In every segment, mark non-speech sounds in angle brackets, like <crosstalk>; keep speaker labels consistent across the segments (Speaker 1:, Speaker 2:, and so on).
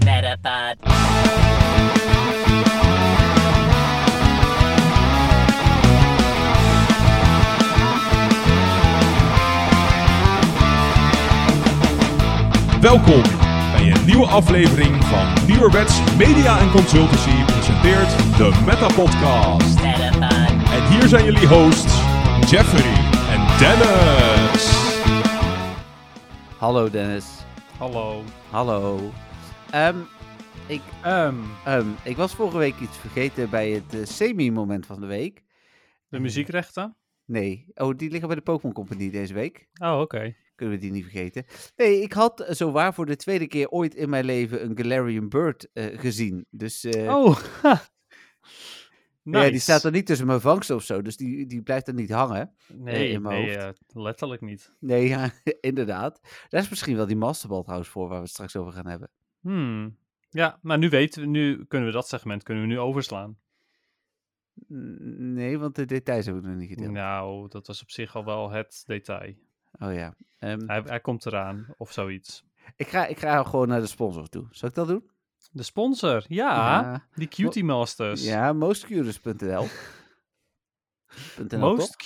Speaker 1: Platypod.
Speaker 2: Welkom bij een nieuwe aflevering van Nieuwerwets Media en Consultancy presenteert de Meta Podcast.
Speaker 1: Platypod.
Speaker 2: En hier zijn jullie hosts Jeffrey en Dennis.
Speaker 3: Hallo Dennis.
Speaker 4: Hallo.
Speaker 3: Hallo. Ehm, ik,
Speaker 4: Ehm,
Speaker 3: ehm, ik was vorige week iets vergeten bij het eh, semi-moment van de week.
Speaker 4: de muziekrechten?
Speaker 3: Nee. Oh, die liggen bij de Pokémon Company deze week.
Speaker 4: Oh, oké.
Speaker 3: Kunnen we die niet vergeten. Nee, ik had eh, zowaar voor de tweede keer ooit in mijn leven een Galarian Bird eh, gezien. Dus eh,
Speaker 4: Oh, ha.
Speaker 3: ja, die
Speaker 4: Nice.
Speaker 3: staat er niet tussen mijn vangsten of zo. Dus die, die blijft er niet hangen.
Speaker 4: Nee,
Speaker 3: in mijn
Speaker 4: nee
Speaker 3: hoofd.
Speaker 4: eh, letterlijk niet.
Speaker 3: Nee, ja, <laughs> inderdaad. Daar is misschien wel die masterball trouwens voor waar we het straks over gaan hebben.
Speaker 4: Hmm. Ja, maar nu weten we, nu kunnen we dat segment kunnen we nu overslaan.
Speaker 3: N- Nee, want de details hebben we nog niet gedeeld.
Speaker 4: Nou, dat was op zich al wel het detail.
Speaker 3: Oh ja. Ehm,
Speaker 4: Hij, hij komt eraan, of zoiets.
Speaker 3: Ik ga, ik ga gewoon naar de sponsors toe. Zal ik dat doen?
Speaker 4: De sponsor, ja. Die Cutie Masters.
Speaker 3: Ja,
Speaker 4: <laughs>
Speaker 3: mostcurious.nl. .nl, toch?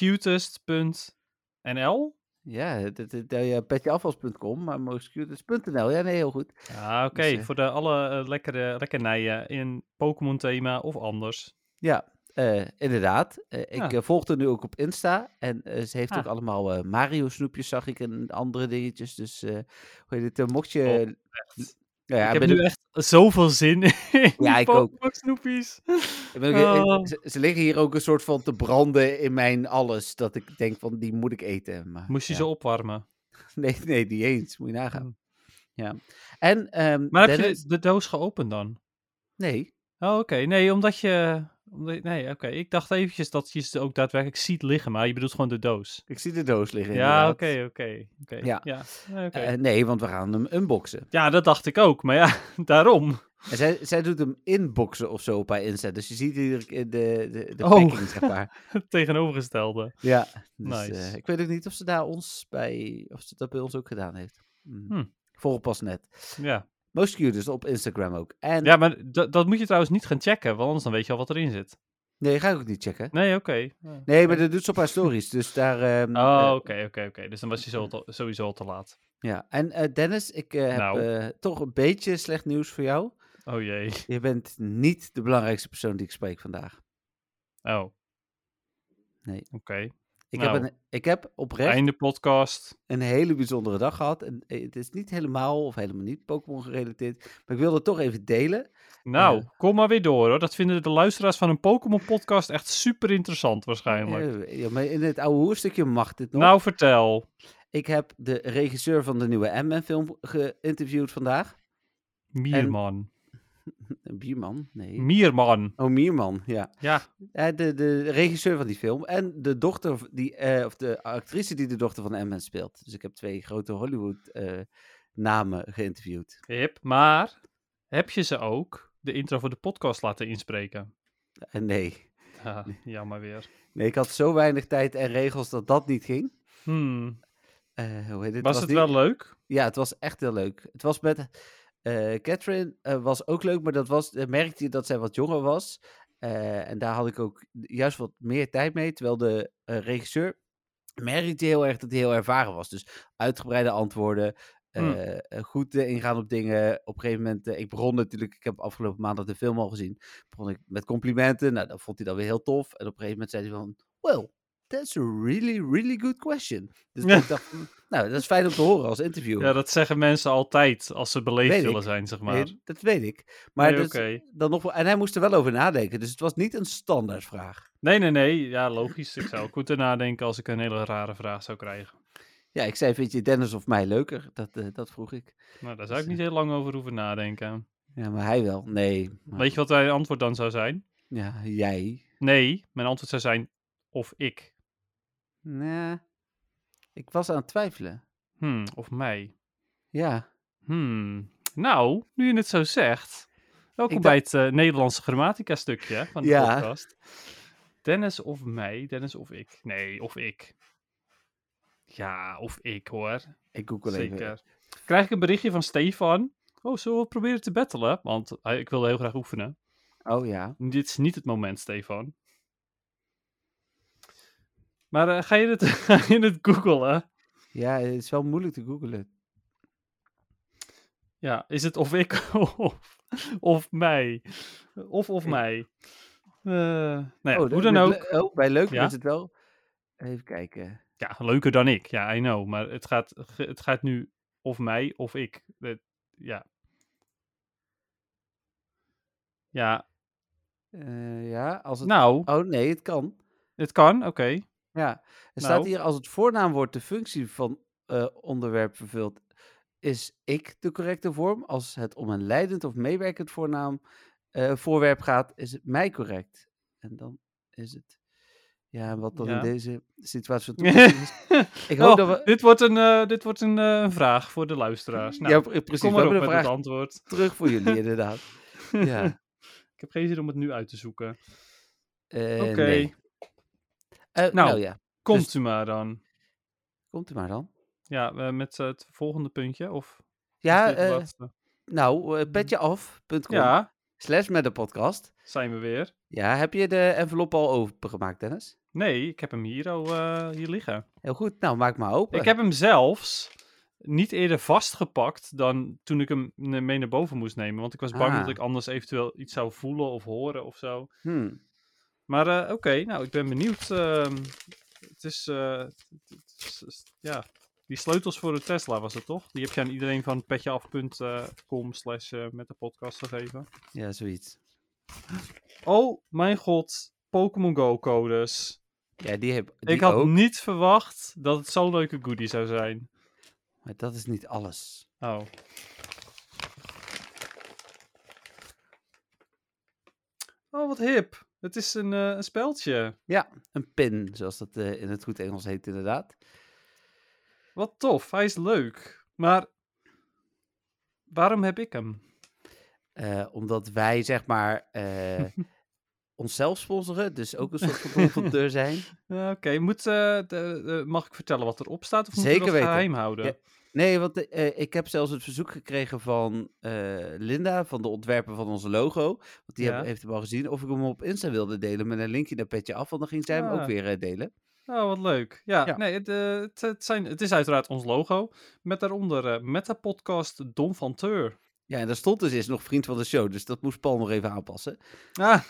Speaker 4: Mostcutest.nl?
Speaker 3: Ja, d- d- d- eh, ja, petjeafwas.com, maar mostcurious.nl. Ja, nee, heel goed.
Speaker 4: Ja, Ah, oké.
Speaker 3: Dus, eh,
Speaker 4: Voor de alle eh, lekkere lekkernijen in Pokémon thema of anders.
Speaker 3: Ja, eh, inderdaad. Eh, ik
Speaker 4: Ja.
Speaker 3: eh, volg haar nu ook op Insta. En eh, ze heeft ook
Speaker 4: Ah.
Speaker 3: allemaal eh, Mario-snoepjes, zag ik, en andere dingetjes. Dus, eh, hoe heet het, eh, mocht je...
Speaker 4: Oh,
Speaker 3: Nou ja,
Speaker 4: ik
Speaker 3: ik
Speaker 4: heb
Speaker 3: ben
Speaker 4: nu
Speaker 3: ook-
Speaker 4: echt zoveel zin in. <laughs>
Speaker 3: Ja,
Speaker 4: die
Speaker 3: ik ook.
Speaker 4: Pokémon Snoepies.
Speaker 3: ik ben ook- eh,
Speaker 4: Oh.
Speaker 3: ze, ze liggen hier ook een soort van te branden in mijn alles. Dat ik denk van, die moet ik eten. Maar,
Speaker 4: Moest je
Speaker 3: ja.
Speaker 4: ze opwarmen.
Speaker 3: <laughs> Nee, nee, niet eens. Moet je nagaan.
Speaker 4: Oh.
Speaker 3: Ja. En, ehm
Speaker 4: Maar heb
Speaker 3: Dennis-
Speaker 4: je de doos geopend dan?
Speaker 3: Nee.
Speaker 4: Oh, oké. Nee, omdat je... omdat- Nee, oké. Ik dacht eventjes dat je ze ook daadwerkelijk ziet liggen, maar je bedoelt gewoon de doos.
Speaker 3: Ik zie de doos liggen.
Speaker 4: Ja,
Speaker 3: inderdaad.
Speaker 4: oké, oké. oké.
Speaker 3: Ja.
Speaker 4: Ja, nee, oké.
Speaker 3: Eh, nee, want we gaan hem unboxen.
Speaker 4: ja, dat dacht ik ook. Maar ja, <laughs> daarom.
Speaker 3: En zij, zij doet hem inboxen of zo op haar Insta. Dus je ziet hier de, de, de
Speaker 4: Oh.
Speaker 3: packing, zeg
Speaker 4: <laughs>
Speaker 3: maar.
Speaker 4: Het tegenovergestelde.
Speaker 3: Ja. Dus,
Speaker 4: Nice.
Speaker 3: eh, ik weet ook niet of ze daar ons bij, of ze dat bij ons ook gedaan heeft. Mm.
Speaker 4: Hmm.
Speaker 3: Volg pas net.
Speaker 4: Ja,
Speaker 3: Most Cute dus op Instagram ook. En,
Speaker 4: ja maar d- dat moet je trouwens niet gaan checken, want anders dan weet je al wat erin zit.
Speaker 3: Nee, ga ik ook niet checken.
Speaker 4: Nee, oké.
Speaker 3: Nee, maar dat doet ze op haar stories. Dus daar... ehm, eh,
Speaker 4: Oh, oké, oké, oké. Dus dan was je zo al- sowieso al te laat.
Speaker 3: Ja, en eh, Dennis, ik eh, heb
Speaker 4: Nou.
Speaker 3: eh, toch een beetje slecht nieuws voor jou.
Speaker 4: Oh jee.
Speaker 3: Je bent niet de belangrijkste persoon die ik spreek vandaag.
Speaker 4: Oh.
Speaker 3: Nee.
Speaker 4: Oké.
Speaker 3: Ik,
Speaker 4: Nou.
Speaker 3: heb, een, ik heb oprecht
Speaker 4: Einde podcast.
Speaker 3: een hele bijzondere dag gehad. En eh, het is niet helemaal of helemaal niet Pokémon gerelateerd. Maar ik wilde het toch even delen.
Speaker 4: Nou, kom maar weer door hoor. Dat vinden de luisteraars van een Pokémon podcast echt super interessant waarschijnlijk.
Speaker 3: Eh, ja, maar in het oude hoerstukje mag dit nog.
Speaker 4: nou, vertel.
Speaker 3: Ik heb de regisseur van de nieuwe M-film geïnterviewd vandaag.
Speaker 4: Mierman.
Speaker 3: Bierman? Nee.
Speaker 4: Mierman.
Speaker 3: oh, Mierman, ja.
Speaker 4: Ja.
Speaker 3: Eh, de, de regisseur van die film en de dochter v- die, eh, of de actrice die de dochter van Emmen speelt. Dus ik heb twee grote Hollywood eh, namen geïnterviewd.
Speaker 4: Hip. Maar heb je ze ook de intro voor de podcast laten inspreken? <laughs>
Speaker 3: En Eh, nee.
Speaker 4: Ja, jammer weer.
Speaker 3: nee, ik had zo weinig tijd en regels dat dat niet ging.
Speaker 4: Hmm.
Speaker 3: Eh, hoe heet het?
Speaker 4: Was het
Speaker 3: niet-
Speaker 4: wel leuk?
Speaker 3: Ja, het was echt heel leuk. Het was met eh Catherine eh, was ook leuk, maar dat was eh, merkte je dat zij wat jonger was. Eh, en daar had ik ook juist wat meer tijd mee. Terwijl de eh, regisseur merkte heel erg dat hij heel ervaren was. Dus uitgebreide antwoorden,
Speaker 4: Hmm.
Speaker 3: eh, eh, goed eh, ingaan op dingen. Op een gegeven moment, eh, ik begon natuurlijk, ik heb afgelopen maandag de film al gezien. Begon ik met complimenten. Nou, dat vond hij dan weer heel tof. En op een gegeven moment zei hij van, well, that's a really, really good question. Dus
Speaker 4: Ja.
Speaker 3: ik dacht, van, nou, dat is fijn om te horen als interview.
Speaker 4: Ja, dat zeggen mensen altijd als ze beleefd
Speaker 3: Weet ik.
Speaker 4: willen zijn, zeg maar.
Speaker 3: Nee, dat weet ik. Maar
Speaker 4: Nee,
Speaker 3: dus,
Speaker 4: oké.
Speaker 3: dan nog, wel- en hij moest er wel over nadenken. Dus het was niet een standaardvraag.
Speaker 4: Nee, nee, nee. Ja, logisch. Ik zou ook goed nadenken als ik een hele rare vraag zou krijgen.
Speaker 3: Ja, ik zei, vind je Dennis of mij leuker? Dat, eh, dat vroeg ik.
Speaker 4: Nou, daar zou ik niet heel lang over hoeven nadenken.
Speaker 3: Ja, maar hij wel. Nee. maar-
Speaker 4: Weet je wat mijn antwoord dan zou zijn?
Speaker 3: Ja, jij.
Speaker 4: Nee, mijn antwoord zou zijn of ik.
Speaker 3: Nee. Ik was aan het twijfelen.
Speaker 4: Hmm, of mij.
Speaker 3: Ja.
Speaker 4: Hmm. Nou, nu je het zo zegt. Welkom
Speaker 3: Ik
Speaker 4: bij het eh, Nederlandse grammatica stukje van de
Speaker 3: Ja.
Speaker 4: podcast. Dennis of mij, Dennis of ik. Nee, of ik. Ja, of ik hoor.
Speaker 3: Ik google even.
Speaker 4: Zeker. Krijg ik een berichtje van Stefan oh, zullen we proberen te battelen? Want hij- ik wilde heel graag oefenen.
Speaker 3: Oh ja.
Speaker 4: Dit is niet het moment, Stefan. Maar eh, ga je het, <laughs> ga je het googlen?
Speaker 3: Ja, het is wel moeilijk te googlen.
Speaker 4: Ja, is het of ik <laughs> of, of mij? Of of mij? Eh, nou ja,
Speaker 3: oh,
Speaker 4: hoe
Speaker 3: dat-
Speaker 4: dan ook.
Speaker 3: met le- oh, bij leuk
Speaker 4: Ja?
Speaker 3: is het wel. Even kijken.
Speaker 4: Ja, leuker dan ik. Ja, I know. Maar het gaat, ge- het gaat nu of mij of ik. Het- ja. Ja,
Speaker 3: Eh, ja, als het...
Speaker 4: nou,
Speaker 3: Oh nee, het kan.
Speaker 4: het kan, oké.
Speaker 3: Ja. Er staat
Speaker 4: Nou.
Speaker 3: hier als het voornaamwoord de functie van eh, onderwerp vervult, is ik de correcte vorm. Als het om een leidend of meewerkend voornaam, eh, voorwerp gaat, is het mij correct. En dan is het. Ja, en wat dan
Speaker 4: Ja.
Speaker 3: in deze situatie van toepassing is.
Speaker 4: <laughs>
Speaker 3: Ik hoop
Speaker 4: Oh,
Speaker 3: dat we.
Speaker 4: Dit wordt een, eh, dit wordt een eh, vraag voor de luisteraars. Nou,
Speaker 3: ja, pre- precies.
Speaker 4: kom
Speaker 3: We
Speaker 4: maar op
Speaker 3: hebben
Speaker 4: met
Speaker 3: een
Speaker 4: het
Speaker 3: vraag
Speaker 4: antwoord.
Speaker 3: terug voor jullie, inderdaad.
Speaker 4: <laughs>
Speaker 3: Ja.
Speaker 4: ik heb geen zin om het nu uit te zoeken.
Speaker 3: Eh,
Speaker 4: Oké,
Speaker 3: nee. Eh, nou. ja,
Speaker 4: komt u maar dan.
Speaker 3: komt u maar dan.
Speaker 4: Ja, eh, met eh, het volgende puntje? Of
Speaker 3: Ja,
Speaker 4: is dit het
Speaker 3: eh,
Speaker 4: laatste?
Speaker 3: nou, eh, petjeaf.com
Speaker 4: ja,
Speaker 3: slash met de podcast.
Speaker 4: zijn we weer.
Speaker 3: Ja, heb je de envelop al opengemaakt, Dennis?
Speaker 4: Nee, ik heb hem hier, al, eh, hier liggen.
Speaker 3: Heel goed, nou maak maar open.
Speaker 4: Ik heb hem zelfs niet eerder vastgepakt dan toen ik hem ne- mee naar boven moest nemen. Want ik was bang dat
Speaker 3: Ah.
Speaker 4: ik anders eventueel iets zou voelen of horen of zo.
Speaker 3: Hmm.
Speaker 4: Maar eh, oké, nou, ik ben benieuwd. ehm, het is, eh, het- het is- is- Ja, die sleutels voor de Tesla was het toch? Die heb je aan iedereen van petjeaf.com slash eh, met de podcast gegeven.
Speaker 3: Ja, zoiets.
Speaker 4: Oh mijn god, Pokémon Go codes.
Speaker 3: Ja, die heb die
Speaker 4: Ik had
Speaker 3: ook,
Speaker 4: niet verwacht dat het zo'n leuke goodie zou zijn.
Speaker 3: maar dat is niet alles.
Speaker 4: Oh. Oh, wat hip. Het is een, eh een speldje.
Speaker 3: Een pin, zoals dat eh, in het goed Engels heet, inderdaad.
Speaker 4: Wat tof. Hij is leuk. Maar waarom heb ik hem?
Speaker 3: Eh, omdat wij, zeg maar, eh,
Speaker 4: <laughs>
Speaker 3: onszelf sponsoren, dus ook een soort van
Speaker 4: <laughs>
Speaker 3: consulteur zijn.
Speaker 4: Eh, Oké, moet, eh, de- de- mag ik vertellen wat erop staat? Of moet
Speaker 3: Zeker
Speaker 4: ik dat
Speaker 3: weten.
Speaker 4: geheim houden?
Speaker 3: Ja. Nee, want eh, ik heb zelfs het verzoek gekregen van eh, Linda, van de ontwerper van onze logo. Want die
Speaker 4: Ja.
Speaker 3: heb- heeft hem al gezien. Of ik hem op Insta wilde delen met een linkje naar Petje Af. Want dan ging zij hem
Speaker 4: Ah.
Speaker 3: ook weer eh, delen.
Speaker 4: Oh, wat leuk. Ja,
Speaker 3: Ja.
Speaker 4: nee, het, eh, het, het zijn, het is uiteraard ons logo. Met daaronder eh, met de podcast Don van Teur.
Speaker 3: Ja, en daar stond dus eerst nog vriend van de show. Dus dat moest Paul nog even aanpassen.
Speaker 4: Ah,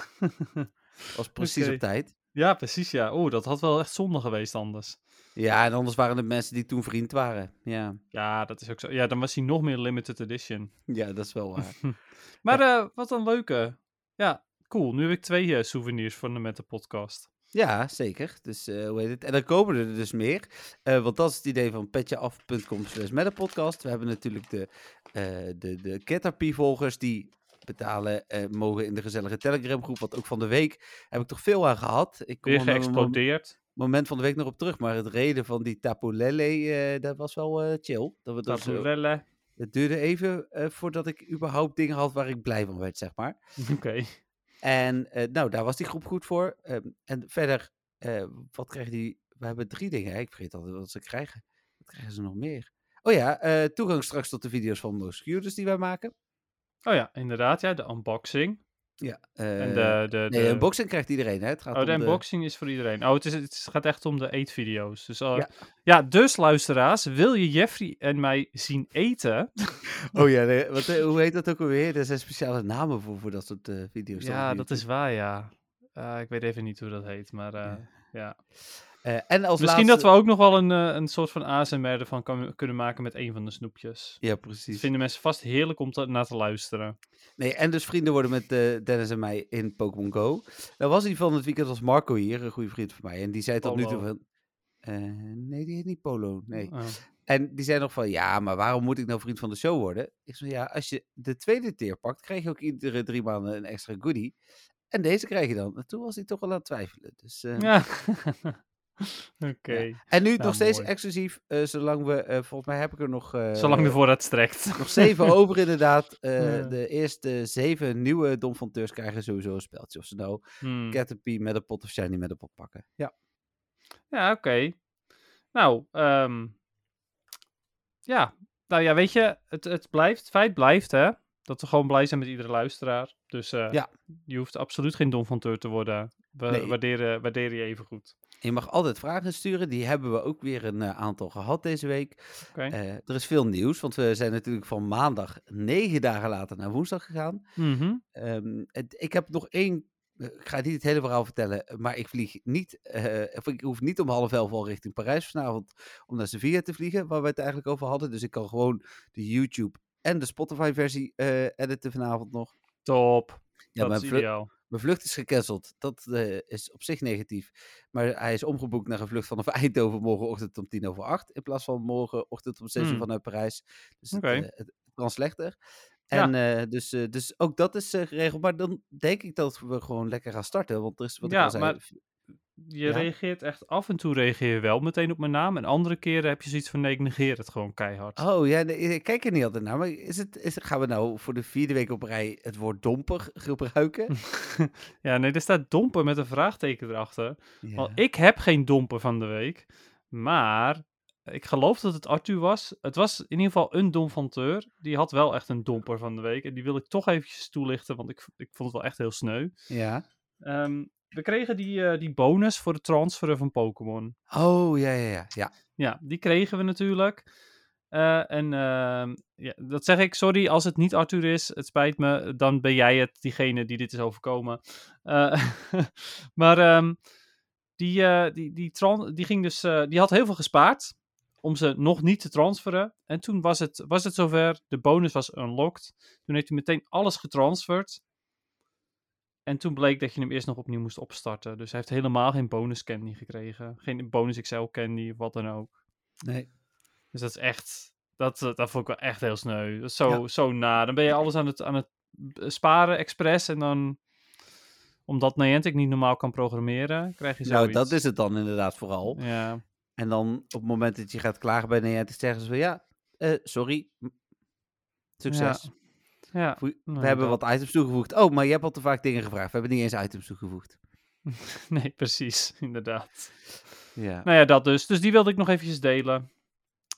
Speaker 3: Was precies
Speaker 4: Oké.
Speaker 3: op tijd.
Speaker 4: ja, precies ja. Oeh, dat had wel echt zonde geweest anders.
Speaker 3: Ja, en anders waren het mensen die toen vriend waren. Ja,
Speaker 4: Ja, dat is ook zo. Ja, dan was hij nog meer limited edition.
Speaker 3: ja dat is wel
Speaker 4: <laughs>
Speaker 3: waar.
Speaker 4: Maar eh, wat een leuke. Ja, cool. Nu heb ik twee eh, souvenirs van de Met de Podcast.
Speaker 3: ja, zeker. Dus eh, hoe heet het? En dan komen er dus meer. Eh, want dat is het idee van petjeaf.com slash met een podcast. We hebben natuurlijk de, eh de, de Caterpie volgers die betalen eh, mogen in de gezellige Telegram groep. Want ook van de week heb ik toch veel aan gehad. Ik kom
Speaker 4: Weer
Speaker 3: er op een mom-
Speaker 4: geëxplodeerd.
Speaker 3: moment van de week nog op terug. Maar het reden van die tapolele, eh, dat was wel eh, chill. Dat we dat zo-
Speaker 4: Tabulelle.
Speaker 3: Het duurde even eh, voordat ik überhaupt dingen had waar ik blij van werd, zeg maar.
Speaker 4: Oké.
Speaker 3: En eh, nou, daar was die groep goed voor. Ehm, en verder, eh, wat krijgen die? We hebben drie dingen. Hè? Ik vergeet altijd wat ze krijgen. Wat krijgen ze nog meer? Oh ja, eh, toegang straks tot de video's van Most Curious die wij maken.
Speaker 4: <laughs> Oh ja, inderdaad. Ja, de unboxing.
Speaker 3: Ja.
Speaker 4: en
Speaker 3: eh,
Speaker 4: de, de,
Speaker 3: nee,
Speaker 4: de-
Speaker 3: unboxing krijgt iedereen. Hè? Het gaat
Speaker 4: Oh, de
Speaker 3: om
Speaker 4: unboxing is voor iedereen. Oh, het, is, het gaat echt om de eetvideo's. Dus, eh, ja.
Speaker 3: Ja.
Speaker 4: dus luisteraars, wil je Jeffrey en mij zien eten?
Speaker 3: Oh ja, nee, wat, eh, hoe heet dat ook alweer? Er zijn speciale namen voor, voor dat soort eh, video's. dan op
Speaker 4: Ja, dat
Speaker 3: YouTube.
Speaker 4: is waar, ja. Eh, ik weet even niet hoe dat heet, maar eh,
Speaker 3: Ja.
Speaker 4: ja.
Speaker 3: Eh, en als
Speaker 4: Misschien
Speaker 3: laatste...
Speaker 4: dat we ook nog wel een, eh, een soort van ASMR ervan kan- kunnen maken met een van de snoepjes.
Speaker 3: Ja,
Speaker 4: Dat
Speaker 3: precies.
Speaker 4: vinden mensen vast heerlijk om te, naar te luisteren.
Speaker 3: Nee, en dus vrienden worden met eh, Dennis en mij in Pokémon Go. Nou was die van het weekend was Marco hier, een goede vriend van mij. En die zei tot nu toe
Speaker 4: Polo.
Speaker 3: van... eh, nee, die heet niet Polo, nee.
Speaker 4: Oh.
Speaker 3: En die zei nog van, ja, maar waarom moet ik nou vriend van de show worden? Ik zei, ja, als je de tweede tier pakt, krijg je ook iedere drie maanden een extra goodie. En deze krijg je dan. En toen was hij toch wel aan het twijfelen. Dus, eh,
Speaker 4: Ja. <laughs> Oké.
Speaker 3: En nu
Speaker 4: Nou,
Speaker 3: nog steeds
Speaker 4: mooi.
Speaker 3: exclusief, eh, zolang we, eh, volgens mij heb ik er nog... eh,
Speaker 4: Zolang de voorraad strekt.
Speaker 3: nog zeven over inderdaad. Eh,
Speaker 4: Ja.
Speaker 3: De eerste zeven nieuwe Dom van Teurs krijgen sowieso een speeltje. Of ze nou
Speaker 4: <laughs> Hmm.
Speaker 3: Caterpie met een pot of shiny met een pot pakken. Ja.
Speaker 4: Ja, oké. Nou, ehm, ja. nou ja, weet je, het, het blijft, het feit blijft hè, dat we gewoon blij zijn met iedere luisteraar. Dus eh,
Speaker 3: Ja.
Speaker 4: je hoeft absoluut geen Don van Teur te worden. We
Speaker 3: Nee.
Speaker 4: waarderen, waarderen je even goed.
Speaker 3: Je mag altijd vragen sturen. Die hebben we ook weer een eh, aantal gehad deze week.
Speaker 4: Oké.
Speaker 3: Eh, er is veel nieuws, want we zijn natuurlijk van maandag negen dagen later naar woensdag gegaan.
Speaker 4: Mhm.
Speaker 3: Ehm, het- ik heb nog één. eh, Ik ga niet het hele verhaal vertellen, maar ik vlieg niet. eh, of ik hoef niet om half elf al richting Parijs vanavond om naar Sevilla te vliegen, waar we het eigenlijk over hadden. Dus ik kan gewoon de YouTube en de Spotify-versie eh, editen vanavond nog.
Speaker 4: Top.
Speaker 3: Ja,
Speaker 4: dat
Speaker 3: mijn,
Speaker 4: is
Speaker 3: vlu-
Speaker 4: ideaal.
Speaker 3: mijn vlucht is gecanceld. Dat eh, is op zich negatief. Maar hij is omgeboekt naar een vlucht vanaf <laughs> Eindhoven morgenochtend om tien over acht. In plaats van morgenochtend om zes uur
Speaker 4: Hmm.
Speaker 3: vanuit Parijs. Dus het,
Speaker 4: Oké.
Speaker 3: eh, het, het kan slechter.
Speaker 4: Ja.
Speaker 3: En eh, dus, eh, dus ook dat is eh, geregeld. Maar dan denk ik dat we gewoon lekker gaan starten. Want er is wat ik
Speaker 4: Ja,
Speaker 3: al zei.
Speaker 4: maar-
Speaker 3: v-
Speaker 4: Je
Speaker 3: Ja.
Speaker 4: reageert echt af en toe reageer je wel meteen op mijn naam. En andere keren heb je zoiets van nee, ik negeer het gewoon keihard.
Speaker 3: Oh ja, nee, ik kijk er niet altijd naar. Maar is het, is, gaan we nou voor de vierde week op rij het woord domper <laughs>
Speaker 4: <laughs>
Speaker 3: gebruiken?
Speaker 4: ja, nee, er staat domper met een vraagteken erachter.
Speaker 3: Ja.
Speaker 4: Want ik heb geen domper van de week. Maar ik geloof dat het Arthur was. Het was in ieder geval een domfanteur. Die had wel echt een domper van de week. En die wil ik toch eventjes toelichten, want ik, v- ik vond het wel echt heel sneu.
Speaker 3: ja.
Speaker 4: Ehm, we kregen die, eh, die bonus voor het transferen van Pokémon.
Speaker 3: Oh ja, ja, ja. ja.
Speaker 4: Ja, die kregen we natuurlijk. Eh, en ehm, ja, dat zeg ik, sorry als het niet Arthur is, het spijt me, dan ben jij het, diegene die dit is overkomen. Eh, <laughs> maar ehm, die, eh, die, die, tran- die, ging dus, eh, die had heel veel gespaard om ze nog niet te transferen. En toen was het, was het zover, de bonus was unlocked. Toen heeft hij meteen alles getransferd. En toen bleek dat je hem eerst nog opnieuw moest opstarten. Dus hij heeft helemaal geen bonus candy gekregen. Geen bonus XL candy, wat dan ook. <laughs>
Speaker 3: Nee.
Speaker 4: Dus dat is echt. Dat, eh, dat vond ik wel echt heel sneu. Dat is zo, zo na. Dan ben je alles aan het, aan het b- sparen expres. En dan. Omdat Niantic niet normaal kan programmeren. Krijg je zo.
Speaker 3: Nou, dat is het dan inderdaad vooral.
Speaker 4: Ja.
Speaker 3: En dan op het moment dat je gaat klagen bij Niantic zeggen ze van ja, eh, sorry. m- Succes.
Speaker 4: ja.
Speaker 3: Voe-
Speaker 4: nou,
Speaker 3: We hebben
Speaker 4: dat-
Speaker 3: wat items toegevoegd. Oh, maar je hebt al te vaak dingen gevraagd. We hebben niet eens items toegevoegd.
Speaker 4: <laughs> Nee, precies. Inderdaad.
Speaker 3: Ja,
Speaker 4: Nou ja, dat dus. Dus die wilde ik nog eventjes delen.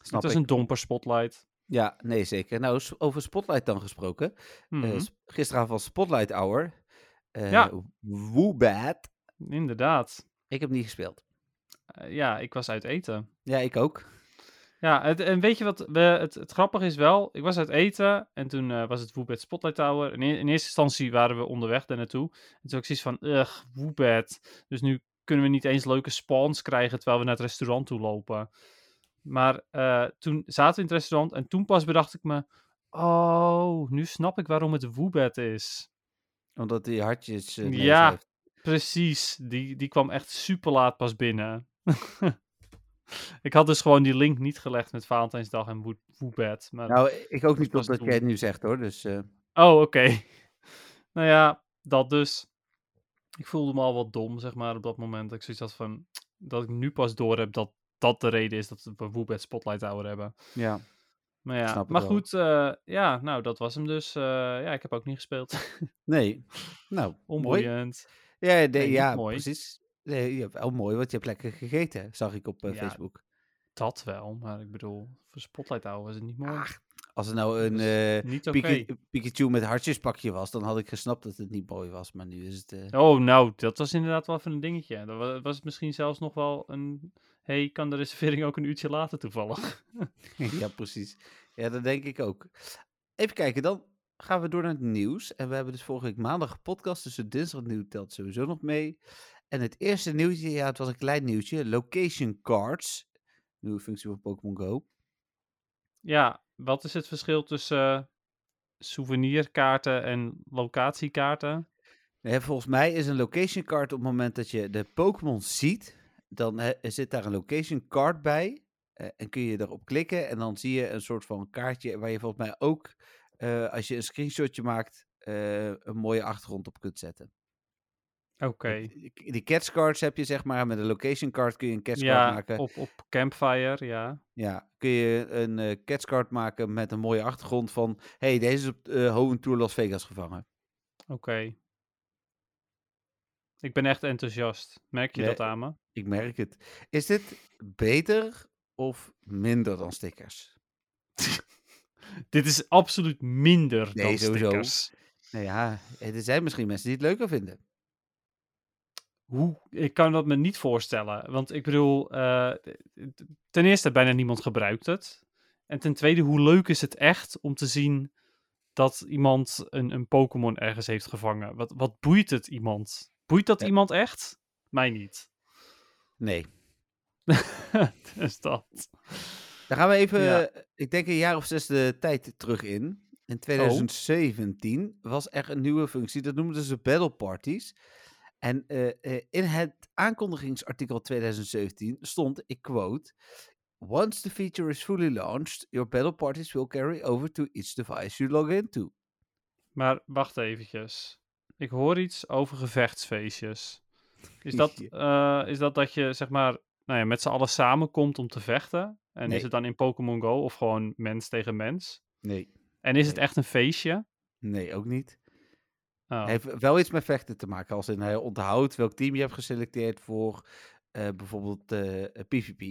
Speaker 3: snap
Speaker 4: dat
Speaker 3: ik.
Speaker 4: is een domper spotlight.
Speaker 3: Ja, nee, zeker. Nou, s- over Spotlight dan gesproken. Eh,
Speaker 4: Mhm,
Speaker 3: s- gisteravond was Spotlight Hour. Eh
Speaker 4: Ja.
Speaker 3: Woobat.
Speaker 4: Inderdaad.
Speaker 3: Ik heb niet gespeeld.
Speaker 4: Eh, ja, ik was uit eten.
Speaker 3: Ja, ik ook.
Speaker 4: Ja, het, en weet je wat we, het, het grappige is wel? Ik was uit eten en toen eh, was het Woebed Spotlight Tower. En in, e-, in eerste instantie waren we onderweg daar naartoe. En toen was ik zoiets van, ugh, Woebed. Dus nu kunnen we niet eens leuke spawns krijgen terwijl we naar het restaurant toe lopen. Maar eh, toen zaten we in het restaurant en toen pas bedacht ik me... Oh, nu snap ik waarom het Woebed is.
Speaker 3: Omdat die hartjes. eh, neus
Speaker 4: Ja.
Speaker 3: heeft.
Speaker 4: Precies, die, die kwam echt super laat pas binnen. <laughs> ik had dus gewoon die link niet gelegd met Valentijnsdag en Woe- Woebed. Maar...
Speaker 3: Nou, ik ook niet
Speaker 4: was
Speaker 3: totdat
Speaker 4: toen.
Speaker 3: jij het nu zegt hoor. Dus eh,
Speaker 4: Oh, oké. <laughs> nou ja, dat dus. Ik voelde me al wat dom, zeg maar, op dat moment. Dat ik zoiets had van... Dat ik nu pas door heb dat dat de reden is dat we Woebed Spotlight Hour hebben.
Speaker 3: ja.
Speaker 4: Maar ja,
Speaker 3: Snap ik
Speaker 4: maar
Speaker 3: wel.
Speaker 4: goed. eh, ja, nou, dat was hem dus. Eh, ja, ik heb ook niet gespeeld. <laughs>
Speaker 3: Nee. Nou, mooi.
Speaker 4: Onboeiend.
Speaker 3: Ja, de-
Speaker 4: Nee, niet
Speaker 3: ja
Speaker 4: mooi.
Speaker 3: precies. Nee, ja, wel mooi, want je hebt lekker gegeten, zag ik op eh,
Speaker 4: Ja,
Speaker 3: Facebook.
Speaker 4: Dat wel, maar ik bedoel... Voor Spotlight Hour was het niet mooi.
Speaker 3: Ach, als er nou een
Speaker 4: Dus
Speaker 3: eh,
Speaker 4: niet oké.
Speaker 3: Pika- Pikachu met hartjespakje was, dan had ik gesnapt dat het niet mooi was. Maar nu is het... eh,
Speaker 4: Oh, nou, dat was inderdaad wel even een dingetje. Dat wa- was misschien zelfs nog wel een... hey, kan de reservering ook een uurtje later toevallig?
Speaker 3: <laughs> ja, precies. Ja, dat denk ik ook. Even kijken, dan gaan we door naar het nieuws. En we hebben dus vorige week maandag gepodcast, dus het dinsdag nieuws telt sowieso nog mee. En het eerste nieuwtje, ja, het was een klein nieuwtje. Location cards, nieuwe functie van Pokémon Go.
Speaker 4: ja, wat is het verschil tussen eh, souvenirkaarten en locatiekaarten?
Speaker 3: Nee, volgens mij is een location card op het moment dat je de Pokémon ziet, dan eh, zit daar een location card bij. eh, en kun je erop klikken en dan zie je een soort van kaartje waar je volgens mij ook, eh, als je een screenshotje maakt, eh, een mooie achtergrond op kunt zetten.
Speaker 4: Oké.
Speaker 3: Want Die die catch cards heb je zeg maar, met een location card kun je een catch card
Speaker 4: Ja,
Speaker 3: maken.
Speaker 4: op, op Campfire, ja.
Speaker 3: Ja, kun je een eh catch card maken met een mooie achtergrond van, hey, deze is op eh Hoenn Tour Las Vegas gevangen.
Speaker 4: Oké. Ik ben echt enthousiast. Merk je
Speaker 3: Nee.
Speaker 4: dat aan me?
Speaker 3: Ik merk het. Is dit beter of minder dan stickers?
Speaker 4: Dit is absoluut minder
Speaker 3: Nee,
Speaker 4: dan
Speaker 3: sowieso.
Speaker 4: stickers.
Speaker 3: Nou ja, er zijn misschien mensen die het leuker vinden.
Speaker 4: Hoe? Ik kan dat me niet voorstellen. Want ik bedoel, eh, t- ten eerste bijna niemand gebruikt het. En ten tweede, hoe leuk is het echt om te zien dat iemand een, een Pokémon ergens heeft gevangen? Wat, wat boeit het iemand? Boeit dat
Speaker 3: Ja.
Speaker 4: iemand echt? Mij niet. <laughs>
Speaker 3: Nee.
Speaker 4: dus dat.
Speaker 3: Dan gaan we even,
Speaker 4: Ja.
Speaker 3: eh, ik denk een jaar of zes de tijd terug in. In 2017 was er een nieuwe functie, dat noemden ze Battle Parties. En eh, eh, in het aankondigingsartikel 2017 stond, ik quote... Once the feature is fully launched, your battle parties will carry over to each device you log into.
Speaker 4: Maar wacht eventjes. Ik hoor iets over gevechtsfeestjes. Is dat, eh, is dat dat je zeg maar nou ja, met z'n allen samenkomt om te vechten? En
Speaker 3: Nee.
Speaker 4: is het dan in Pokémon Go of gewoon mens tegen mens?
Speaker 3: Nee,
Speaker 4: En is het echt een feestje?
Speaker 3: nee, ook niet.
Speaker 4: Oh,
Speaker 3: Heeft wel iets met vechten te maken. Als in hij onthoudt welk team je hebt geselecteerd voor eh, bijvoorbeeld eh, eh, PvP.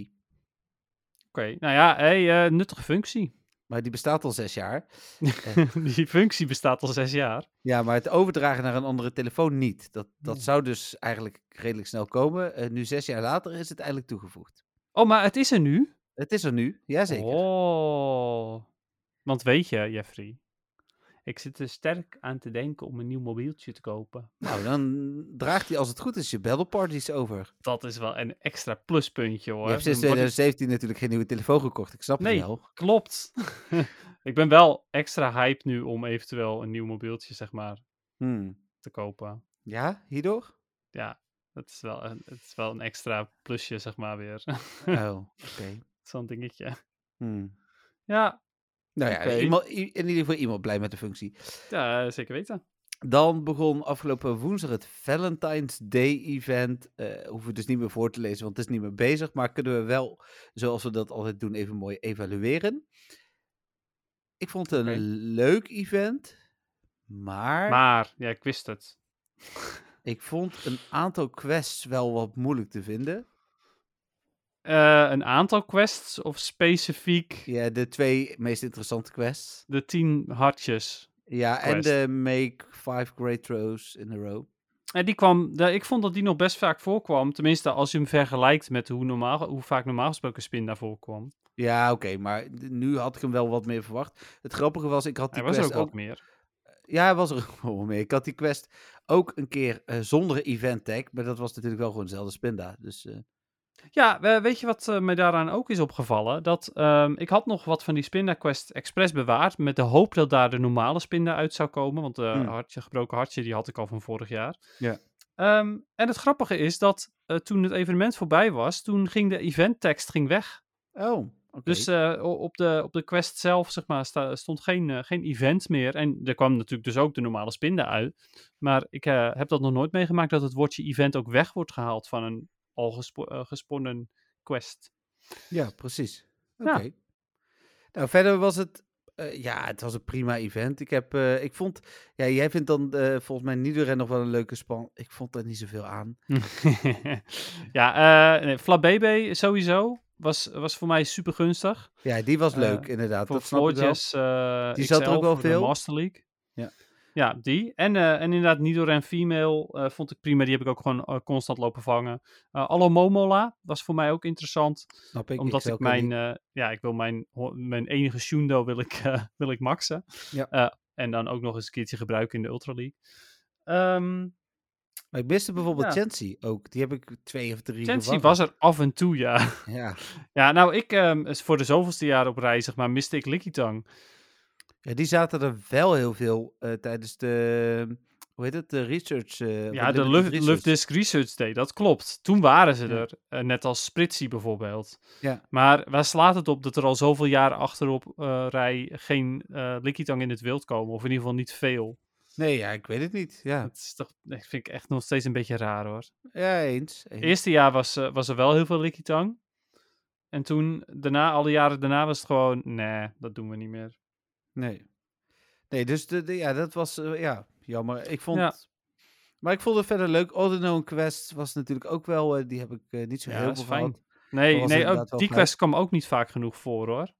Speaker 4: Oké, nou ja, hey, eh, nuttige functie. <laughs>
Speaker 3: Maar die bestaat al zes jaar.
Speaker 4: Die functie bestaat al zes jaar.
Speaker 3: Ja, maar het overdragen naar een andere telefoon niet. Dat, dat
Speaker 4: Ja.
Speaker 3: zou dus eigenlijk redelijk snel komen. Eh, nu zes jaar later is het eindelijk toegevoegd.
Speaker 4: Oh, maar het is er nu?
Speaker 3: Het is er nu, jazeker.
Speaker 4: Oh. Want weet je, Jeffrey, ik zit er sterk aan te denken om een nieuw mobieltje te kopen.
Speaker 3: Nou, dan draagt hij als het goed is je battle parties over.
Speaker 4: Dat is wel een extra pluspuntje hoor.
Speaker 3: Je hebt dus sinds
Speaker 4: Dan word ik-
Speaker 3: 2017 natuurlijk geen nieuwe telefoon gekocht. Ik snap
Speaker 4: Nee.
Speaker 3: het wel.
Speaker 4: Klopt. <laughs> ik ben wel extra hype nu om eventueel een nieuw mobieltje, zeg maar,
Speaker 3: Hmm.
Speaker 4: te kopen.
Speaker 3: Ja, hierdoor?
Speaker 4: Ja, dat is wel een, het is wel een extra plusje, zeg maar, weer. <laughs>
Speaker 3: Oh, oké.
Speaker 4: Zo'n dingetje.
Speaker 3: Hmm.
Speaker 4: Ja,
Speaker 3: Nou ja,
Speaker 4: Oké.
Speaker 3: iemand, i- in ieder geval iemand blij met de functie.
Speaker 4: ja, zeker weten.
Speaker 3: Dan begon afgelopen woensdag het Valentine's Day event. Eh hoeven we dus niet meer voor te lezen, want het is niet meer bezig. Maar kunnen we wel, zoals we dat altijd doen, even mooi evalueren. Ik vond het een
Speaker 4: Oké.
Speaker 3: leuk event. Maar,
Speaker 4: Maar, ja, ik wist het.
Speaker 3: ik vond een aantal quests wel wat moeilijk te vinden.
Speaker 4: Eh, een aantal quests of specifiek
Speaker 3: Ja, de twee meest interessante quests.
Speaker 4: de tien hartjes.
Speaker 3: Ja, en
Speaker 4: Quest.
Speaker 3: de make five great throws in a row.
Speaker 4: En die kwam, da- ik vond dat die nog best vaak voorkwam. Tenminste, als je hem vergelijkt met hoe, normaal, hoe vaak normaal gesproken spin daarvoor kwam.
Speaker 3: Ja, oké, maar d- nu had ik hem wel wat meer verwacht. Het grappige was, ik had die
Speaker 4: Hij was er
Speaker 3: quest
Speaker 4: ook wat meer.
Speaker 3: Ja, hij was er ook <laughs> wel mee. Ik had die quest ook een keer eh, zonder event tag. Maar dat was natuurlijk wel gewoon dezelfde spinda. Dus eh,
Speaker 4: Ja, we- weet je wat eh, mij daaraan ook is opgevallen? Dat ehm, ik had nog wat van die Spinda Quest expres bewaard. Met de hoop dat daar de normale Spinda uit zou komen. Want de
Speaker 3: Hmm.
Speaker 4: hartje, gebroken hartje, die had ik al van vorig jaar.
Speaker 3: Ja.
Speaker 4: Ehm, en het grappige is dat eh, toen het evenement voorbij was, toen ging de eventtekst ging weg.
Speaker 3: Oh, oké.
Speaker 4: Dus eh, o- op, de, op de quest zelf, zeg maar, sta- stond geen, eh, geen event meer. En er kwam natuurlijk dus ook de normale spinda uit. Maar ik eh, heb dat nog nooit meegemaakt dat het woordje event ook weg wordt gehaald van een al gespo- eh, gesponnen quest.
Speaker 3: Ja, precies. Oké.
Speaker 4: Ja.
Speaker 3: Nou, verder was het... eh, ja, het was een prima event. Ik heb... eh, ik vond... Ja, jij vindt dan eh, volgens mij Nidoran nog wel een leuke span. Ik vond daar niet zoveel aan.
Speaker 4: ja, eh nee, Flabébé sowieso was, was voor mij super gunstig.
Speaker 3: Ja, die was
Speaker 4: Eh,
Speaker 3: leuk, inderdaad.
Speaker 4: voor
Speaker 3: Dat snap ik wel.
Speaker 4: Floortjes, eh
Speaker 3: Die zat er
Speaker 4: XL
Speaker 3: ook wel
Speaker 4: voor de
Speaker 3: veel.
Speaker 4: Master League.
Speaker 3: Ja.
Speaker 4: Ja, die. En, eh, en inderdaad, Nidoran Female eh, vond ik prima. Die heb ik ook gewoon eh, constant lopen vangen. Eh Allo Momola was voor mij ook interessant.
Speaker 3: Snap ik.
Speaker 4: omdat
Speaker 3: zou
Speaker 4: ik
Speaker 3: ook
Speaker 4: mijn...
Speaker 3: niet-
Speaker 4: eh, ja, ik wil mijn, ho- mijn enige Shundo wil ik, eh, <laughs> wil ik maxen.
Speaker 3: Ja.
Speaker 4: Eh, en dan ook nog eens een keertje gebruiken in de Ultra League. Ehm
Speaker 3: Maar ik miste bijvoorbeeld
Speaker 4: ja.
Speaker 3: Chancy ook. Die heb ik twee of drie
Speaker 4: Sensi
Speaker 3: gevangen.
Speaker 4: was er af en toe, ja. <laughs>
Speaker 3: Ja.
Speaker 4: Ja, nou, ik ehm, is voor de zoveelste jaar op rij, zeg maar, miste ik Likitang.
Speaker 3: Ja, die zaten er wel heel veel eh, tijdens de, hoe heet het, de research. eh, of
Speaker 4: Ja, de
Speaker 3: limited
Speaker 4: Luf-
Speaker 3: research.
Speaker 4: Lufdisk Research Day, dat klopt. Toen waren ze
Speaker 3: Ja.
Speaker 4: er, eh, net als Spritzy bijvoorbeeld.
Speaker 3: Ja.
Speaker 4: Maar waar slaat het op dat er al zoveel jaren achterop eh, rij geen eh Likitang in het wild komen? Of in ieder geval niet veel.
Speaker 3: Nee, ja, ik weet het niet. Ja,
Speaker 4: Dat is toch, dat vind ik echt nog steeds een beetje raar hoor.
Speaker 3: ja eens. eens.
Speaker 4: Eerste jaar was, eh, was er wel heel veel Likitang. En toen, daarna, alle jaren daarna was het gewoon, nee, dat doen we niet meer.
Speaker 3: Nee. Nee, dus de, de- ja, dat was, eh, ja, jammer. Ik vond,
Speaker 4: Ja.
Speaker 3: maar ik vond het verder leuk. Ordinal Quest was natuurlijk ook wel, eh, die heb ik eh, niet zo
Speaker 4: Ja,
Speaker 3: heel
Speaker 4: dat is
Speaker 3: veel
Speaker 4: fijn.
Speaker 3: gehad.
Speaker 4: Nee,
Speaker 3: was
Speaker 4: nee ook
Speaker 3: inderdaad wel
Speaker 4: die
Speaker 3: fijn.
Speaker 4: quest kwam ook niet vaak genoeg voor hoor.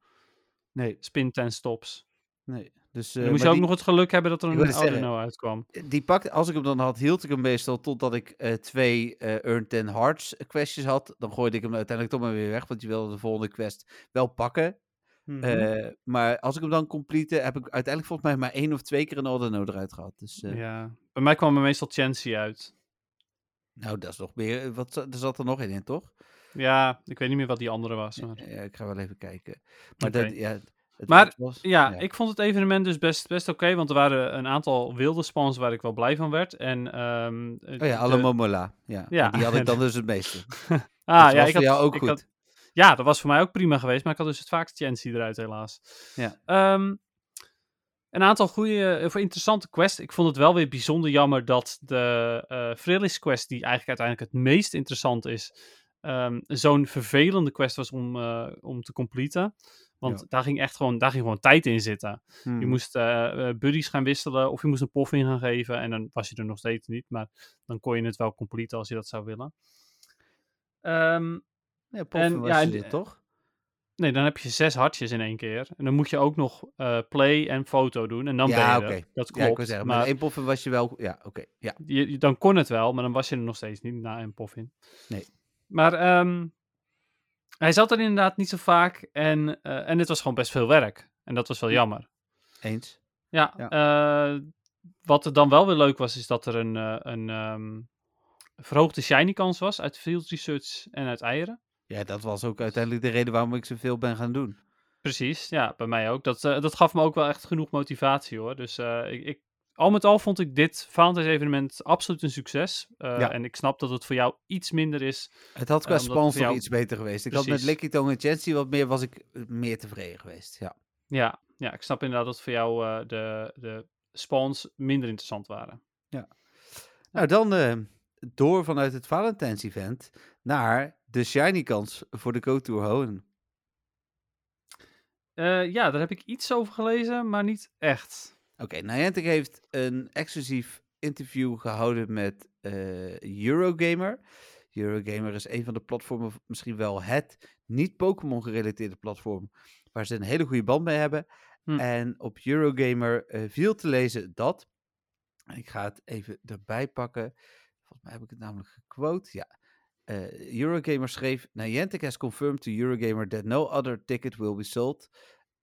Speaker 3: Nee.
Speaker 4: Spin en stops.
Speaker 3: Nee. Dus,
Speaker 4: Dan
Speaker 3: eh,
Speaker 4: moest je
Speaker 3: maar
Speaker 4: ook
Speaker 3: die-
Speaker 4: nog het geluk hebben dat er
Speaker 3: Ik
Speaker 4: een
Speaker 3: wou net zeggen.
Speaker 4: Audino uitkwam.
Speaker 3: die pakte, als ik hem dan had, hield ik hem meestal totdat ik eh, twee eh Earned 10 Hearts questjes had. Dan gooide ik hem uiteindelijk toch maar weer weg, want je wilde de volgende quest wel pakken.
Speaker 4: Mhm.
Speaker 3: Eh, maar als ik hem dan complete, heb ik uiteindelijk volgens mij maar één of twee keer een Aldeno eruit gehad. Dus eh,
Speaker 4: ja. Bij mij kwam er meestal Chancy uit.
Speaker 3: nou, dat is nog meer. Wat, za- er zat er nog één in, toch?
Speaker 4: Ja, ik weet niet meer wat die andere was. Maar...
Speaker 3: Ja, ik ga wel even kijken. Maar,
Speaker 4: Oké.
Speaker 3: dat, ja, het
Speaker 4: Maar,
Speaker 3: was,
Speaker 4: Ja, ik vond het evenement dus best, best oké, want er waren een aantal wilde spawns waar ik wel blij van werd. En, ehm,
Speaker 3: Oh ja, alle Momola. Ja.
Speaker 4: Ja.
Speaker 3: Die had ik
Speaker 4: <laughs>
Speaker 3: dan dus het meeste.
Speaker 4: ah,
Speaker 3: dat was voor jou ook
Speaker 4: ik
Speaker 3: goed.
Speaker 4: had- ja, dat was voor mij ook prima geweest, maar ik had dus het vaakst Chancy eruit helaas.
Speaker 3: Ja.
Speaker 4: Ehm, een aantal goede of interessante quests. Ik vond het wel weer bijzonder jammer dat de eh Frillis quest, die eigenlijk uiteindelijk het meest interessant is, ehm, zo'n vervelende quest was om, eh, om te completen. Want
Speaker 3: Ja.
Speaker 4: daar ging echt gewoon, daar ging gewoon tijd in zitten. Je
Speaker 3: Hmm.
Speaker 4: moest eh, eh, buddies gaan wisselen of je moest een pof in gaan geven. En dan was je er nog steeds niet. Maar dan kon je het wel complete als je dat zou willen. Ehm,
Speaker 3: Ja, Poffen
Speaker 4: en-
Speaker 3: was
Speaker 4: ja,
Speaker 3: je
Speaker 4: en- eh,
Speaker 3: dit, toch?
Speaker 4: nee, dan heb je zes hartjes in één keer. En dan moet je ook nog eh, play en foto doen. En dan
Speaker 3: Ja,
Speaker 4: ben je er.
Speaker 3: oké.
Speaker 4: Dat
Speaker 3: Ja,
Speaker 4: klopt.
Speaker 3: ik wil zeggen, maar
Speaker 4: maar
Speaker 3: één Poffen was je wel... Ja, oké. Ja.
Speaker 4: je, je- dan kon het wel, maar dan was je er nog steeds niet na een pof in.
Speaker 3: Nee.
Speaker 4: Maar ehm, hij zat er inderdaad niet zo vaak. En, eh, en het was gewoon best veel werk. En dat was wel jammer.
Speaker 3: Eens.
Speaker 4: Ja, eh, wat er dan wel weer leuk was, is dat er een, eh, een ehm, verhoogde shiny kans was uit field research en uit eieren.
Speaker 3: Ja, dat was ook uiteindelijk de reden waarom ik zoveel ben gaan doen.
Speaker 4: Precies, ja, bij mij ook. Dat, eh, dat gaf me ook wel echt genoeg motivatie hoor. Dus eh, ik, ik, al met al vond ik dit Valentijns evenement absoluut een succes. Eh,
Speaker 3: Ja.
Speaker 4: En ik snap dat het voor jou iets minder is.
Speaker 3: Het had qua
Speaker 4: Eh, omdat het voor
Speaker 3: sponsor
Speaker 4: jou-
Speaker 3: iets beter geweest. Ik had met
Speaker 4: Precies.
Speaker 3: Licky Tong en Chancy wat meer, was ik eh, meer tevreden geweest. Ja,
Speaker 4: Ja, ja ik snap inderdaad dat voor jou eh, de, de spawns minder interessant waren.
Speaker 3: Nou, dan eh, door vanuit het Valentijns-event naar de shiny kans voor de Go Tour Hoenn.
Speaker 4: Eh, ja, daar heb ik iets over gelezen, maar niet echt.
Speaker 3: Oké, Niantic heeft een exclusief interview gehouden met eh, Eurogamer. Eurogamer is een van de platformen, of misschien wel het niet-Pokémon gerelateerde platform, waar ze een hele goede band mee hebben.
Speaker 4: Hm.
Speaker 3: En op Eurogamer eh, viel te lezen dat, ik ga het even erbij pakken, volgens mij heb ik het namelijk gequote, ja. Eh, Eurogamer schreef, Niantic has confirmed to Eurogamer that no other ticket will be sold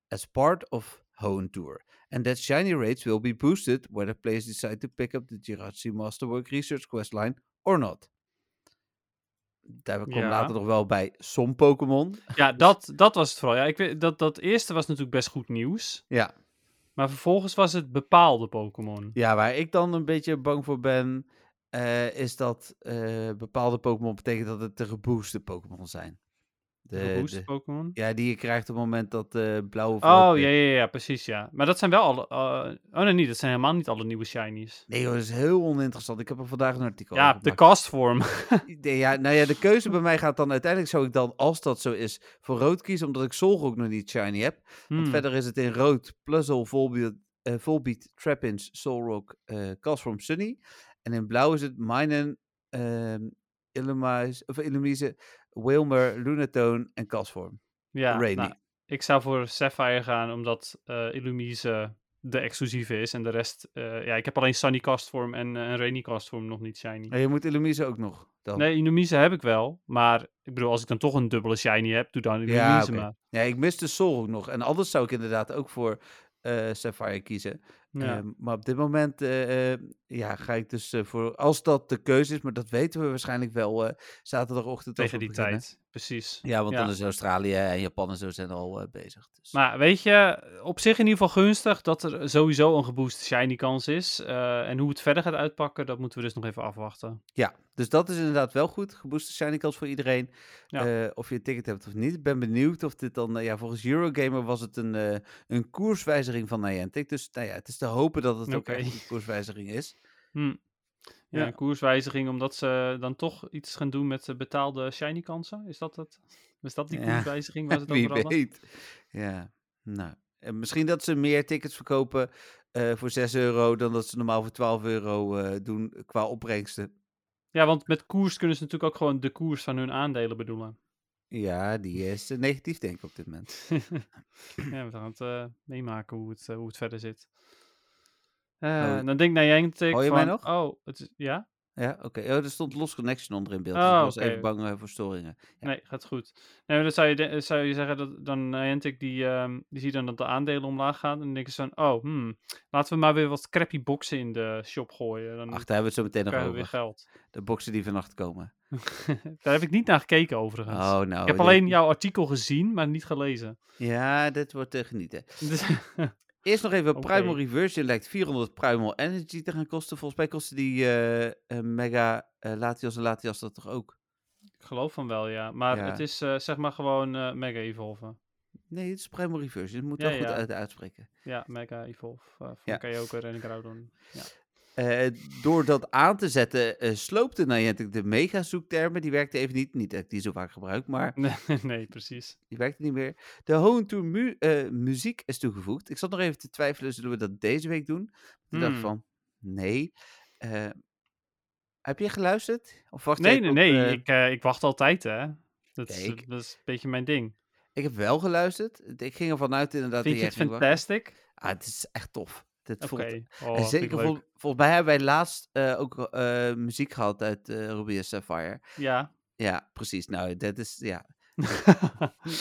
Speaker 3: as part of Hoenn Tour. and that shiny rates will be boosted whether players decide to pick up the Jirachi Masterwork Research quest line or not. Daar komt
Speaker 4: Ja.
Speaker 3: later nog wel bij som Pokémon.
Speaker 4: <laughs> Ja, dat, dat was het vooral. Ja, ik weet, dat, dat eerste was natuurlijk best goed nieuws.
Speaker 3: Ja.
Speaker 4: Maar vervolgens was het bepaalde Pokémon.
Speaker 3: ja, waar ik dan een beetje bang voor ben, eh, is dat eh, bepaalde Pokémon betekent dat het de gebooste Pokémon zijn. De,
Speaker 4: Geboost
Speaker 3: de-
Speaker 4: Pokémon.
Speaker 3: ja, die je krijgt op het moment dat de blauwe...
Speaker 4: Oh,
Speaker 3: vloot-
Speaker 4: ja, ja, ja, precies, ja. Maar dat zijn wel alle... eh, oh, nee, niet. Dat zijn helemaal niet alle nieuwe Shinies.
Speaker 3: Nee joh, dat is heel oninteressant. Ik heb er vandaag een artikel
Speaker 4: Ja,
Speaker 3: over
Speaker 4: de
Speaker 3: gemaakt.
Speaker 4: castvorm.
Speaker 3: Nee, ja, nou ja, de keuze bij mij gaat dan uiteindelijk zou ik dan, als dat zo is, voor rood kiezen, omdat ik Solgok nog niet shiny heb. Want
Speaker 4: <laughs> Hmm,
Speaker 3: verder is het in rood, Puzzle, Volbeat, eh Volbeat Trappins, Solrock, eh Castform, Sunny. En in blauw is het Minen, ehm Illumise, of Illumise, Wilmer, Lunatone en Castform.
Speaker 4: ja,
Speaker 3: Rainy.
Speaker 4: nou, ik zou voor Sapphire gaan, omdat eh Illumise de exclusieve is. En de rest... eh, ja, ik heb alleen Sunny Castform en eh, en Rainy Castform nog niet Shiny.
Speaker 3: En je moet Illumise ook nog dan.
Speaker 4: Nee, Illumise heb ik wel. Maar ik bedoel, als ik dan toch een dubbele Shiny heb, doe dan Illumise
Speaker 3: Ja, oké.
Speaker 4: maar.
Speaker 3: Ja, ik mis de Solrock nog. En anders zou ik inderdaad ook voor eh Sapphire kiezen.
Speaker 4: Ja.
Speaker 3: Ehm, maar op dit moment eh, eh, ja, ga ik dus eh, voor, als dat de keuze is, maar dat weten we waarschijnlijk wel eh, zaterdagochtend. als
Speaker 4: Tegen
Speaker 3: we
Speaker 4: die
Speaker 3: beginnen.
Speaker 4: tijd, precies.
Speaker 3: Ja, want
Speaker 4: Ja.
Speaker 3: dan is Australië en Japan en zo zijn al eh, bezig. Dus.
Speaker 4: Maar weet je, op zich in ieder geval gunstig dat er sowieso een geboost shiny kans is. Eh, en hoe het verder gaat uitpakken, dat moeten we dus nog even afwachten.
Speaker 3: Ja, dus dat is inderdaad wel goed. Gebooste shiny kans voor iedereen.
Speaker 4: Ja.
Speaker 3: Eh, of je een ticket hebt of niet. Ik ben benieuwd of dit dan... eh, ja, volgens Eurogamer was het een, eh, een koerswijziging van Niantic. Dus nou ja, het is te hopen dat het ook
Speaker 4: Oké.
Speaker 3: echt een koerswijziging
Speaker 4: <laughs>
Speaker 3: is.
Speaker 4: Ja,
Speaker 3: Ja.
Speaker 4: een koerswijziging, omdat ze dan toch iets gaan doen met eh, betaalde shiny kansen. Is dat het? Is dat die
Speaker 3: Ja.
Speaker 4: koerswijziging waar ze het
Speaker 3: <laughs> Wie
Speaker 4: over hadden?
Speaker 3: weet. Ja, nou. En misschien dat ze meer tickets verkopen eh, voor 6 euro... dan dat ze normaal voor 12 euro eh, doen qua opbrengsten.
Speaker 4: Ja, want met koers kunnen ze natuurlijk ook gewoon de koers van hun aandelen bedoelen. <laughs>
Speaker 3: Ja, die is eh, negatief denk ik op dit moment.
Speaker 4: Ja, we gaan het eh, meemaken hoe het, eh, hoe het verder zit. Eh,
Speaker 3: Nou,
Speaker 4: dan denk ik naar Jentik
Speaker 3: hoor je
Speaker 4: van...
Speaker 3: mij nog?
Speaker 4: Oh, het is, ja?
Speaker 3: Ja, oké. Oh, er stond Lost Connection onder in beeld. dus
Speaker 4: Oh,
Speaker 3: ik was
Speaker 4: oké.
Speaker 3: even bang eh, voor storingen. Ja.
Speaker 4: Nee, gaat goed. Nee, maar dan zou je, de- eh, zou je zeggen dat dan eh, Niantic die, ehm, die ziet dan dat de aandelen omlaag gaan. En dan denken ze van, oh, hmm, laten we maar weer wat crappy boxen in de shop gooien. Dan
Speaker 3: Ach, daar hebben we het zo meteen nog
Speaker 4: krijgen Mm. we weer
Speaker 3: over.
Speaker 4: geld. <laughs>
Speaker 3: De boxen die vannacht komen.
Speaker 4: Daar heb ik niet naar gekeken overigens.
Speaker 3: Oh, nou.
Speaker 4: ik heb
Speaker 3: dit-
Speaker 4: alleen jouw artikel gezien, maar niet gelezen. <laughs>
Speaker 3: Ja, dit wordt eh, genieten.
Speaker 4: Dus-
Speaker 3: Eerst nog even
Speaker 4: Oké.
Speaker 3: Primal Reverse. Die lijkt 400 Primal Energy te gaan kosten. Volgens mij kostte die eh, eh, Mega eh, Latias en Latias dat toch ook?
Speaker 4: ik geloof van wel, ja. Maar
Speaker 3: Ja.
Speaker 4: het is eh, zeg maar gewoon eh, Mega Evolve.
Speaker 3: Nee, het is Primal Reverse. Je moet
Speaker 4: Ja,
Speaker 3: wel goed
Speaker 4: ja.
Speaker 3: uit uitspreken.
Speaker 4: Ja, Mega Evolve. eh, van
Speaker 3: Ja.
Speaker 4: kan je ook en
Speaker 3: <laughs>
Speaker 4: Groudon. Ja.
Speaker 3: Eh, door dat aan te zetten, eh sloopte Niantic de mega zoektermen. Die werkte even niet. Niet dat ik die zo vaak gebruik, maar
Speaker 4: Nee, nee, precies.
Speaker 3: Die werkte niet meer. De Hone to mu eh, muziek is toegevoegd. Ik zat nog even te twijfelen, zullen we dat deze week doen? Toen dacht ik
Speaker 4: Hmm.
Speaker 3: van, nee. Eh, heb je geluisterd? Of wacht
Speaker 4: Nee,
Speaker 3: even
Speaker 4: nee,
Speaker 3: op,
Speaker 4: nee.
Speaker 3: eh,
Speaker 4: ik, eh, ik wacht altijd, hè. Dat is,
Speaker 3: Kijk.
Speaker 4: dat is een beetje mijn ding.
Speaker 3: Ik heb wel geluisterd. Ik ging ervan uit inderdaad.
Speaker 4: Vind
Speaker 3: dat
Speaker 4: je het
Speaker 3: jij ging wachten.
Speaker 4: fantastic?
Speaker 3: Ah, het is echt tof. Dit
Speaker 4: Oké.
Speaker 3: voelt,
Speaker 4: Oh,
Speaker 3: en
Speaker 4: vind ik
Speaker 3: zeker
Speaker 4: leuk.
Speaker 3: vol- volgens mij hebben wij laatst eh, ook eh, muziek gehad uit eh Ruby and Sapphire.
Speaker 4: Ja.
Speaker 3: Ja, precies. Nou, dat is, ja.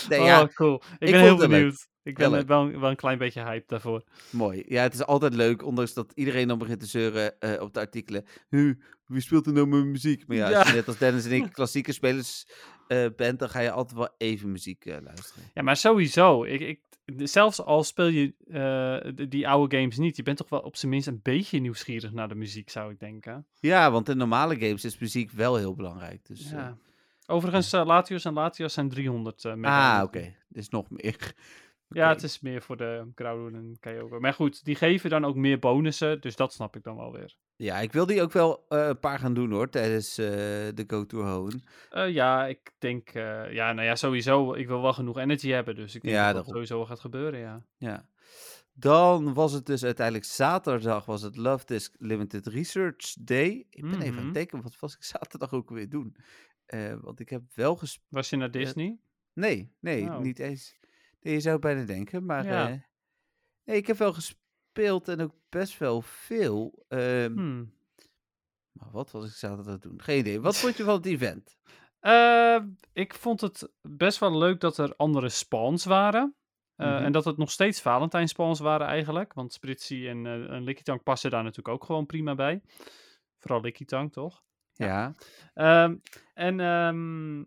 Speaker 3: Nee,
Speaker 4: oh,
Speaker 3: ja,
Speaker 4: cool. Ik, ben
Speaker 3: vond
Speaker 4: heel
Speaker 3: het leuk.
Speaker 4: benieuwd. Ik ben
Speaker 3: Heel
Speaker 4: eh, wel, wel een klein beetje hype daarvoor.
Speaker 3: Mooi. Ja, het is altijd leuk, ondanks dat iedereen dan begint te zeuren eh, op de artikelen. Nu, wie speelt er nou mijn muziek? Maar ja, als je
Speaker 4: Ja.
Speaker 3: net als Dennis en
Speaker 4: <laughs>
Speaker 3: ik klassieke spelers eh, bent, dan ga je altijd wel even muziek eh, luisteren.
Speaker 4: Ja, maar sowieso. Ik, ik, zelfs al speel je eh, d- die oude games niet, je bent toch wel op zijn minst een beetje nieuwsgierig naar de muziek, zou ik denken.
Speaker 3: Ja, want in normale games is muziek wel heel belangrijk. Dus, eh,
Speaker 4: ja. Overigens, eh, Latios en Latios zijn 300 eh mega.
Speaker 3: ah, oké. Er is nog meer. <laughs>
Speaker 4: Ja,
Speaker 3: Oké.
Speaker 4: het is meer voor de Groudon en Kyogre. Maar goed, die geven dan ook meer bonussen, dus dat snap ik dan wel weer.
Speaker 3: Ja, ik wil die ook wel eh, een paar gaan doen hoor, tijdens eh, de Go Tour Hone.
Speaker 4: Eh, ja, ik denk, eh, ja, nou ja, sowieso. Ik wil wel genoeg energy hebben, dus ik denk
Speaker 3: Ja,
Speaker 4: dat dat
Speaker 3: daarom.
Speaker 4: sowieso wel gaat gebeuren, ja.
Speaker 3: Ja. Dan was het dus uiteindelijk zaterdag, was het Love Disk Limited Research Day. Ik ben even aan
Speaker 4: Mhm.
Speaker 3: het denken, wat was ik <laughs> zaterdag ook weer doen? Eh, want ik heb wel gesp...
Speaker 4: Was je naar Disney?
Speaker 3: Nee, nee,
Speaker 4: Oh.
Speaker 3: niet eens. Nee, je zou het bijna denken, maar...
Speaker 4: Ja.
Speaker 3: eh, nee, ik heb wel gespeeld en ook best wel veel. Ehm,
Speaker 4: Hmm.
Speaker 3: Maar wat was ik zaterdag doen? Geen idee. Wat vond je van het event?
Speaker 4: Eh, ik vond het best wel leuk dat er andere spawns waren. Eh,
Speaker 3: Mhm.
Speaker 4: En dat het nog steeds Valentijn spawns waren eigenlijk. Want Spritzy en, eh, en Lickitung passen daar natuurlijk ook gewoon prima bij. Vooral Lickitung, toch? <laughs> Ja.
Speaker 3: Ja.
Speaker 4: Ehm, en ehm,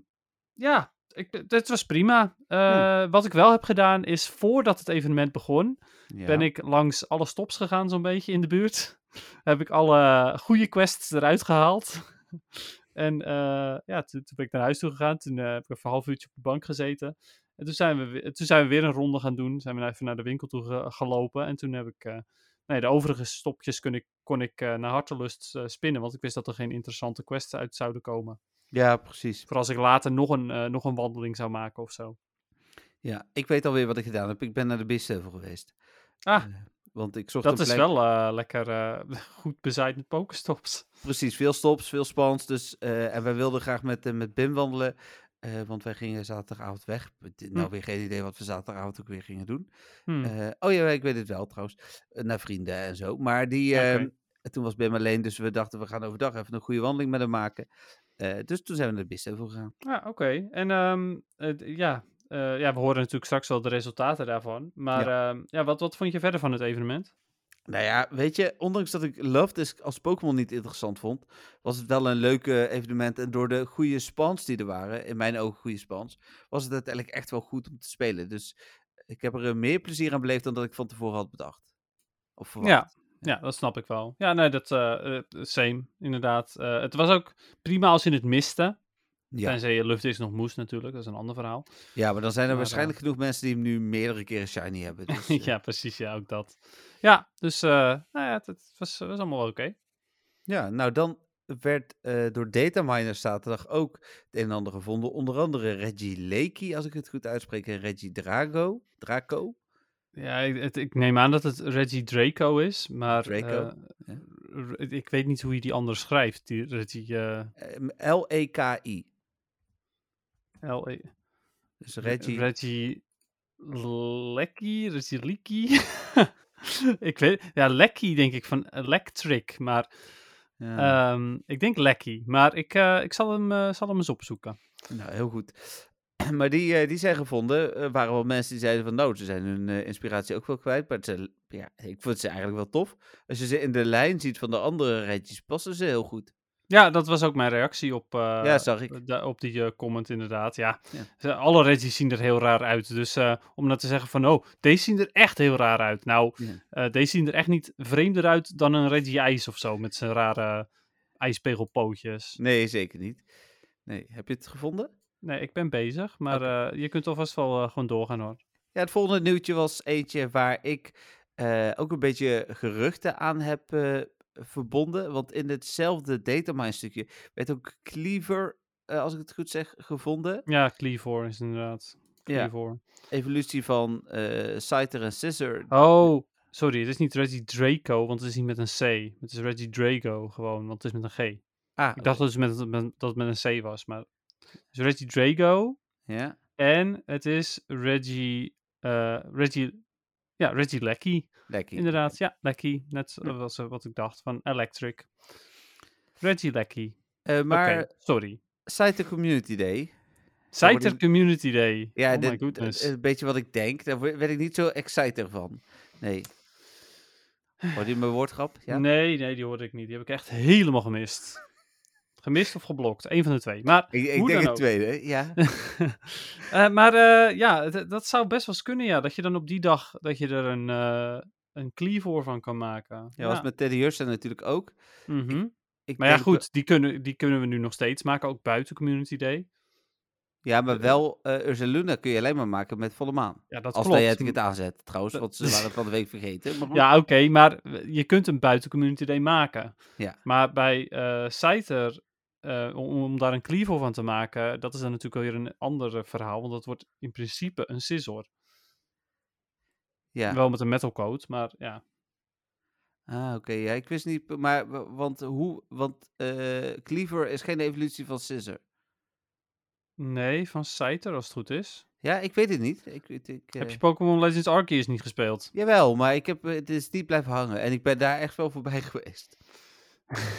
Speaker 4: ja, ik, dit was prima.
Speaker 3: Hm.
Speaker 4: Eh,
Speaker 3: Ja.
Speaker 4: Wat ik wel heb gedaan is, voordat het evenement begon,
Speaker 3: ja.
Speaker 4: ben ik langs alle stops gegaan zo'n beetje in de buurt. <laughs> heb ik alle goede quests eruit gehaald. <laughs> en eh, ja, toen, toen ben ik naar huis toe gegaan. Toen eh, heb ik even een half uurtje op de bank gezeten. En toen zijn we, we- toen zijn we weer een ronde gaan doen. Zijn we even naar de winkel toe ge- gelopen. En toen heb ik... eh, nee, de overige stopjes kon ik, kon ik eh, naar hartelust eh, spinnen. Want ik wist dat er geen interessante quests uit zouden komen.
Speaker 3: Ja, precies.
Speaker 4: Voor als ik later nog een, eh, nog een wandeling zou maken of zo.
Speaker 3: Ja, ik weet alweer wat ik gedaan heb. Ik ben naar de Bissevel geweest.
Speaker 4: Ah,
Speaker 3: Eh, want ik zocht
Speaker 4: dat
Speaker 3: een
Speaker 4: is
Speaker 3: plek-
Speaker 4: wel eh, lekker eh, <laughs> goed bezaaid met pokestops.
Speaker 3: Precies, veel stops, veel spans. Dus, eh, en wij wilden graag met, eh, met Bim wandelen. eh, want wij gingen zaterdagavond weg. Het- Nou,
Speaker 4: Hm.
Speaker 3: weer geen idee wat we zaterdagavond ook weer gingen doen.
Speaker 4: Hmm.
Speaker 3: Eh, oh ja, ik weet het wel trouwens. Eh, naar vrienden en zo. Maar die,
Speaker 4: Oké.
Speaker 3: ehm, toen was Bim alleen. Dus we dachten, we gaan overdag even een goede wandeling met hem maken. Eh, dus toen zijn we naar de Bistevel gegaan.
Speaker 4: Ja, Ah, oké. En ehm, eh, d- ja, eh, ja, we horen natuurlijk straks wel de resultaten daarvan. Maar ja, ja wat, wat vond je verder van het evenement?
Speaker 3: Nou ja, weet je, ondanks dat ik Love Disc als Pokémon niet interessant vond, was het wel een leuk eh, evenement. En door de goede spans die er waren, in mijn ogen goede spans, was het uiteindelijk echt wel goed om te spelen. Dus ik heb er eh, meer plezier aan beleefd dan dat ik van tevoren had bedacht. Of verwacht.
Speaker 4: Ja. Ja, dat snap ik wel. Ja, nee, dat eh eh, same, inderdaad. Eh, het was ook prima als je het miste.
Speaker 3: ja.
Speaker 4: Tenzij je lucht is nog moest natuurlijk, dat is een ander verhaal. <laughs>
Speaker 3: Ja, maar dan zijn er
Speaker 4: Maar,
Speaker 3: waarschijnlijk genoeg mensen die hem nu meerdere keren shiny
Speaker 4: <laughs>
Speaker 3: hebben. Dus, eh,
Speaker 4: ja, precies, ja, ook dat. Ja, dus eh, nou ja, het, het was, was allemaal wel oké.
Speaker 3: Ja, nou dan werd eh, door dataminers zaterdag ook het een en ander gevonden. Onder andere Reggie Lakey, als ik het goed uitspreek, en Reggie Drago. Draco.
Speaker 4: Ja, ik, het- ik neem aan dat het Reggie Draco is, maar
Speaker 3: Draco,
Speaker 4: eh,
Speaker 3: ja.
Speaker 4: r- ik weet niet hoe je die anders
Speaker 3: E
Speaker 4: schrijft, die Reggie... eh,
Speaker 3: Ehm, L-E-K-I.
Speaker 4: L-E.
Speaker 3: Dus Reggie.
Speaker 4: Reggie Lekkie, Reggie Leaky. <laughs> ik weet, ja, Lekkie denk ik van Electric, maar
Speaker 3: ja.
Speaker 4: ehm, ik denk Lekkie. Maar ik, eh, ik zal, hem, eh, zal hem eens opzoeken.
Speaker 3: Nou, heel goed. <clears throat> Maar die, eh, die zijn gevonden. Er waren wel mensen die zeiden van... nou, ze zijn hun eh, inspiratie ook wel kwijt. Maar het zijn- ja, ik vond ze eigenlijk wel tof. Als je ze in de lijn ziet van de andere rijtjes... passen ze heel goed.
Speaker 4: Ja, dat was ook mijn reactie op, eh,
Speaker 3: ja, zag ik.
Speaker 4: da- op die eh, comment inderdaad. Ja,
Speaker 3: Ja.
Speaker 4: Ze- alle Reggie's zien er heel raar uit. Dus eh, om dan te zeggen van, oh, deze zien er echt heel raar uit. Nou,
Speaker 3: Ja.
Speaker 4: eh, deze zien er echt niet vreemder uit dan een Reggie IJs of zo. Met zijn rare ijspegelpootjes.
Speaker 3: Nee, zeker niet. Nee, heb je het gevonden?
Speaker 4: Nee, ik ben bezig. Maar eh, je kunt alvast wel eh, gewoon doorgaan hoor.
Speaker 3: Ja, het volgende nieuwtje was eentje waar ik... eh, ook een beetje geruchten aan heb eh, verbonden. Want in hetzelfde datamine stukje... werd ook Cleaver, eh, als ik het goed zeg, gevonden.
Speaker 4: Ja, Cleavor is inderdaad.
Speaker 3: Ja,
Speaker 4: Cleavor.
Speaker 3: evolutie van eh Scyther en Scissor.
Speaker 4: Oh, sorry. Het is niet Reggie Draco, want het is niet met een C. Het is Reggie Drago gewoon, want het is met een G.
Speaker 3: Ah,
Speaker 4: Ik dacht dat het met, met- dat het met een C was, maar... Dus Reggie Drago,
Speaker 3: Ja,
Speaker 4: En het is Reggie. eh, Reggie ja, Reggie Leckie.
Speaker 3: lekker.
Speaker 4: Inderdaad, ja, Leckie. Net zo- was eh, wat ik dacht van Electric. Reggie Leckie.
Speaker 3: Eh, maar
Speaker 4: Maar sorry.
Speaker 3: Site the Community Day.
Speaker 4: Cyter
Speaker 3: worden-
Speaker 4: Community Day.
Speaker 3: Ja,
Speaker 4: oh my
Speaker 3: dit, eh,
Speaker 4: goodness.
Speaker 3: een beetje wat ik denk. Daar word- werd ik niet zo excited van. Nee. Hoorde je mijn woordgrap? Ja.
Speaker 4: Nee, nee, die hoorde ik niet. Die heb ik echt helemaal
Speaker 3: <laughs>
Speaker 4: gemist. gemist of geblokt. Eén van de twee. Maar, <laughs>
Speaker 3: Ik, ik denk
Speaker 4: hoe dan
Speaker 3: het
Speaker 4: ook.
Speaker 3: tweede, ja.
Speaker 4: Eh, maar eh, ja, d- dat zou best wel eens kunnen, ja. Dat je dan op die dag, dat je er een, eh een klie voor van kan maken.
Speaker 3: Ja, was met Teddy Hurst natuurlijk ook.
Speaker 4: Mhm.
Speaker 3: Ik
Speaker 4: Maar ja,
Speaker 3: denk eh, wel-
Speaker 4: goed, die kunnen, die kunnen we nu nog steeds maken, ook buiten Community Day.
Speaker 3: Ja, maar wel eh Ursa Luna kun je alleen maar maken met volle maan.
Speaker 4: Ja, dat
Speaker 3: Als
Speaker 4: klopt.
Speaker 3: dat jij het niet aanzet, trouwens,
Speaker 4: Dat-
Speaker 3: want
Speaker 4: <laughs>
Speaker 3: ze waren het van de week vergeten. Maar goed.
Speaker 4: Ja, oké, maar je kunt hem buiten Community Day maken.
Speaker 3: Ja.
Speaker 4: Maar bij eh Cyter, eh, om, om daar een cleaver van te maken, dat is dan natuurlijk alweer een ander eh, verhaal, want dat wordt in principe een scissor.
Speaker 3: Ja.
Speaker 4: Wel met een metal coat, maar ja.
Speaker 3: Ah, oké. Ja, ik wist niet, maar wa- want hoe? Want eh Cleaver is geen evolutie van Scissor.
Speaker 4: Nee, van Cyter als het goed is.
Speaker 3: Ja, ik weet het niet. Ik, weet- ik,
Speaker 4: Heb
Speaker 3: eh,
Speaker 4: je Pokémon Legends Arceus niet gespeeld? <laughs>
Speaker 3: Jawel, maar ik heb, eh, het is niet blijven hangen. En ik ben daar echt wel voorbij <laughs> geweest.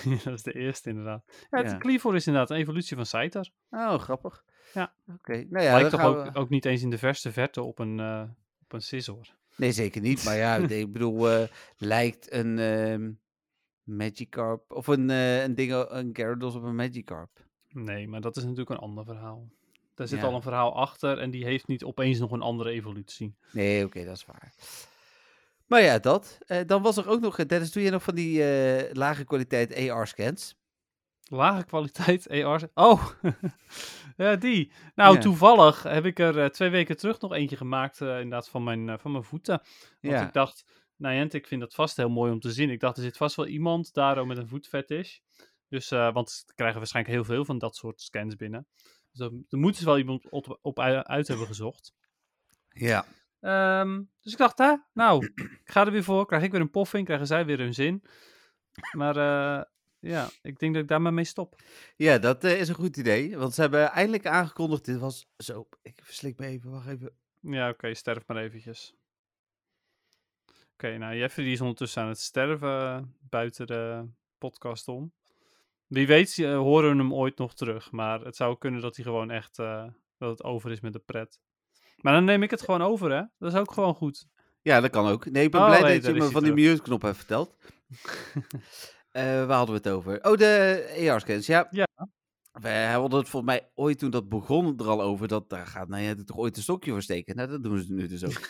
Speaker 4: Ja, dat is de eerste inderdaad. Ja, het
Speaker 3: Ja.
Speaker 4: Cleaver is inderdaad een evolutie van Cyter.
Speaker 3: Oh, grappig.
Speaker 4: Ja.
Speaker 3: Oké, nou ja, dan
Speaker 4: Lijkt toch
Speaker 3: gaan
Speaker 4: ook,
Speaker 3: we-
Speaker 4: ook niet eens in de verste verte op een, eh op een scissor.
Speaker 3: Nee, zeker niet. Maar ja, nee, ik bedoel, eh, lijkt een ehm Magikarp... Of een, eh, een, ding, een Gyarados op een Magikarp.
Speaker 4: Nee, maar dat is natuurlijk een ander verhaal. Daar zit
Speaker 3: Ja.
Speaker 4: al een verhaal achter en die heeft niet opeens nog een andere evolutie.
Speaker 3: Nee, oké, dat is waar. Maar ja, dat. Eh, dan was er ook nog... eh, Dennis, doe je nog van die eh, lage kwaliteit AR-scans?
Speaker 4: Lage kwaliteit <laughs> AR. Oh, ja, die. Nou,
Speaker 3: Ja.
Speaker 4: toevallig heb ik er eh, twee weken terug nog eentje gemaakt, eh, inderdaad, van mijn, eh, van mijn voeten. Want
Speaker 3: Ja.
Speaker 4: ik dacht, nou ik vind dat vast heel mooi om te zien. Ik dacht, er zit vast wel iemand daar ook met een voetfetish. Dus, eh, want we krijgen waarschijnlijk heel veel van dat soort scans binnen. Dus dat- er moet dus wel iemand op, op ui- uit hebben gezocht.
Speaker 3: Ja.
Speaker 4: Ehm, dus ik dacht, hè, nou, ik ga er weer voor. Krijg ik weer een poffing, krijgen zij weer hun zin. Maar eh, ja, ik denk dat ik daar maar mee stop.
Speaker 3: Ja, dat eh, is een goed idee. Want ze hebben eindelijk aangekondigd... Dit was... Zo, ik verslik me even. Wacht even.
Speaker 4: Ja, oké, sterf maar eventjes. Oké, nou, Jeffrey die is ondertussen aan het sterven eh, buiten de podcast om. Wie weet eh, horen we hem ooit nog terug, maar het zou kunnen dat hij gewoon echt, eh, dat het over is met de pret. Maar dan neem ik het gewoon over, hè? Dat is ook gewoon goed.
Speaker 3: Ja, dat kan ook. Nee, ik ben
Speaker 4: Oh,
Speaker 3: blij
Speaker 4: hey,
Speaker 3: dat
Speaker 4: daar
Speaker 3: je
Speaker 4: is
Speaker 3: me
Speaker 4: hij
Speaker 3: van die mute-knop hebt
Speaker 4: <laughs>
Speaker 3: verteld. Eh waar hadden we het over? Oh, de AR-scans, ja.
Speaker 4: Ja.
Speaker 3: We hadden het volgens mij ooit toen dat begon er al over, dat daar gaat nou ja, toch ooit een stokje voor steken. Nou, dat doen ze nu dus
Speaker 4: <laughs>
Speaker 3: ook.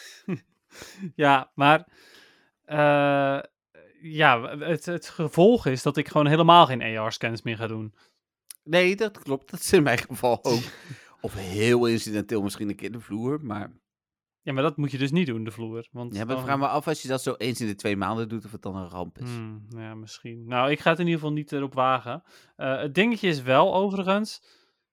Speaker 4: Ja, maar eh, ja, w- het, het gevolg is dat ik gewoon helemaal geen AR-scans meer ga doen.
Speaker 3: Nee, dat klopt. Dat is in mijn geval ook. Of heel incidenteel misschien een keer de vloer, maar...
Speaker 4: Ja, maar dat moet je dus niet doen, de vloer. Want
Speaker 3: Ja, maar ik
Speaker 4: dan-
Speaker 3: vraag me af als je dat zo eens in de twee maanden doet, of het dan een ramp is.
Speaker 4: Hmm, ja, misschien. Nou, ik ga het in ieder geval niet erop wagen. Eh, het dingetje is wel overigens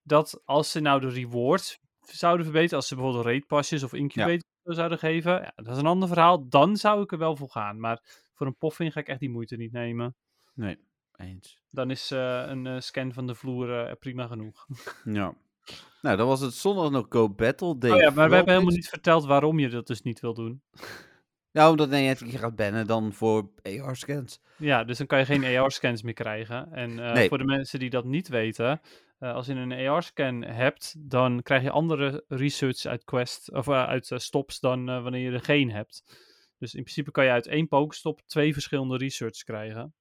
Speaker 4: dat als ze nou de rewards zouden verbeteren, als ze bijvoorbeeld raidpasjes of incubators zouden geven, ja, dat is een ander verhaal. Dan zou ik er wel voor gaan. Maar voor een poffing ga ik echt die moeite niet nemen.
Speaker 3: Nee, eens.
Speaker 4: Dan is eh, een eh, scan van de vloer eh, prima genoeg.
Speaker 3: Ja. Nou, dan was het zondag nog Go Battle Day.
Speaker 4: Oh ja, maar we hebben
Speaker 3: Robbins.
Speaker 4: helemaal niet verteld waarom je dat dus niet wil doen.
Speaker 3: Nou, omdat nee, je gaat bannen dan voor AR-scans.
Speaker 4: Ja, dus dan kan je geen AR-scans meer krijgen. En eh,
Speaker 3: Nee.
Speaker 4: voor de mensen die dat niet weten, eh, als je een AR-scan hebt, dan krijg je andere research uit quest of eh, uit eh, stops dan eh, wanneer je er geen hebt. Dus in principe kan je uit één pokestop twee verschillende research krijgen.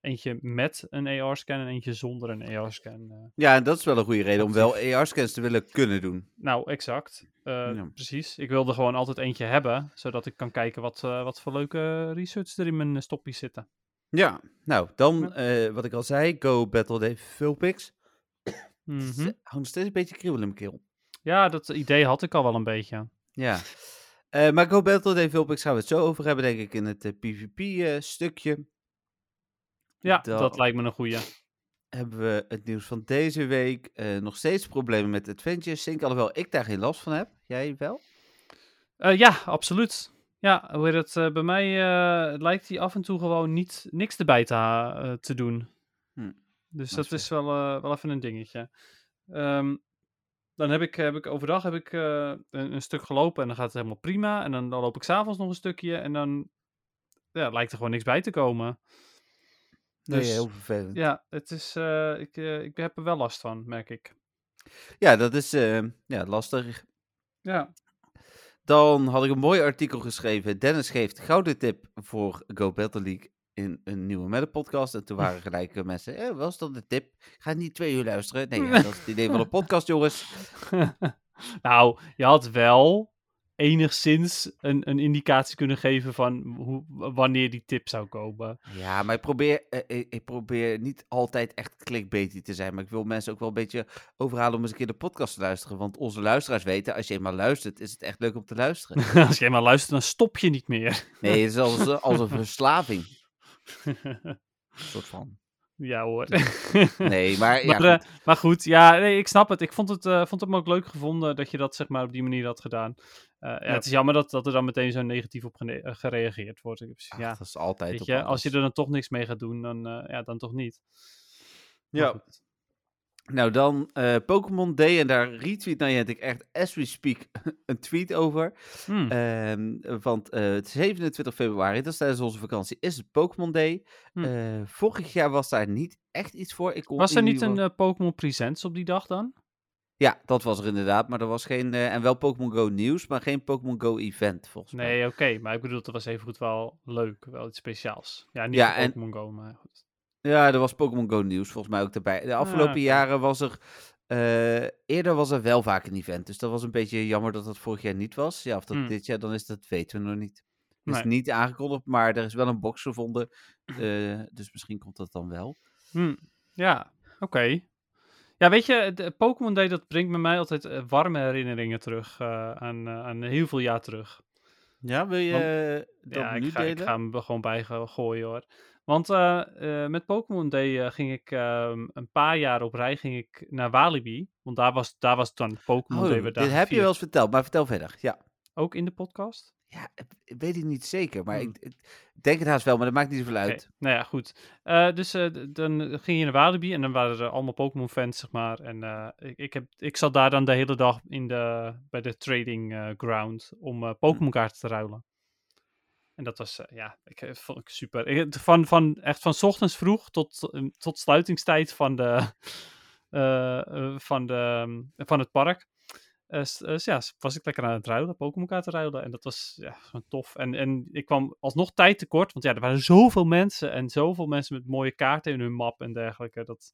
Speaker 4: Eentje met een AR-scan en eentje zonder een AR-scan. eh.
Speaker 3: Ja, en dat is wel een goede reden om wel AR-scans te willen kunnen doen.
Speaker 4: Nou, exact. Eh,
Speaker 3: Ja.
Speaker 4: Precies. Ik wilde gewoon altijd eentje hebben, zodat ik kan kijken wat, eh, wat voor leuke research er in mijn eh, stoppies zitten.
Speaker 3: Ja, nou, dan eh, wat ik al zei, Go Battle Day Vulpix.
Speaker 4: Mhm.
Speaker 3: Ze Houdt nog steeds een beetje kriebel in mijn keel.
Speaker 4: Ja, dat idee had ik al wel een beetje. <laughs>
Speaker 3: Ja. Eh, maar Go Battle Day Vulpix gaan we het zo over hebben, denk ik, in het eh, PvP-stukje.
Speaker 4: Ja,
Speaker 3: Da-
Speaker 4: dat lijkt me een goeie.
Speaker 3: hebben we het nieuws van deze week. Eh, nog steeds problemen met Adventure Sync, alhoewel ik daar geen last van heb. Jij wel?
Speaker 4: Eh, ja, absoluut. Ja, hoe heet het? eh, bij mij eh, lijkt hij af en toe gewoon niet, niks erbij te, ha- eh, te doen.
Speaker 3: Hm,
Speaker 4: Dus
Speaker 3: dat
Speaker 4: dat
Speaker 3: is
Speaker 4: is wel, eh, wel even een dingetje. Ehm, dan heb ik, heb ik overdag heb ik, eh, een, een stuk gelopen en dan gaat het helemaal prima. En dan, dan loop ik s'avonds nog een stukje en dan ja, lijkt er gewoon niks bij te komen.
Speaker 3: Nee,
Speaker 4: Dus-
Speaker 3: heel vervelend. Ja,
Speaker 4: Ja, het is, eh, ik, eh, ik heb er wel last van, merk ik.
Speaker 3: dat is eh, ja, lastig.
Speaker 4: Ja,
Speaker 3: Dan had ik een mooi artikel geschreven. Dennis geeft gouden tip voor Go Battle League in een nieuwe Meta-podcast. En toen
Speaker 4: <laughs>
Speaker 3: waren gelijk eh, mensen, eh, was dat de tip? Ga niet twee uur luisteren. Nee, ja,
Speaker 4: <laughs>
Speaker 3: dat is het idee van de podcast, jongens.
Speaker 4: nou, je had wel enigszins een, een indicatie kunnen geven van hoe, wanneer die tip zou komen. <laughs>
Speaker 3: Ja, maar ik probeer, eh, ik, ik probeer niet altijd echt clickbaity te zijn. Maar ik wil mensen ook wel een beetje overhalen om eens een keer de podcast te luisteren. Want onze luisteraars weten, als je eenmaal luistert, is het echt leuk om te luisteren.
Speaker 4: Als je eenmaal luistert, dan stop je niet meer. <laughs>
Speaker 3: Nee, het is als, eh, als een verslaving. soort
Speaker 4: <laughs>
Speaker 3: van.
Speaker 4: ja hoor. <laughs>
Speaker 3: Nee, maar ja,
Speaker 4: maar, eh,
Speaker 3: goed.
Speaker 4: maar goed, ja, nee, ik snap het. Ik vond het, eh, vond het me ook leuk gevonden dat je dat zeg maar op die manier had gedaan. Eh, ja,
Speaker 3: Ja.
Speaker 4: Het is jammer dat, dat er dan meteen zo negatief op gene- eh, gereageerd wordt. Ik-
Speaker 3: Ach,
Speaker 4: ja,
Speaker 3: dat is altijd
Speaker 4: weet
Speaker 3: op
Speaker 4: je, als je
Speaker 3: alles.
Speaker 4: er dan toch niks mee gaat doen, dan, eh, ja, dan toch niet. Maar
Speaker 3: Ja.
Speaker 4: goed.
Speaker 3: Nou dan, eh, Pokémon Day. En daar retweet Niantic echt, as we speak, <laughs> een tweet over.
Speaker 4: Hmm.
Speaker 3: Ehm, want eh, het is 27 februari, dat is tijdens onze vakantie, is het Pokémon Day.
Speaker 4: Hm.
Speaker 3: Eh, vorig jaar was daar niet echt iets voor. Ik kon
Speaker 4: Was er
Speaker 3: in
Speaker 4: niet
Speaker 3: ieder
Speaker 4: een
Speaker 3: geval-
Speaker 4: eh, Pokémon Presents op die dag dan?
Speaker 3: Ja, dat was er inderdaad, maar er was geen... eh, en wel Pokémon Go nieuws, maar geen Pokémon Go event, volgens mij.
Speaker 4: Nee, oké, maar ik bedoel, dat was evengoed wel leuk, wel iets speciaals. Ja, niet
Speaker 3: Ja,
Speaker 4: voor
Speaker 3: en-
Speaker 4: Pokémon Go, maar goed.
Speaker 3: Ja, er was Pokémon Go nieuws volgens mij ook erbij. De afgelopen
Speaker 4: oké.
Speaker 3: jaren was er... eh, eerder was er wel vaak een event, dus dat was een beetje jammer dat dat vorig jaar niet was. Ja, of dat
Speaker 4: Hm.
Speaker 3: dit jaar dan is, dat weten we nog niet. Het is
Speaker 4: Nee.
Speaker 3: niet aangekondigd, maar er is wel een box gevonden, eh, dus misschien komt dat dan wel.
Speaker 4: Hm, Ja, oké. Ja, weet je, de Pokémon Day, dat brengt bij mij altijd eh, warme herinneringen terug eh, aan, eh, aan heel veel jaar terug.
Speaker 3: Ja, wil je
Speaker 4: Want-
Speaker 3: eh, dat
Speaker 4: ja,
Speaker 3: nu
Speaker 4: ik ga,
Speaker 3: delen?
Speaker 4: ik ga hem er gewoon bij go- gooien hoor. Want eh, eh, met Pokémon Day eh, ging ik ehm, een paar jaar op rij ging ik naar Walibi. Want daar was, daar was dan Pokémon
Speaker 3: Oh,
Speaker 4: Day. werd
Speaker 3: dit heb
Speaker 4: daar
Speaker 3: je
Speaker 4: gevierd.
Speaker 3: wel eens verteld, maar vertel verder. Ja,
Speaker 4: Ook in de podcast?
Speaker 3: ja ik- ik weet het niet zeker, maar
Speaker 4: Hmm.
Speaker 3: ik, ik denk het haast wel, maar dat maakt niet zoveel
Speaker 4: Oké,
Speaker 3: uit.
Speaker 4: Nou ja, goed. Eh, dus eh, d- dan ging je naar Walibi en dan waren er allemaal Pokémon-fans, zeg maar. En eh, ik, ik, heb, ik zat daar dan de hele dag in de, bij de trading eh, ground om eh, Pokémon-kaarten te ruilen. En dat was, eh, ja, ik, eh, vond ik super. Ik- van, van, echt van 's ochtends vroeg tot, eh, tot sluitingstijd van, de, <laughs> eh, eh, van, de, ehm, van het park. Eh, s- eh, s- ja, s- was ik lekker aan het ruilen, Pokémon kaarten ruilen. En dat was ja, gewoon tof. En, en ik kwam alsnog tijd tekort, want ja, er waren zoveel mensen. En zoveel mensen met mooie kaarten in hun map en dergelijke. Dat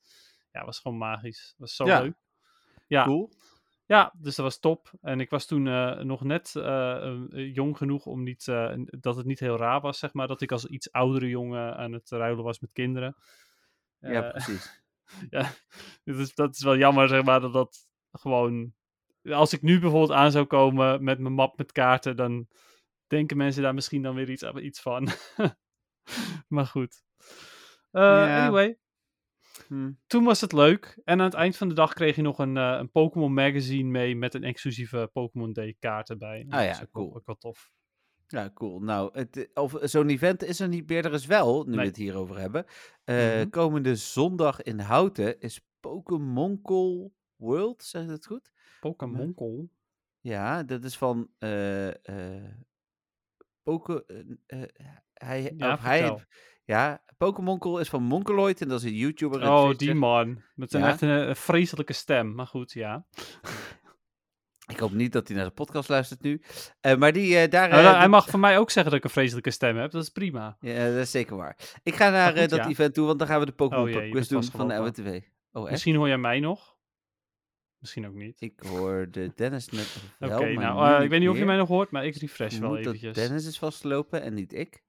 Speaker 4: ja, was gewoon magisch. was zo
Speaker 3: Ja.
Speaker 4: leuk. Ja,
Speaker 3: Cool.
Speaker 4: ja, dus dat was top. En ik was toen eh, nog net eh, eh, jong genoeg om niet, eh, n- dat het niet heel raar was, zeg maar. Dat ik als iets oudere jongen aan het ruilen was met kinderen.
Speaker 3: ja,
Speaker 4: Eh,
Speaker 3: precies.
Speaker 4: <laughs> ja, dat is, dat is wel jammer, zeg maar, dat dat gewoon... Als ik nu bijvoorbeeld aan zou komen met mijn map met kaarten, dan denken mensen daar misschien dan weer iets, iets van. <laughs> maar goed. Eh,
Speaker 3: Ja.
Speaker 4: Anyway,
Speaker 3: Hm.
Speaker 4: toen was het leuk. En aan het eind van de dag kreeg je nog een, eh, een Pokémon magazine mee met een exclusieve Pokémon Day kaart erbij. En
Speaker 3: Ah
Speaker 4: dat
Speaker 3: ja,
Speaker 4: is ook wel-
Speaker 3: cool.
Speaker 4: Ook wel tof.
Speaker 3: Ja, cool. Nou, het, eh, of zo'n event is er niet meer. Er is wel, nu we
Speaker 4: Nee.
Speaker 3: het hierover hebben. Eh,
Speaker 4: Mhm.
Speaker 3: Komende zondag in Houten is Pokémon Call World, zeg ik dat goed?
Speaker 4: Pokémon Call.
Speaker 3: Ja, dat is van eh, eh, Poke, eh, eh, hij,
Speaker 4: Ja,
Speaker 3: of hij,
Speaker 4: vertel.
Speaker 3: ja, Pokemonkel is van Monkeloid en dat is een YouTuber. en
Speaker 4: Oh,
Speaker 3: Twitcher.
Speaker 4: die man. Met een
Speaker 3: Ja.
Speaker 4: echt een, eh, vreselijke stem. Maar goed, ja.
Speaker 3: Ik hoop niet dat hij naar de podcast luistert nu. Eh, maar die eh, daar...
Speaker 4: Nou,
Speaker 3: eh,
Speaker 4: dan- hij
Speaker 3: doet-
Speaker 4: mag van mij ook zeggen dat ik een vreselijke stem heb. Dat is prima.
Speaker 3: Ja, dat is zeker waar. Ik ga naar
Speaker 4: goed,
Speaker 3: eh, dat
Speaker 4: ja.
Speaker 3: event toe, want dan gaan we de Pokémon
Speaker 4: Oh jee, je
Speaker 3: Pop
Speaker 4: bent
Speaker 3: Quiz doen van de
Speaker 4: vastgelopen.
Speaker 3: LWTV. Oh, echt?
Speaker 4: Misschien hoor jij mij nog. Misschien ook niet.
Speaker 3: Ik hoorde Dennis net wel,
Speaker 4: Oké,
Speaker 3: maar
Speaker 4: nou,
Speaker 3: nu
Speaker 4: eh, ik weet niet of je
Speaker 3: meer.
Speaker 4: mij nog hoort, maar ik refresh wel
Speaker 3: Moet dat
Speaker 4: eventjes.
Speaker 3: Dennis is vastgelopen en niet ik.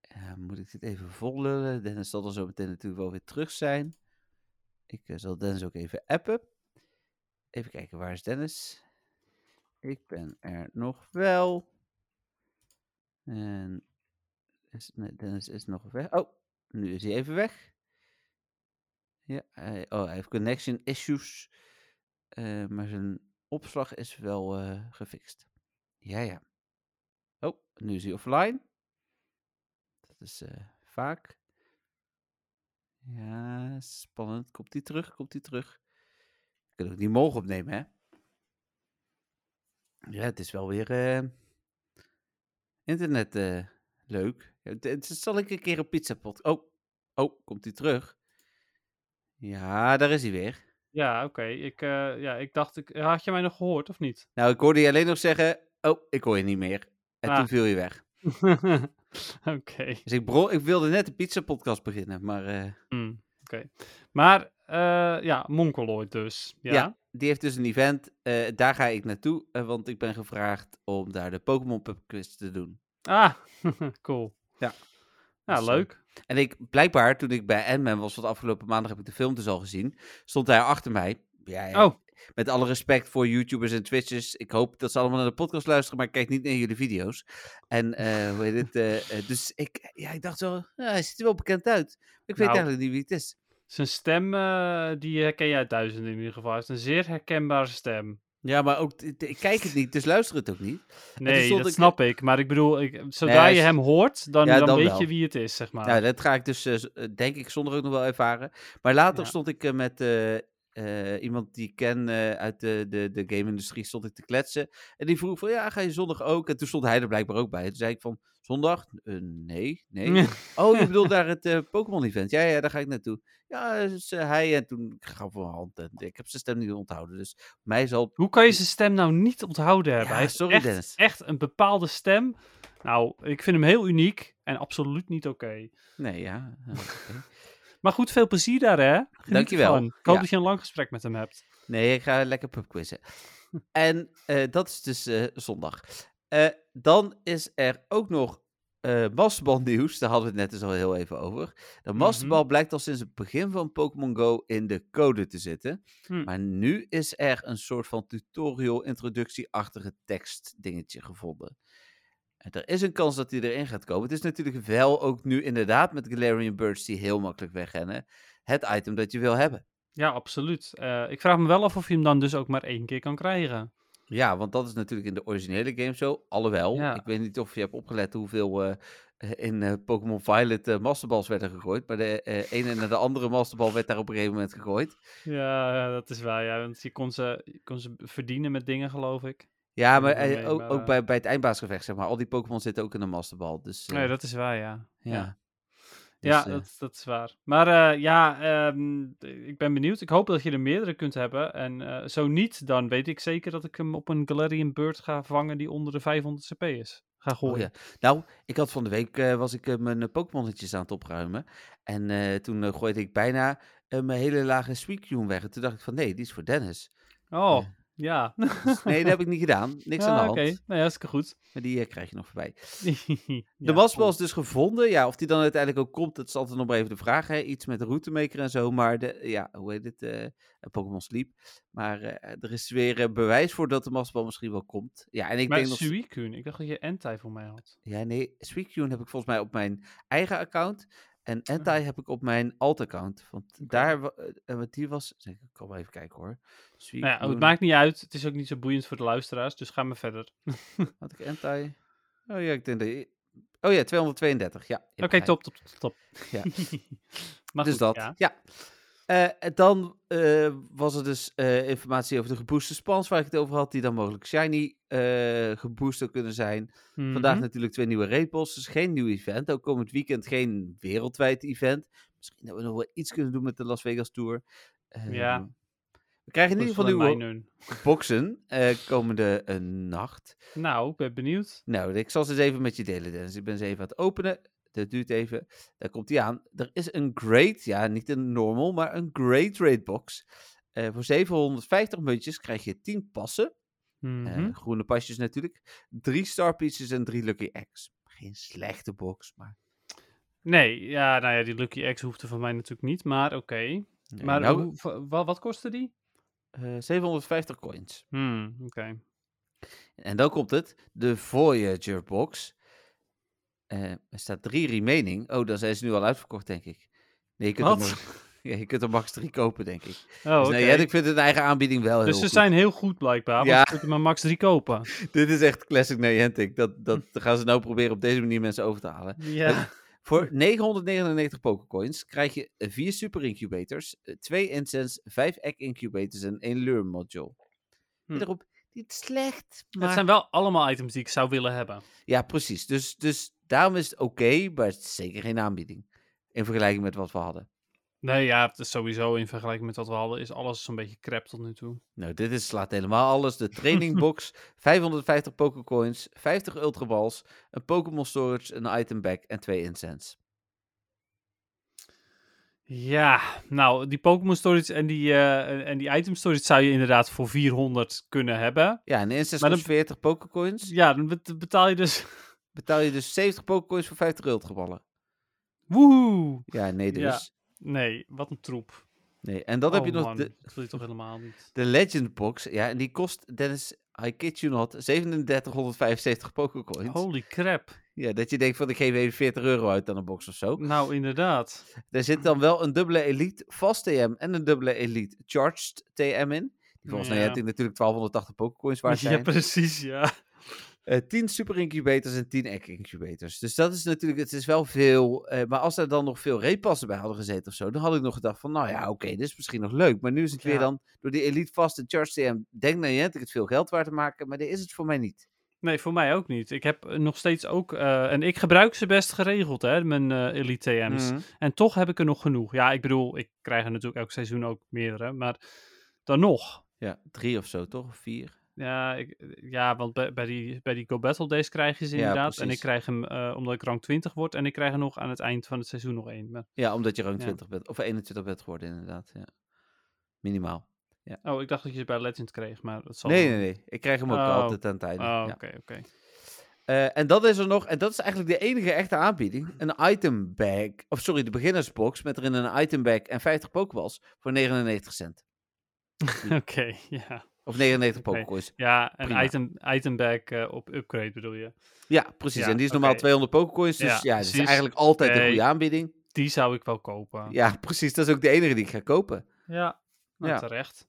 Speaker 3: Eh, moet ik dit even vollullen? Dennis zal er zo meteen natuurlijk wel weer terug zijn. Ik eh, zal Dennis ook even appen. Even kijken, waar is Dennis? Ik ben er nog wel. En is, nee, Dennis is nog weg. Oh, nu is hij even weg. Ja, hij, oh, hij heeft connection issues. Eh, maar zijn opslag is wel eh, gefixt. Ja, ja. Oh, nu is hij offline. Dat is eh, vaak. Ja, spannend. Komt hij terug? Komt hij terug? Ik kan ook niet mogen opnemen, hè? Ja, het is wel weer eh, internet eh, leuk. Ja, het- het- zal ik een keer een pizza pot. Oh, oh, komt hij terug? Ja, daar is hij weer.
Speaker 4: Ja, oké. Ik, eh, ja, ik dacht, ik, had je mij nog gehoord of
Speaker 3: <laughs>
Speaker 4: niet? <laughs>
Speaker 3: Nou, ik hoorde je alleen nog zeggen. Oh, ik hoor je niet meer. En
Speaker 4: Ah.
Speaker 3: toen viel je weg.
Speaker 4: oké.
Speaker 3: Dus ik, bro- ik wilde net de pizza podcast beginnen, maar eh,
Speaker 4: Hmm, oké. Maar, eh, ja, Monkeloid dus. Ja.
Speaker 3: Ja. die heeft dus een event. eh, daar ga ik naartoe, eh, want ik ben gevraagd om daar de Pokémon Pub Quiz te doen.
Speaker 4: Ah, <laughs> cool.
Speaker 3: Ja.
Speaker 4: Ja,
Speaker 3: Dus, eh,
Speaker 4: leuk.
Speaker 3: En ik, blijkbaar, toen ik bij Ant-Man was, want afgelopen maandag heb ik de film dus al gezien, stond hij achter mij. Ja, ja,
Speaker 4: Oh,
Speaker 3: Met alle respect voor YouTubers en Twitchers, ik hoop dat ze allemaal naar de podcast luisteren, maar ik kijk niet naar jullie video's. En
Speaker 4: <laughs>
Speaker 3: eh, hoe heet het? eh, eh, dus ik, ja, ik dacht wel, ja, hij ziet er wel bekend uit. Maar ik weet
Speaker 4: Nou.
Speaker 3: eigenlijk niet wie het is.
Speaker 4: zijn stem, eh, die herken jij duizenden in ieder geval. Hij heeft een zeer herkenbare stem.
Speaker 3: Ja, maar ook, ik kijk het niet, dus luister het ook niet.
Speaker 4: Nee,
Speaker 3: stond
Speaker 4: dat
Speaker 3: ik-
Speaker 4: snap ik. Maar ik bedoel, ik,
Speaker 3: Nee,
Speaker 4: zodra
Speaker 3: hij
Speaker 4: je
Speaker 3: is-
Speaker 4: hem hoort, dan,
Speaker 3: Ja,
Speaker 4: dan,
Speaker 3: dan
Speaker 4: weet
Speaker 3: wel.
Speaker 4: je wie het is, zeg maar. <laughs>
Speaker 3: Nou, dat ga ik dus, eh, z- eh, denk ik, zonder ook nog wel ervaren. Maar later
Speaker 4: Ja.
Speaker 3: stond ik eh, met eh, eh, iemand die ik ken eh, uit de, de, de game-industrie, stond ik te kletsen. En die vroeg van, ja, ga je zondag ook? En toen stond hij er blijkbaar ook bij. Toen zei ik van, zondag? Eh, nee,
Speaker 4: <laughs>
Speaker 3: nee. oh, je bedoelt daar het eh, Pokémon-event? Ja, ja, daar ga ik naartoe. Ja, dus eh, hij en toen ik gaf voor mijn hand. En ik heb zijn stem niet onthouden, dus mij zal...
Speaker 4: Hoe kan je zijn stem nou niet onthouden hebben?
Speaker 3: Ja,
Speaker 4: Hij heeft
Speaker 3: sorry,
Speaker 4: echt,
Speaker 3: Dennis.
Speaker 4: echt een bepaalde stem. Nou, ik vind hem heel uniek en absoluut niet oké.
Speaker 3: Nee, ja. eh, oké.
Speaker 4: Maar goed, veel plezier daar, hè? Geniet
Speaker 3: Dankjewel.
Speaker 4: ervan. Ik hoop
Speaker 3: Ja.
Speaker 4: dat je een lang gesprek met hem hebt.
Speaker 3: Nee, ik ga lekker pubquizzen. en eh, dat is dus eh, zondag. Eh, dan is er ook nog eh nieuws. Daar hadden we het net dus al heel even over. De masterbal blijkt al sinds het begin van Pokémon Go in de code te zitten.
Speaker 4: Hm.
Speaker 3: Maar nu is er een soort van tutorial-introductie-achtige tekst dingetje gevonden. En er is een kans dat hij erin gaat komen. Het is natuurlijk wel ook nu inderdaad met Galarian Birds die heel makkelijk wegrennen. Het item dat je wil hebben.
Speaker 4: Ja, absoluut. Eh, ik vraag me wel af of je hem dan dus ook maar één keer kan krijgen.
Speaker 3: Ja, want dat is natuurlijk in de originele game zo. Alhoewel,
Speaker 4: Ja.
Speaker 3: ik weet niet of je hebt opgelet hoeveel eh, in eh, Pokémon Violet eh, masterbals werden gegooid. Maar de eh, ene naar de andere masterbal werd daar op een gegeven moment gegooid.
Speaker 4: Ja, dat is waar. Ja, want je kon ze, je kon ze verdienen met dingen, geloof ik.
Speaker 3: Ja,
Speaker 4: Ik
Speaker 3: maar
Speaker 4: ben
Speaker 3: eh,
Speaker 4: mee,
Speaker 3: ook,
Speaker 4: maar,
Speaker 3: ook
Speaker 4: eh,
Speaker 3: bij, bij het eindbaasgevecht, zeg maar. Al die Pokémon zitten ook in een masterbal. Dus eh,
Speaker 4: Nee, dat is waar, ja.
Speaker 3: ja.
Speaker 4: ja.
Speaker 3: Dus,
Speaker 4: ja,
Speaker 3: eh,
Speaker 4: dat, dat is waar. Maar eh, ja, ehm, d- ik ben benieuwd. Ik hoop dat je er meerdere kunt hebben. En eh, zo niet, dan weet ik zeker dat ik hem op een Galarian Bird ga vangen die onder de 500 CP is. Ga gooien.
Speaker 3: Oh ja. Nou, ik had van de week eh, was ik eh, mijn eh, Pokémonnetjes aan het opruimen. En eh, toen eh, gooide ik bijna eh, mijn hele lage Suicune weg. En toen dacht ik van nee, die is voor Dennis.
Speaker 4: Oh, ja. <laughs>
Speaker 3: Dus nee, dat heb ik niet gedaan. Niks aan de
Speaker 4: Ah,
Speaker 3: hand.
Speaker 4: Oké, nou ja, hartstikke goed. <laughs>
Speaker 3: Maar die eh, krijg je nog voorbij.
Speaker 4: de
Speaker 3: De wasbal is dus gevonden. Ja, of die dan uiteindelijk ook komt, dat is altijd nog maar even de vraag. Hè? Iets met de routemaker en zo. Maar de, ja, hoe heet het? eh, eh, Pokémon Sleep. Maar eh, er is weer eh, bewijs voor dat de wasbal misschien wel komt. Ja, en ik
Speaker 4: Maar
Speaker 3: denk nog...
Speaker 4: Suicune, ik dacht dat je Entei voor mij had.
Speaker 3: Ja, nee, Suicune heb ik volgens mij op mijn eigen account. En
Speaker 4: Ah.
Speaker 3: Entai heb ik op mijn alt-account. Want daar, wa- eh, eh, want die was... zeg, Ik kan wel even kijken hoor.
Speaker 4: Nou ja,
Speaker 3: Suicune,
Speaker 4: het maakt niet uit. Het is ook niet zo boeiend voor de luisteraars, dus ga maar verder.
Speaker 3: Had ik Entai? Oh ja, ik denk dat... Oh ja, 232. Ja, je hebt
Speaker 4: Oké,
Speaker 3: gelijk.
Speaker 4: top, top, top, top.
Speaker 3: Ja.
Speaker 4: <laughs> maar
Speaker 3: dus
Speaker 4: goed,
Speaker 3: dat,
Speaker 4: ja.
Speaker 3: ja. Eh, en dan eh, was er dus eh, informatie over de gebooste spans waar ik het over had, die dan mogelijk shiny eh geboost zou kunnen zijn. Vandaag
Speaker 4: Mhm.
Speaker 3: natuurlijk twee nieuwe repels, dus geen nieuw event. Ook komend weekend geen wereldwijd event. Misschien dat we nog wel iets kunnen doen met de Las Vegas Tour. Eh,
Speaker 4: Ja.
Speaker 3: We krijgen in
Speaker 4: Dat
Speaker 3: ieder
Speaker 4: is
Speaker 3: geval
Speaker 4: wel
Speaker 3: nieuwe
Speaker 4: een mijnun.
Speaker 3: boxen eh, komende eh, nacht.
Speaker 4: Nou, ik ben benieuwd.
Speaker 3: Nou, ik zal ze eens even met je delen, Dennis. Ik ben ze even aan het openen. Dat duurt even. Daar komt hij aan. Er is een great, ja, niet een normal, maar een great rate box. Eh, voor 750 muntjes krijg je 10 passen. Eh,
Speaker 4: Mhm.
Speaker 3: groene pasjes natuurlijk. 3 star pieces en 3 lucky eggs. Geen slechte box, maar...
Speaker 4: Nee, ja, nou ja, die Lucky X hoefde van mij natuurlijk niet, maar oké.
Speaker 3: Nee,
Speaker 4: Maar
Speaker 3: nou,
Speaker 4: hoe- wa- wa- wat kostte die?
Speaker 3: eh, 750 coins.
Speaker 4: Hmm, oké.
Speaker 3: En dan komt het, de Voyager box. Eh, er staat drie remaining. Oh, dan zijn ze nu al uitverkocht, denk ik. Nee, je kunt,
Speaker 4: Wat?
Speaker 3: Er, maar- <laughs> ja, je kunt er max drie kopen, denk ik.
Speaker 4: Oh,
Speaker 3: dus nee,
Speaker 4: oké.
Speaker 3: ja, ik vind hun eigen aanbieding wel heel
Speaker 4: Dus ze
Speaker 3: goed.
Speaker 4: zijn heel goed blijkbaar, want
Speaker 3: Ja.
Speaker 4: ze kunnen maar max 3
Speaker 3: <laughs>
Speaker 4: kopen.
Speaker 3: Dit is echt classic Niantic. Dat, dat
Speaker 4: Hm.
Speaker 3: gaan ze nou proberen op deze manier mensen over te halen.
Speaker 4: Ja. Hm.
Speaker 3: Voor 999 pokercoins krijg je eh, vier super incubators, eh, twee incense, vijf egg incubators en één lure module.
Speaker 4: Hm.
Speaker 3: Daarop, niet slecht,
Speaker 4: Het
Speaker 3: maar...
Speaker 4: zijn wel allemaal items die ik zou willen hebben.
Speaker 3: Ja, precies. Dus, dus daarom is het oké, maar het is zeker geen aanbieding. In vergelijking met wat we hadden.
Speaker 4: Nee, ja, het is sowieso in vergelijking met wat we hadden, is alles zo'n beetje crap tot nu toe.
Speaker 3: Nou, dit is, slaat helemaal alles.
Speaker 4: <laughs>
Speaker 3: De training box, 550 Pokécoins, 50 Ultra Balls, een Pokémon Storage, een item bag en twee incense.
Speaker 4: Ja, nou, die Pokémon Storage en die, eh, en- en die Item Storage zou je inderdaad voor 400 kunnen hebben.
Speaker 3: Ja, en de incense
Speaker 4: Maar
Speaker 3: kost 40 Pokécoins.
Speaker 4: Ja, dan bet- betaal je dus... <laughs>
Speaker 3: Betaal je dus 70 Pokécoins voor 50 Ultra Ballen.
Speaker 4: Woehoe!
Speaker 3: Ja, nee dus.
Speaker 4: Ja. Nee, wat een troep.
Speaker 3: Nee. En dan heb je
Speaker 4: Oh,
Speaker 3: nog
Speaker 4: man,
Speaker 3: de,
Speaker 4: Dat wil je toch helemaal niet.
Speaker 3: de Legend Box. Ja, en die kost, Dennis, I kid you not, 3775 Pokécoins.
Speaker 4: Holy crap.
Speaker 3: Ja, dat je denkt van ik geef even 40 euro uit aan een box of zo.
Speaker 4: Nou, inderdaad.
Speaker 3: <laughs> Er zit dan wel een dubbele Elite Fast TM en een dubbele Elite Charged TM in. Die volgens
Speaker 4: Ja.
Speaker 3: mij natuurlijk 1280 Pokécoins waard
Speaker 4: Ja,
Speaker 3: zijn.
Speaker 4: precies, ja.
Speaker 3: Eh 10 Super Incubators en 10 Egg Incubators. Dus dat is natuurlijk, het is wel veel. eh, maar als er dan nog veel repassen bij hadden gezeten of zo, dan had ik nog gedacht van, nou ja, oké, dit is misschien nog leuk. Maar nu is het
Speaker 4: Ja.
Speaker 3: weer dan, door die Elite Fast en Charged TM, denk nou, je het veel geld waard te maken, maar dit is het voor mij niet.
Speaker 4: Nee, voor mij ook niet. Ik heb eh, nog steeds ook... eh, en ik gebruik ze best geregeld, hè, mijn eh, Elite TM's.
Speaker 3: Mhm.
Speaker 4: En toch heb ik er nog genoeg. Ja, ik bedoel, ik krijg er natuurlijk elk seizoen ook meerdere. Maar dan nog.
Speaker 3: Ja, drie of zo, toch? Of vier?
Speaker 4: Ja, ik- eh, ja want bij, bij, die, bij die Go Battle Days krijg je ze
Speaker 3: Ja,
Speaker 4: inderdaad. en ik
Speaker 3: precies.
Speaker 4: krijg hem eh, omdat ik rank 20 word. En ik krijg er nog aan het eind van het seizoen nog één. Maar,
Speaker 3: Ja, omdat je rank
Speaker 4: Ja.
Speaker 3: 20 bent, of 21 bent geworden inderdaad. Ja. Minimaal.
Speaker 4: oh, ik dacht dat je ze bij Legend kreeg, maar dat zal...
Speaker 3: Nee,
Speaker 4: wel-
Speaker 3: nee, nee. Ik krijg hem ook
Speaker 4: Oh.
Speaker 3: altijd aan het einde.
Speaker 4: Oh,
Speaker 3: ja.
Speaker 4: oké, oké. <laughs>
Speaker 3: Eh, en dat is er nog, en dat is eigenlijk de enige echte aanbieding. Een item bag, of sorry, de beginnersbox met erin een item bag en 50 pokeballs voor 99 cent.
Speaker 4: Oké, ja.
Speaker 3: Of 99
Speaker 4: Oké.
Speaker 3: pokecoins.
Speaker 4: Ja, een
Speaker 3: Prima.
Speaker 4: item, item bag eh, op upgrade bedoel je.
Speaker 3: Ja, precies.
Speaker 4: Ja,
Speaker 3: en die is normaal
Speaker 4: oké.
Speaker 3: 200 pokecoins, dus
Speaker 4: Ja,
Speaker 3: ja, dat is
Speaker 4: precies.
Speaker 3: eigenlijk altijd een
Speaker 4: Nee. Oh.
Speaker 3: goede aanbieding.
Speaker 4: Die zou ik wel kopen. Ja,
Speaker 3: Ja, <laughs> precies. Dat is ook de enige die ik ga kopen.
Speaker 4: nou,
Speaker 3: Ja.
Speaker 4: terecht.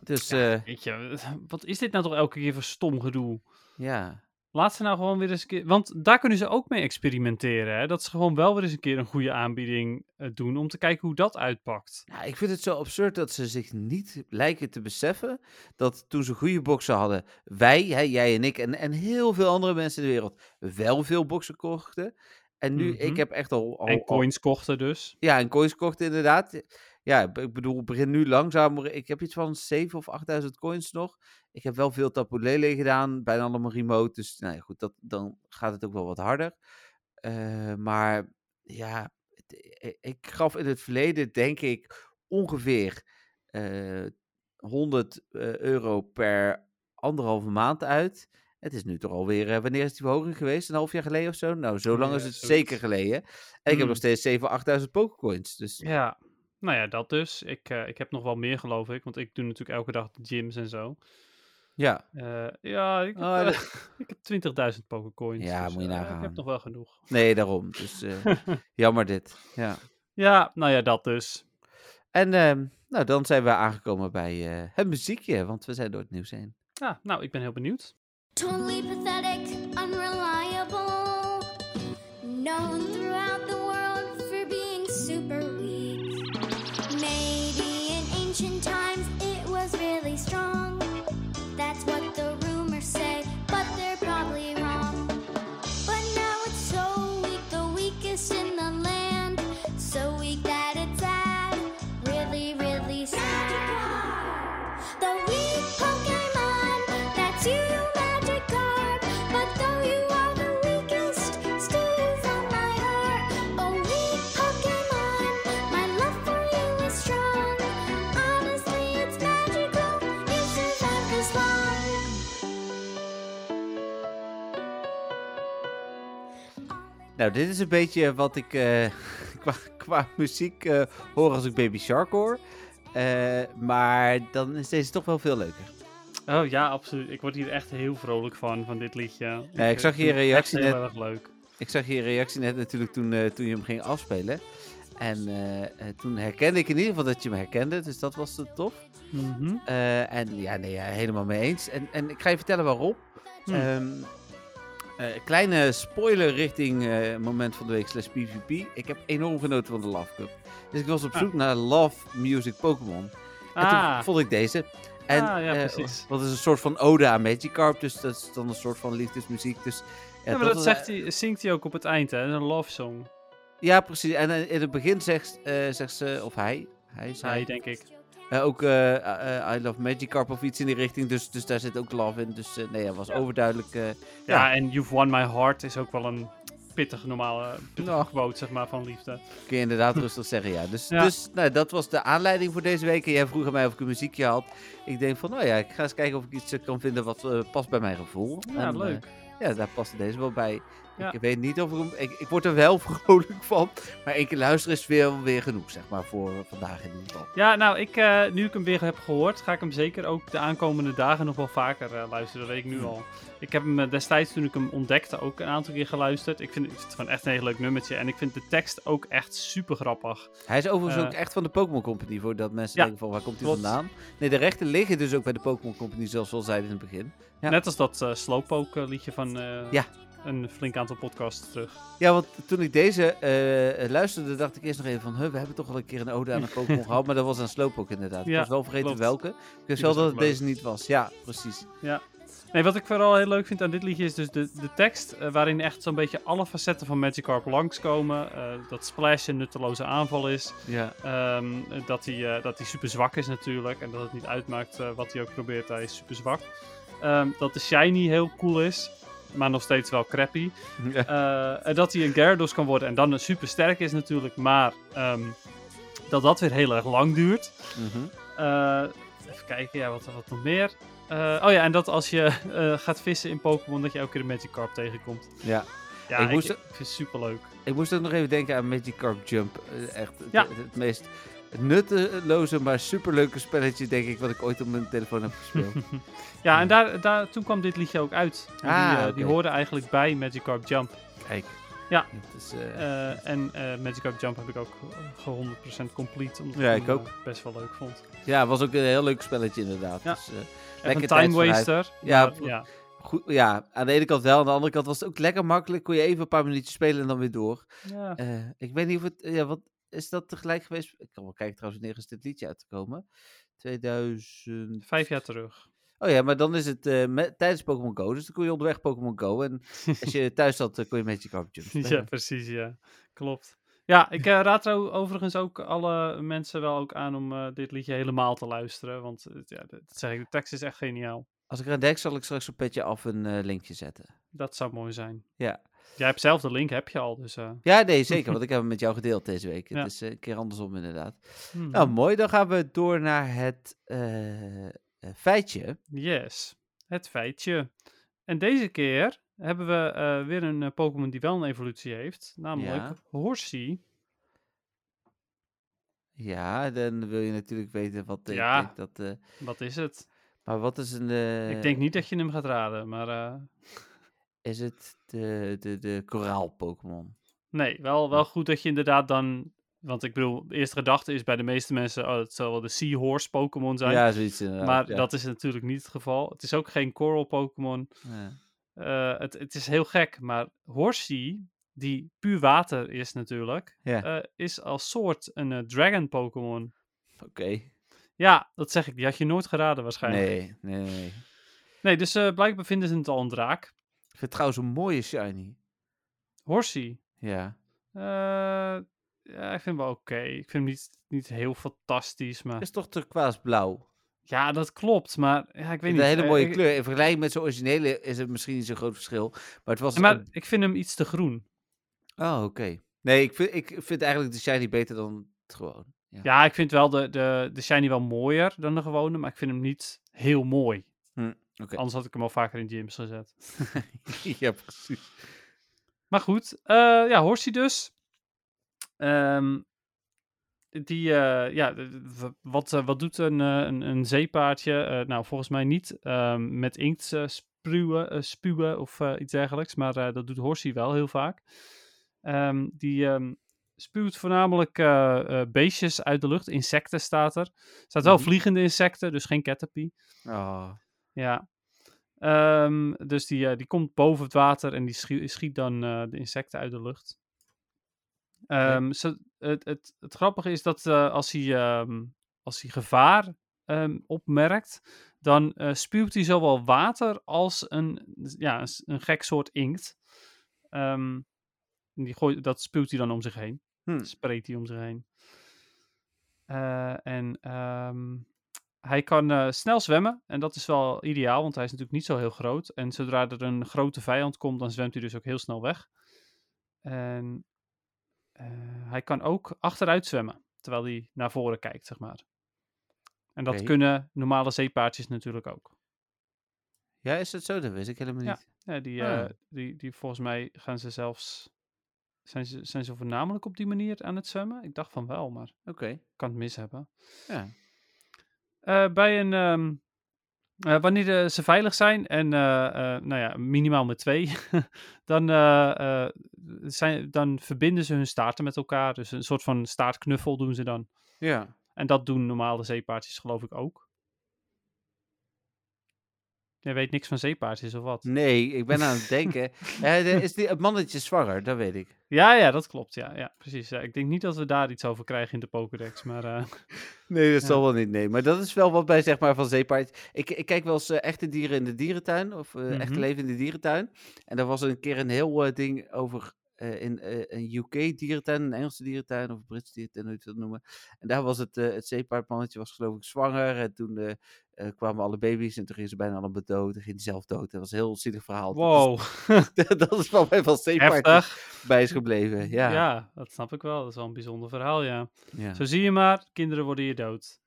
Speaker 3: Dus
Speaker 4: Ja,
Speaker 3: ja,
Speaker 4: Weet je, <laughs> wat is dit nou toch elke keer voor stom gedoe?
Speaker 3: ja.
Speaker 4: Laat ze nou gewoon weer eens een keer... Want daar kunnen ze ook mee experimenteren, hè. Dat ze gewoon wel weer eens een keer een goede aanbieding eh, doen... om te kijken hoe dat uitpakt.
Speaker 3: Nou, ik vind het zo absurd dat ze zich niet lijken te beseffen dat toen ze goede boksen hadden, wij, hè, jij en ik en, en heel veel andere mensen in de wereld, wel veel boksen kochten. En nu,
Speaker 4: Mhm.
Speaker 3: ik heb echt al... al
Speaker 4: en
Speaker 3: al-
Speaker 4: coins kochten dus.
Speaker 3: ja, en coins kochten inderdaad. Ja, b- ik bedoel, ik begin nu langzamer. Ik heb iets van 7 of 8000 coins nog. Ik heb wel veel tapulele gedaan, bijna allemaal remote. Dus nou ja, goed, dat, dan gaat het ook wel wat harder. Eh, maar ja, het- i- ik gaf in het verleden, denk ik, ongeveer eh, 100 eh, euro per anderhalve maand uit. Het is nu toch alweer, eh, wanneer is die verhoging geweest? Een half jaar geleden of zo? Nou, zo lang
Speaker 4: Ja,
Speaker 3: is het
Speaker 4: zoiets.
Speaker 3: zeker geleden. En ik heb
Speaker 4: Hmm.
Speaker 3: nog steeds 7.000, 8.000 pokercoins. Dus
Speaker 4: Ja, nou ja, dat dus. Ik, eh, ik heb nog wel meer, geloof ik. Want ik doe natuurlijk elke dag gyms en zo.
Speaker 3: ja.
Speaker 4: Eh, ja, ik heb,
Speaker 3: Ah,
Speaker 4: eh,
Speaker 3: dat-
Speaker 4: <laughs> ik heb 20.000 pokercoins.
Speaker 3: Ja, moet je
Speaker 4: eh, Ik
Speaker 3: nagaan.
Speaker 4: heb nog wel genoeg.
Speaker 3: Nee, daarom. Dus eh, jammer dit. Ja.
Speaker 4: Ja, nou ja, dat dus.
Speaker 3: En ehm, nou, dan zijn we aangekomen bij eh, het muziekje, want we zijn door het nieuws heen.
Speaker 4: Ja, nou, ik ben heel benieuwd.
Speaker 1: Totally pathetic, unreliable. Known throughout the world for being super weak. Made
Speaker 3: Nou, dit is een beetje wat ik eh, <laughs> qua, qua muziek eh, hoor als ik Baby Shark hoor. Eh, maar dan is deze toch wel veel leuker.
Speaker 4: Oh ja, absoluut. Ik word hier echt heel vrolijk van, van dit liedje. eh,
Speaker 3: Ja, ik zag
Speaker 4: vind
Speaker 3: je
Speaker 4: het
Speaker 3: reactie
Speaker 4: echt
Speaker 3: net.
Speaker 4: heel erg leuk.
Speaker 3: Ik zag je reactie net natuurlijk toen, eh, toen je hem ging afspelen. En eh, eh, toen herkende ik in ieder geval dat je hem herkende, dus dat was de top.
Speaker 4: Mhm.
Speaker 3: Eh, en ja, nee, ja, helemaal mee eens. En, en ik ga je vertellen waarom.
Speaker 4: Hmm.
Speaker 3: Ehm, eh, kleine spoiler richting eh, moment van de week slash PvP. Ik heb enorm genoten van de Love Cup. Dus ik was op
Speaker 4: Ah.
Speaker 3: zoek naar Love Music Pokémon. En
Speaker 4: Ah,
Speaker 3: toen vond ik deze. En,
Speaker 4: Ah, ja,
Speaker 3: eh,
Speaker 4: precies.
Speaker 3: Want het is een soort van ode aan Magikarp, dus dat is dan een soort van liefdesmuziek. Dus, ja,
Speaker 4: ja, maar dat,
Speaker 3: was-
Speaker 4: zegt hij, zingt hij ook op het eind, hè? Dat is een love song.
Speaker 3: Ja, precies. En eh, in het begin zegt, eh, zegt ze, of hij, hij, zij,
Speaker 4: Hij, denk ik.
Speaker 3: Eh, ook eh, eh, I Love Magikarp of iets in die richting. Dus, dus daar zit ook love in. Dus eh, nee, dat was overduidelijk. eh,
Speaker 4: Ja, en You've Won My Heart is ook wel een pittig normale pittige
Speaker 3: Nou.
Speaker 4: quote, zeg maar, van liefde.
Speaker 3: kun je inderdaad rustig zeggen, ja. Dus,
Speaker 4: Ja.
Speaker 3: dus nou, dat was de aanleiding voor deze week. En jij vroeg aan mij of ik een muziekje had. Ik denk van, nou ja, ik ga eens kijken of ik iets eh, kan vinden wat eh, past bij mijn gevoel.
Speaker 4: Ja,
Speaker 3: En, eh,
Speaker 4: leuk.
Speaker 3: ja, daar paste deze wel bij.
Speaker 4: Ja.
Speaker 3: Ik weet niet of ik hem... Ik, ik word er wel <laughs> vrolijk van. Maar één keer luisteren is weer, weer genoeg, zeg maar, voor eh, vandaag in ieder geval.
Speaker 4: Ja, nou, ik, eh, nu ik hem weer heb gehoord, ga ik hem zeker ook de aankomende dagen nog wel vaker eh, luisteren. Dat weet ik nu al. Ik heb hem eh, destijds, toen ik hem ontdekte, ook een aantal keer geluisterd. Ik vind, ik vind het gewoon echt een heel leuk nummertje. En ik vind de tekst ook echt super grappig.
Speaker 3: Hij is overigens
Speaker 4: Eh.
Speaker 3: ook echt van de Pokémon Company, voor dat mensen
Speaker 4: Ja,
Speaker 3: denken van waar komt hij
Speaker 4: klopt.
Speaker 3: vandaan. Nee, de rechten liggen dus ook bij de Pokémon Company, zoals we al zeiden in het begin. Ja.
Speaker 4: Net als dat eh, Slowpoke eh, liedje van eh,
Speaker 3: Ja.
Speaker 4: een flink aantal podcasts terug.
Speaker 3: Ja, want toen ik deze eh, luisterde, dacht ik eerst nog even van, huh, we hebben toch al een keer een ode aan een
Speaker 4: <laughs>
Speaker 3: Pokémon gehad, maar dat was aan Slowpoke inderdaad. ik
Speaker 4: Ja,
Speaker 3: was wel vergeten
Speaker 4: klopt.
Speaker 3: welke. Ik wist wel
Speaker 4: was
Speaker 3: dat
Speaker 4: ook
Speaker 3: het
Speaker 4: leuk.
Speaker 3: deze niet was. Ja, precies.
Speaker 4: Nee, wat ik vooral heel leuk vind aan dit liedje is dus de, de tekst, eh, waarin echt zo'n beetje alle facetten van Magikarp langskomen. Eh dat Splash een nutteloze aanval is.
Speaker 3: <laughs> Ja.
Speaker 4: Ehm, dat, hij, eh, dat hij super zwak is natuurlijk. En dat het niet uitmaakt eh, wat hij ook probeert. Hij is super zwak. Ehm, dat de Shiny heel cool is. Maar nog steeds wel crappy. Eh, en dat hij een Gyarados kan worden. En dan super sterk is natuurlijk. Maar ehm, dat dat weer heel erg lang duurt.
Speaker 3: Mhm.
Speaker 4: Eh, even kijken, ja, wat, wat nog meer. Eh, oh ja, en dat als je eh, gaat vissen in Pokémon. Dat je elke keer een Magikarp tegenkomt.
Speaker 3: ja.
Speaker 4: Ja,
Speaker 3: Ik
Speaker 4: ik,
Speaker 3: moest-
Speaker 4: ik vind het super leuk.
Speaker 3: Ik moest ook nog even denken aan Magikarp Jump. Eh, echt het-
Speaker 4: Ja.
Speaker 3: het, het meest nutteloze, maar superleuke spelletje, denk ik, wat ik ooit op mijn telefoon heb
Speaker 4: <laughs>
Speaker 3: gespeeld.
Speaker 4: Ja, en daar, daar, toen kwam dit liedje ook uit. En die,
Speaker 3: Ah,
Speaker 4: eh,
Speaker 3: oké.
Speaker 4: die hoorde eigenlijk bij Magikarp Jump.
Speaker 3: Kijk.
Speaker 4: Ja.
Speaker 3: Het is, eh,
Speaker 4: Eh, en eh Magikarp Jump heb ik ook ge 100% complete. Omdat
Speaker 3: Ja,
Speaker 4: ik
Speaker 3: ik
Speaker 4: hem,
Speaker 3: ook.
Speaker 4: eh, best wel leuk vond.
Speaker 3: Ja, was ook een heel leuk spelletje inderdaad.
Speaker 4: Ja.
Speaker 3: Dus, eh,
Speaker 4: Echt
Speaker 3: Lekker
Speaker 4: een time
Speaker 3: tijdverdrijf.
Speaker 4: waster.
Speaker 3: Ja,
Speaker 4: maar
Speaker 3: pl-
Speaker 4: ja.
Speaker 3: goed, ja, aan de ene kant wel. Aan de andere kant was het ook lekker makkelijk. Kon je even een paar minuutjes spelen en dan weer door.
Speaker 4: ja.
Speaker 3: Eh, ik weet niet of het... Ja, wat, is dat tegelijk geweest? Ik kan wel kijken trouwens wanneer is dit liedje uitgekomen. 2000...
Speaker 4: Vijf jaar terug.
Speaker 3: Oh ja, maar dan is het eh, met, tijdens Pokémon Go. Dus dan kon je onderweg Pokémon Go.
Speaker 4: <laughs>
Speaker 3: En als je thuis zat, eh, kon je Magikarp Jump
Speaker 4: ja,
Speaker 3: spelen.
Speaker 4: precies. Ja, klopt. Ja, ik eh, raad trouw- overigens ook alle mensen wel ook aan om eh, dit liedje helemaal te luisteren. Want eh, ja, dat zeg ik, de tekst is echt geniaal.
Speaker 3: Als ik eraan denk, zal ik straks op petje af een eh, linkje zetten.
Speaker 4: Dat zou mooi zijn.
Speaker 3: Ja.
Speaker 4: Jij hebt zelf de link, heb je al. Dus, eh,
Speaker 3: Ja, nee,
Speaker 4: <laughs>
Speaker 3: zeker. want ik heb hem met jou gedeeld deze week.
Speaker 4: Ja.
Speaker 3: Het is eh, een keer andersom inderdaad.
Speaker 4: hmm,
Speaker 3: Nou, mooi. Dan gaan we door naar het eh, eh, feitje.
Speaker 4: Yes, het feitje. En deze keer hebben we eh, weer een eh, Pokémon die wel een evolutie heeft. Namelijk
Speaker 3: Ja.
Speaker 4: Horsey.
Speaker 3: Ja, dan wil je natuurlijk weten wat ik
Speaker 4: Ja.
Speaker 3: denk dat... eh,
Speaker 4: Wat is het?
Speaker 3: maar wat is een... eh,
Speaker 4: ik denk niet dat je hem gaat raden, maar eh,
Speaker 3: Is het de, de, de koraal-Pokémon?
Speaker 4: nee, wel, wel goed dat je inderdaad dan... Want ik bedoel, de eerste gedachte is bij de meeste mensen, oh, het zal wel de Seahorse Pokémon zijn.
Speaker 3: Ja, zoiets inderdaad.
Speaker 4: maar
Speaker 3: ja.
Speaker 4: dat is natuurlijk niet het geval. Het is ook geen Coral Pokémon.
Speaker 3: Ja.
Speaker 4: Eh, het, het is heel gek, maar Horsey, die puur water is natuurlijk,
Speaker 3: Ja.
Speaker 4: eh, is als soort een eh, Dragon Pokémon.
Speaker 3: Oké.
Speaker 4: Ja, dat zeg ik. Die had je nooit geraden waarschijnlijk. Nee,
Speaker 3: Nee, nee, nee.
Speaker 4: dus eh, blijkbaar vinden ze het al een draak.
Speaker 3: Ik vind het trouwens een mooie shiny.
Speaker 4: Horsey.
Speaker 3: Ja.
Speaker 4: eh, ja, ik vind hem wel oké. Ik vind hem niet, niet heel fantastisch, maar...
Speaker 3: Is toch turquoise blauw?
Speaker 4: Ja, dat klopt, maar ja, ik weet
Speaker 3: Een
Speaker 4: niet.
Speaker 3: hele
Speaker 4: Eh,
Speaker 3: mooie
Speaker 4: ik-
Speaker 3: kleur. In vergelijking met zijn originele is het misschien niet zo'n groot verschil. Maar het was...
Speaker 4: Maar
Speaker 3: een-
Speaker 4: ik vind hem iets te groen.
Speaker 3: Oh, oké. Nee, ik vind, ik vind eigenlijk de shiny beter dan het <laughs> gewoon. Ja.
Speaker 4: Ja, ik vind wel de, de, de shiny wel mooier dan de gewone, maar ik vind hem niet heel mooi.
Speaker 3: Hm, oké.
Speaker 4: Anders had ik hem al vaker in gyms gezet.
Speaker 3: ja, precies.
Speaker 4: Maar goed, eh, ja, Horsey dus. Ehm, die, eh, ja, d- d- w- wat, eh, wat doet een, eh, een, een zeepaardje? Eh, nou, volgens mij niet ehm, met inkt eh, spuwen, eh, spuwen of eh, iets dergelijks. Maar eh, dat doet Horsey wel heel vaak. Ehm, die ehm, spuwt voornamelijk eh, eh, beestjes uit de lucht. Insecten staat er. Er staat wel
Speaker 3: Mhm.
Speaker 4: vliegende insecten, dus geen caterpie.
Speaker 3: Oh,
Speaker 4: Ja. Ehm, dus die, eh, die komt boven het water en die schiet, schiet dan eh, de insecten uit de lucht. Ehm, ze- het, het, het grappige is dat eh, als, hij, ehm, als hij gevaar ehm, opmerkt, dan eh, spuwt hij zowel water als een, ja, een, s- een gek soort inkt. Ehm, en die gooit, dat spuwt hij dan om zich heen
Speaker 3: hm.
Speaker 4: spreekt hij om zich heen. Eh, en ehm, hij kan eh, snel zwemmen. En dat is wel ideaal, want hij is natuurlijk niet zo heel groot. En zodra er een grote vijand komt, dan zwemt hij dus ook heel snel weg. En eh, hij kan ook achteruit zwemmen, terwijl hij naar voren kijkt, zeg maar. En dat
Speaker 3: Oké.
Speaker 4: kunnen normale zeepaardjes natuurlijk ook.
Speaker 3: Ja, is dat zo? Dat wist ik helemaal niet.
Speaker 4: Ja, die,
Speaker 3: Ah.
Speaker 4: eh, die, die volgens mij gaan ze zelfs... Zijn ze, zijn ze voornamelijk op die manier aan het zwemmen? Ik dacht van wel, maar
Speaker 3: Oké.
Speaker 4: kan het mis hebben.
Speaker 3: Ja.
Speaker 4: Eh, bij een. ehm, eh, wanneer eh, ze veilig zijn en eh, eh, nou ja, minimaal met twee, <laughs> dan, eh, eh, zijn, dan verbinden ze hun staarten met elkaar. Dus een soort van staartknuffel doen ze dan.
Speaker 3: <laughs> Ja.
Speaker 4: En dat doen normale zeepaardjes, geloof ik ook. Jij weet niks van zeepaardjes of wat?
Speaker 3: Nee, ik ben aan het denken. Eh, de- is die, het mannetje zwanger? Dat weet ik.
Speaker 4: Ja, ja, dat klopt. Ja, ja precies. Ja, ik denk niet dat we daar iets over krijgen in de Pokédex. Maar eh,
Speaker 3: Nee, dat
Speaker 4: Ja.
Speaker 3: zal wel niet. Nee, maar dat is wel wat bij zeg maar van zeepaard. Ik, ik kijk wel eens eh, echte dieren in de dierentuin of eh,
Speaker 4: Mhm.
Speaker 3: echte leven in de dierentuin. En daar was een keer een heel eh, ding over eh, in eh, een UK dierentuin, een Engelse dierentuin of een Britse dierentuin, hoe je het wil noemen. En daar was het, eh, het zeepaardmannetje was geloof ik zwanger. En toen eh, eh, kwamen alle baby's en toen gingen ze bijna allemaal dood. En ging die zelf dood. Dat was een heel zielig verhaal.
Speaker 4: wow,
Speaker 3: <laughs> Dat is, dat is wat mij van zeepaard
Speaker 4: heftig.
Speaker 3: bij is gebleven. Ja. ja.
Speaker 4: ja, dat snap ik wel. Dat is wel een bijzonder verhaal, ja. Zo zie je maar, kinderen worden hier dood.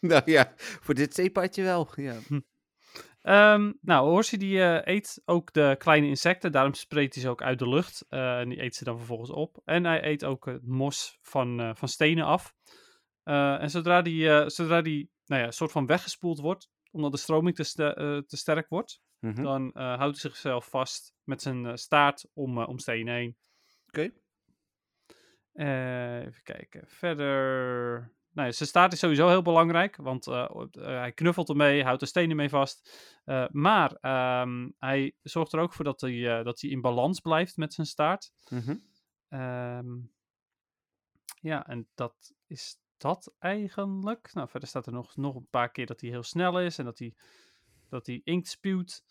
Speaker 3: Nou ja, voor dit zeepaardje wel. Ja.
Speaker 4: Hm. Ehm, nou, Horsey die eh, eet ook de kleine insecten, daarom spreekt hij ze ook uit de lucht. eh, en die eet ze dan vervolgens op. En hij eet ook het mos van, eh, van stenen af. Eh, en zodra die, eh, zodra die nou ja, een soort van weggespoeld wordt, omdat de stroming te, ste- eh, te sterk wordt,
Speaker 3: Mhm. Oké.
Speaker 4: dan eh, houdt hij zichzelf vast met zijn eh, staart om, eh, om stenen heen. Eh, even kijken. Verder. Nou, ja, zijn staart is sowieso heel belangrijk, want eh, op- eh, hij knuffelt ermee, houdt de stenen mee vast. Eh, maar ehm, hij zorgt er ook voor dat hij, eh, dat hij in balans blijft met zijn staart.
Speaker 3: Mhm.
Speaker 4: Ehm, ja, en dat is dat eigenlijk. Nou, verder staat er nog, nog een paar keer dat hij heel snel is en dat hij, dat hij inkt spuwt.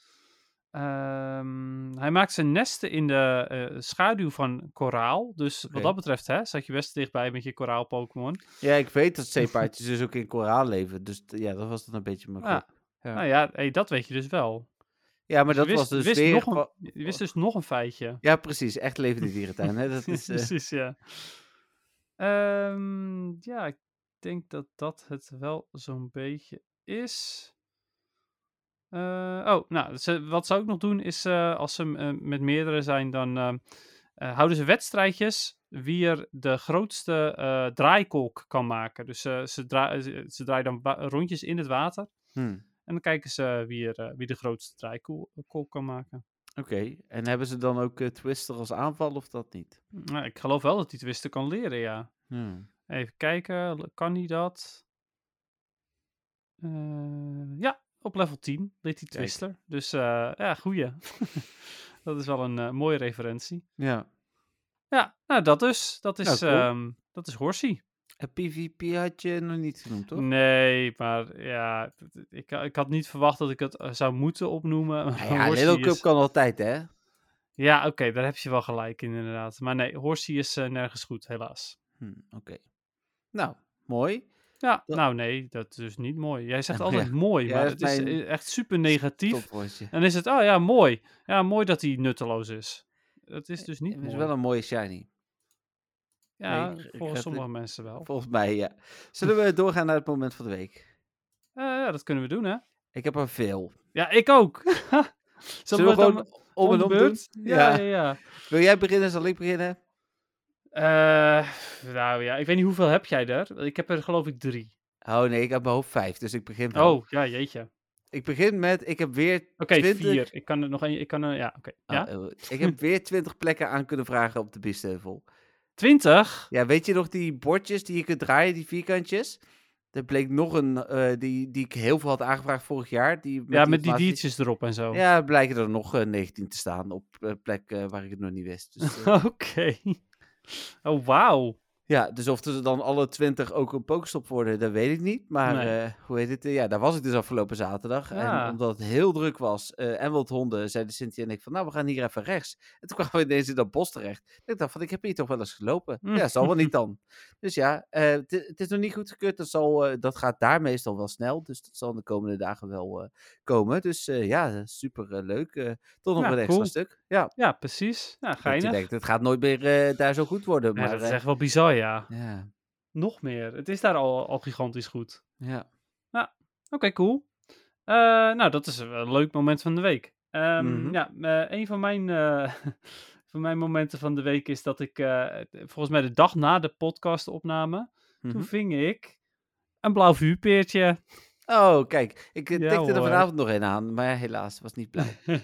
Speaker 4: Ehm, hij maakt zijn nesten in de eh, schaduw van koraal. Dus
Speaker 3: Oké.
Speaker 4: wat dat betreft, hè, zat je best dichtbij met je koraal-Pokémon.
Speaker 3: Ja, ik weet dat zeepaardjes dus ook in koraal leven. Dus t- ja, dat was dan een beetje mijn
Speaker 4: Ja.
Speaker 3: gok. Ja.
Speaker 4: Nou ja, hey, dat weet je dus wel.
Speaker 3: Ja, maar
Speaker 4: Je
Speaker 3: dat
Speaker 4: wist-
Speaker 3: was dus
Speaker 4: wist
Speaker 3: weer...
Speaker 4: nog een-
Speaker 3: gewoon-
Speaker 4: Je wist dus nog een feitje.
Speaker 3: Ja, precies. Echt levende dierentuin. Hè? <laughs>
Speaker 4: <laughs>
Speaker 3: Dat is, eh,
Speaker 4: Precies, ja. Ehm, ja, ik denk dat dat het wel zo'n beetje is. Eh, oh, nou, ze- wat ze ook nog doen is, eh, als ze eh, met meerdere zijn, dan ehm, eh, houden ze wedstrijdjes wie er de grootste eh, draaikolk kan maken. Dus eh, ze, draa- ze, ze draaien dan wa- rondjes in het water
Speaker 3: hmm,
Speaker 4: en dan kijken ze wie, er, eh, wie de grootste draaikolk eh, kan maken.
Speaker 3: Oké. En hebben ze dan ook eh, Twister als aanval of dat niet?
Speaker 4: Nou, ik geloof wel dat hij het wisten kan leren, ja.
Speaker 3: Hmm.
Speaker 4: Even kijken, l- kan hij dat? Eh, ja, op level 10 deed hij
Speaker 3: Kijk.
Speaker 4: Twister. Dus eh, ja, goeie. <laughs> dat is wel een eh, mooie referentie.
Speaker 3: Ja.
Speaker 4: Ja, nou dat dus. Dat is,
Speaker 3: cool.
Speaker 4: ehm, dat is Horsey.
Speaker 3: En PvP had je nog niet genoemd,
Speaker 4: Hm,
Speaker 3: toch?
Speaker 4: Nee, maar ja, d- d- ik, ik had niet verwacht dat ik het eh, zou moeten opnoemen. <laughs> maar
Speaker 3: Nou ja,
Speaker 4: Horsey
Speaker 3: Little Cup
Speaker 4: is-
Speaker 3: kan altijd, hè?
Speaker 4: Ja, oké, daar heb je wel gelijk in inderdaad. Maar nee, Horsey is eh, nergens goed, helaas.
Speaker 3: Hmm, Oké. Nou, mooi.
Speaker 4: Ja,
Speaker 3: Dat-
Speaker 4: nou nee, dat is dus niet mooi. Jij
Speaker 3: <laughs>
Speaker 4: zegt
Speaker 3: Ja,
Speaker 4: altijd
Speaker 3: ja.
Speaker 4: mooi,
Speaker 3: Ja,
Speaker 4: maar
Speaker 3: dat
Speaker 4: het
Speaker 3: is
Speaker 4: is
Speaker 3: mijn
Speaker 4: eh, echt super negatief.
Speaker 3: Topwoordje.
Speaker 4: Dan is het, oh ja, mooi. Ja, mooi dat hij nutteloos is. Dat is dus niet
Speaker 3: Eh, Het is
Speaker 4: mooi.
Speaker 3: wel een mooie shiny.
Speaker 4: ja,
Speaker 3: ik- ik ga
Speaker 4: volgens
Speaker 3: het-
Speaker 4: sommige mensen wel.
Speaker 3: Volgens mij, ja. Zullen we doorgaan naar het moment van de week?
Speaker 4: Eh, ja, dat kunnen we doen, hè?
Speaker 3: Ik heb er veel. <laughs>
Speaker 4: Ja, ik ook. <laughs>
Speaker 3: Zullen we
Speaker 4: het
Speaker 3: gewoon om en om doen?
Speaker 4: Ja,
Speaker 3: Ja.
Speaker 4: ja, ja.
Speaker 3: Wil jij beginnen, zal ik beginnen?
Speaker 4: Eh, nou ja, ik weet niet hoeveel heb jij daar. Ik heb er geloof ik drie.
Speaker 3: Oh nee, ik heb mijn hoofd vijf, dus ik begin wel.
Speaker 4: Oh, ja, jeetje. Oké,
Speaker 3: Ik begin met, ik heb weer twintig...
Speaker 4: vier. Ik kan er nog één. Ik kan er, ja, oké. Ja?
Speaker 3: Oh, eh, ik heb
Speaker 4: <laughs>
Speaker 3: weer twintig plekken aan kunnen vragen op de biesteuvel.
Speaker 4: Twintig?
Speaker 3: Ja, weet je nog die bordjes die je kunt draaien, die vierkantjes? Er bleek nog een, eh, die, die ik heel veel had aangevraagd vorig jaar. Die
Speaker 4: Ja, met die
Speaker 3: informatie-
Speaker 4: diertjes erop en zo.
Speaker 3: Ja, blijken er nog eh, 19 te staan op eh, plekken waar ik het nog niet wist.
Speaker 4: <laughs>
Speaker 3: Dus, eh,
Speaker 4: <laughs> Oké. Oh, wauw.
Speaker 3: ja, dus of er dan alle 20 ook een pokestop worden, dat weet ik niet. Maar
Speaker 4: Nee.
Speaker 3: eh, hoe heet het? eh, ja, daar was ik dus afgelopen zaterdag.
Speaker 4: Ja.
Speaker 3: En omdat het heel druk was eh, en wat honden, zeiden Cynthia en ik van, nou, we gaan hier even rechts. En toen kwamen we ineens in dat bos terecht. En ik dacht van, ik heb hier toch wel eens gelopen.
Speaker 4: Mm.
Speaker 3: Ja, zal wel
Speaker 4: <laughs>
Speaker 3: niet dan. Dus ja, eh, het i- het is nog niet goed gekeurd. Dat, zal, eh, dat gaat daar meestal wel snel. Dus dat zal de komende dagen wel eh, komen. Dus eh, ja, super eh, leuk. Eh, toch nog
Speaker 4: Ja,
Speaker 3: een extra
Speaker 4: cool.
Speaker 3: stuk. Ja.
Speaker 4: Ja, precies. Nou,
Speaker 3: Dat je
Speaker 4: geinig.
Speaker 3: denkt, het gaat nooit meer eh, daar zo goed worden.
Speaker 4: Ja,
Speaker 3: maar,
Speaker 4: dat is
Speaker 3: eh,
Speaker 4: echt wel bizar, ja.
Speaker 3: ja,
Speaker 4: Nog meer. Het is daar al, al gigantisch goed.
Speaker 3: ja.
Speaker 4: Oké, cool. Eh, nou, dat is een leuk moment van de week. Ehm,
Speaker 3: Mhm.
Speaker 4: Ja, eh, een van mijn, eh, <laughs> van mijn momenten van de week is dat ik, eh, volgens mij de dag na de podcastopname,
Speaker 3: Mhm.
Speaker 4: toen ving ik een blauw vuurpeertje.
Speaker 3: Oh, kijk. Ik eh,
Speaker 4: Ja,
Speaker 3: tikte er
Speaker 4: hoor.
Speaker 3: vanavond nog een aan. Maar helaas, was niet
Speaker 4: <laughs>
Speaker 3: blauw.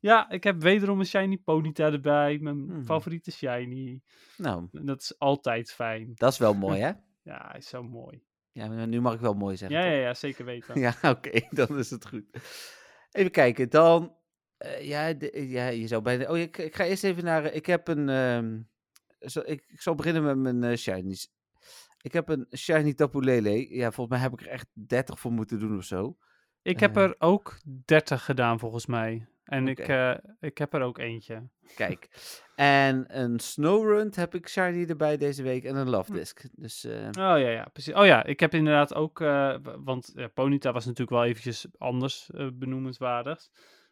Speaker 4: ja, ik heb wederom een shiny ponyta erbij, mijn
Speaker 3: Hmm.
Speaker 4: favoriete shiny.
Speaker 3: nou,
Speaker 4: En Dat is altijd fijn.
Speaker 3: dat is wel mooi, hè?
Speaker 4: Ja, hij is zo mooi.
Speaker 3: Ja, maar nu mag ik wel mooi zeggen.
Speaker 4: Ja, ja,
Speaker 3: toch?
Speaker 4: ja, zeker
Speaker 3: <laughs>
Speaker 4: weten.
Speaker 3: Ja, oké. dan is het goed. Even kijken. Dan... eh, ja, de- ja, je zou bijna... Oh, ik, ik ga eerst even naar... eh, Ik heb een... ehm, zo, ik, ik zal beginnen met mijn eh, shinies. Ik heb een shiny tapulele. Ja, volgens mij heb ik er echt 30 voor moeten doen of zo.
Speaker 4: Ik heb
Speaker 3: Eh.
Speaker 4: er ook 30 gedaan, volgens mij. En ik,
Speaker 3: Oké.
Speaker 4: eh, ik heb er ook eentje. <laughs>
Speaker 3: Kijk. En een Snowrun heb ik shiny erbij deze week. En een Love
Speaker 4: Hm.
Speaker 3: Disc. Dus eh,
Speaker 4: Oh ja, ja, precies. Oh ja, ik heb inderdaad ook, eh, w- want eh, Ponyta was natuurlijk wel eventjes anders eh, benoemenswaardig.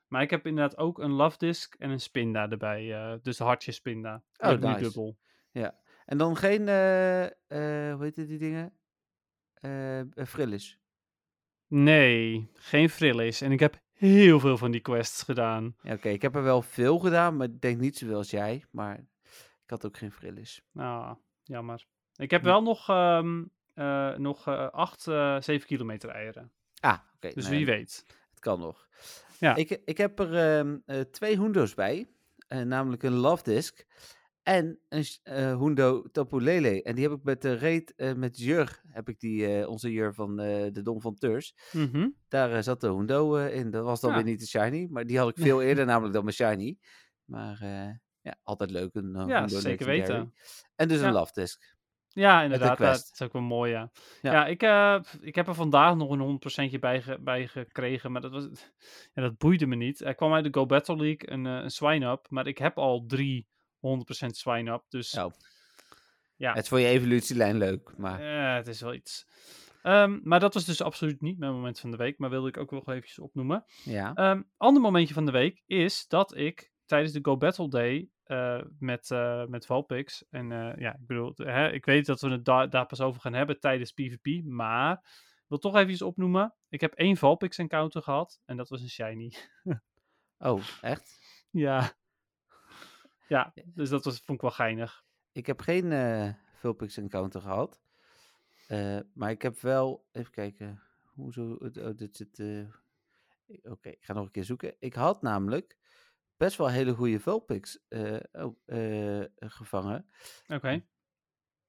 Speaker 4: Maar ik heb inderdaad ook een Love Disc en een Spinda erbij. eh, dus de hartje Spinda. Die
Speaker 3: Oh,
Speaker 4: heb ik nu
Speaker 3: nice.
Speaker 4: dubbel.
Speaker 3: En dan geen, eh, eh, hoe heet het, die dingen? Eh eh, frillis.
Speaker 4: Nee, geen frillis. En ik heb heel veel van die quests gedaan.
Speaker 3: Ja, Oké, ik heb er wel veel gedaan, maar ik denk niet zoveel als jij. Maar ik had ook geen frillis.
Speaker 4: Ah, jammer. Ik heb
Speaker 3: Hm.
Speaker 4: wel nog, ehm, eh, nog eh, acht, eh 7 kilometer eieren.
Speaker 3: Ah, oké.
Speaker 4: Dus
Speaker 3: nou ja,
Speaker 4: wie weet.
Speaker 3: Het kan nog.
Speaker 4: Ja.
Speaker 3: Ik, ik heb er ehm, eh, twee hundo's bij. eh, namelijk een Love Disc en een sh- eh hundo Tapulele. En die heb ik met de reet, eh, met Jur, heb ik die, eh, onze Jur van eh, de Dom van Teurs.
Speaker 4: Mhm.
Speaker 3: Daar eh, zat de Hundo eh, in. Dat was dan
Speaker 4: Ja.
Speaker 3: weer niet de Shiny, maar die had
Speaker 4: <laughs>
Speaker 3: ik veel eerder namelijk dan mijn Shiny. Maar eh, ja, altijd leuk. Een, eh,
Speaker 4: Ja,
Speaker 3: Hundo
Speaker 4: zeker
Speaker 3: Legendary.
Speaker 4: weten.
Speaker 3: En dus
Speaker 4: Ja.
Speaker 3: een Love Disc.
Speaker 4: Ja, inderdaad. ja,
Speaker 3: quest.
Speaker 4: Dat is ook wel mooi, ja.
Speaker 3: Ja.
Speaker 4: Ja, ik, eh, pff, ik heb er vandaag nog een 100% bij, ge- bij gekregen, maar dat, was, ja, dat boeide me niet. Er kwam uit de Go Battle League een, eh, een swine-up, maar ik heb al drie 100% swine-up, dus
Speaker 3: Ja.
Speaker 4: Ja.
Speaker 3: Het is voor je evolutielijn leuk, maar
Speaker 4: eh, het is wel iets. Ehm, maar dat was dus absoluut niet mijn moment van de week, maar wilde ik ook wel eventjes opnoemen.
Speaker 3: ja.
Speaker 4: Ehm, ander momentje van de week is dat ik tijdens de Go Battle Day eh, met, eh met Valpix. En eh, ja, ik bedoel, hè, ik weet dat we het da- daar pas over gaan hebben tijdens PvP. Maar ik wil toch even iets opnoemen. Ik heb één Valpix encounter gehad. En dat was een shiny. <laughs>
Speaker 3: Oh, echt?
Speaker 4: ja. Ja, dus dat was, vond ik wel geinig.
Speaker 3: Ik heb geen eh Vulpix encounter gehad. Eh, maar ik heb wel, even kijken, hoezo, het- oh, dit zit, eh, oké, ik ga nog een keer zoeken. Ik had namelijk best wel hele goede Vulpix eh, oh, eh, gevangen.
Speaker 4: Oké.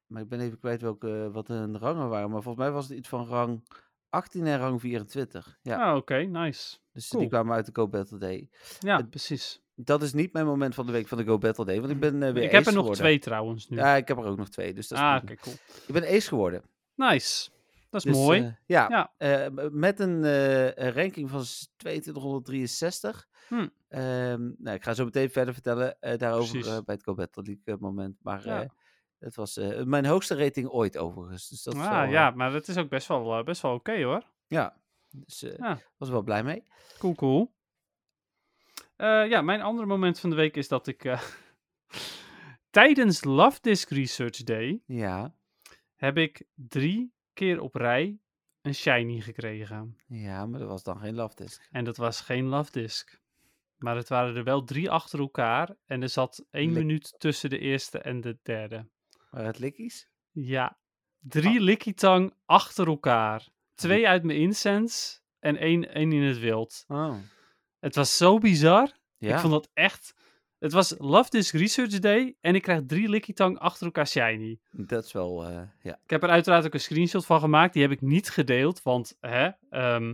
Speaker 3: Maar ik ben even kwijt welke, eh, wat hun rangen waren. Maar volgens mij was het iets van rang 18 en rang 24. Ja,
Speaker 4: Ah, Oké, nice.
Speaker 3: dus
Speaker 4: cool.
Speaker 3: die kwamen uit de Go Battle Day.
Speaker 4: Ja,
Speaker 3: Het-
Speaker 4: precies.
Speaker 3: Dat is niet mijn moment van de week van de Go Battle Day, want ik ben eh, weer
Speaker 4: <laughs> Ik heb
Speaker 3: ace
Speaker 4: er nog
Speaker 3: geworden.
Speaker 4: twee trouwens nu.
Speaker 3: Ja, ik heb er ook nog twee, dus dat is
Speaker 4: ah, oké,
Speaker 3: prima.
Speaker 4: cool.
Speaker 3: Ik ben ace geworden.
Speaker 4: Nice. Dat is
Speaker 3: Dus,
Speaker 4: mooi.
Speaker 3: eh, ja,
Speaker 4: Ja.
Speaker 3: eh, m- met een eh, een ranking van s- 2263.
Speaker 4: Hm.
Speaker 3: Ehm, nou, ik ga zo meteen verder vertellen eh, daarover
Speaker 4: Precies.
Speaker 3: eh, bij het Go Battle League eh, moment. Maar
Speaker 4: Ja.
Speaker 3: eh, dat was eh, mijn hoogste rating ooit overigens. Dus dat is wel,
Speaker 4: ah,
Speaker 3: eh,
Speaker 4: ja, maar dat is ook best wel, eh, best wel oké hoor.
Speaker 3: ja. Dus eh,
Speaker 4: Ja.
Speaker 3: was er wel blij mee.
Speaker 4: Cool, cool. Eh, ja, mijn andere moment van de week is dat ik eh, <laughs> tijdens Love Disc Research Day
Speaker 3: Ja,
Speaker 4: heb ik drie keer op rij een shiny gekregen.
Speaker 3: ja, maar dat was dan geen love disc.
Speaker 4: En dat was geen Love Disc. Maar het waren er wel drie achter elkaar. En er zat één
Speaker 3: Lek-
Speaker 4: minuut tussen de eerste en de derde.
Speaker 3: Maar het likkies?
Speaker 4: Ja. Drie Likitang achter elkaar. Twee uit mijn incense en één, één in het wild.
Speaker 3: Oh.
Speaker 4: Het was zo bizar.
Speaker 3: Ja.
Speaker 4: Ik vond dat echt... Het was Love This Research Day en ik krijg drie Likitang achter elkaar shiny.
Speaker 3: Dat is wel, eh, ja.
Speaker 4: Ik heb er uiteraard ook een screenshot van gemaakt. Die heb ik niet gedeeld, want hè, ehm,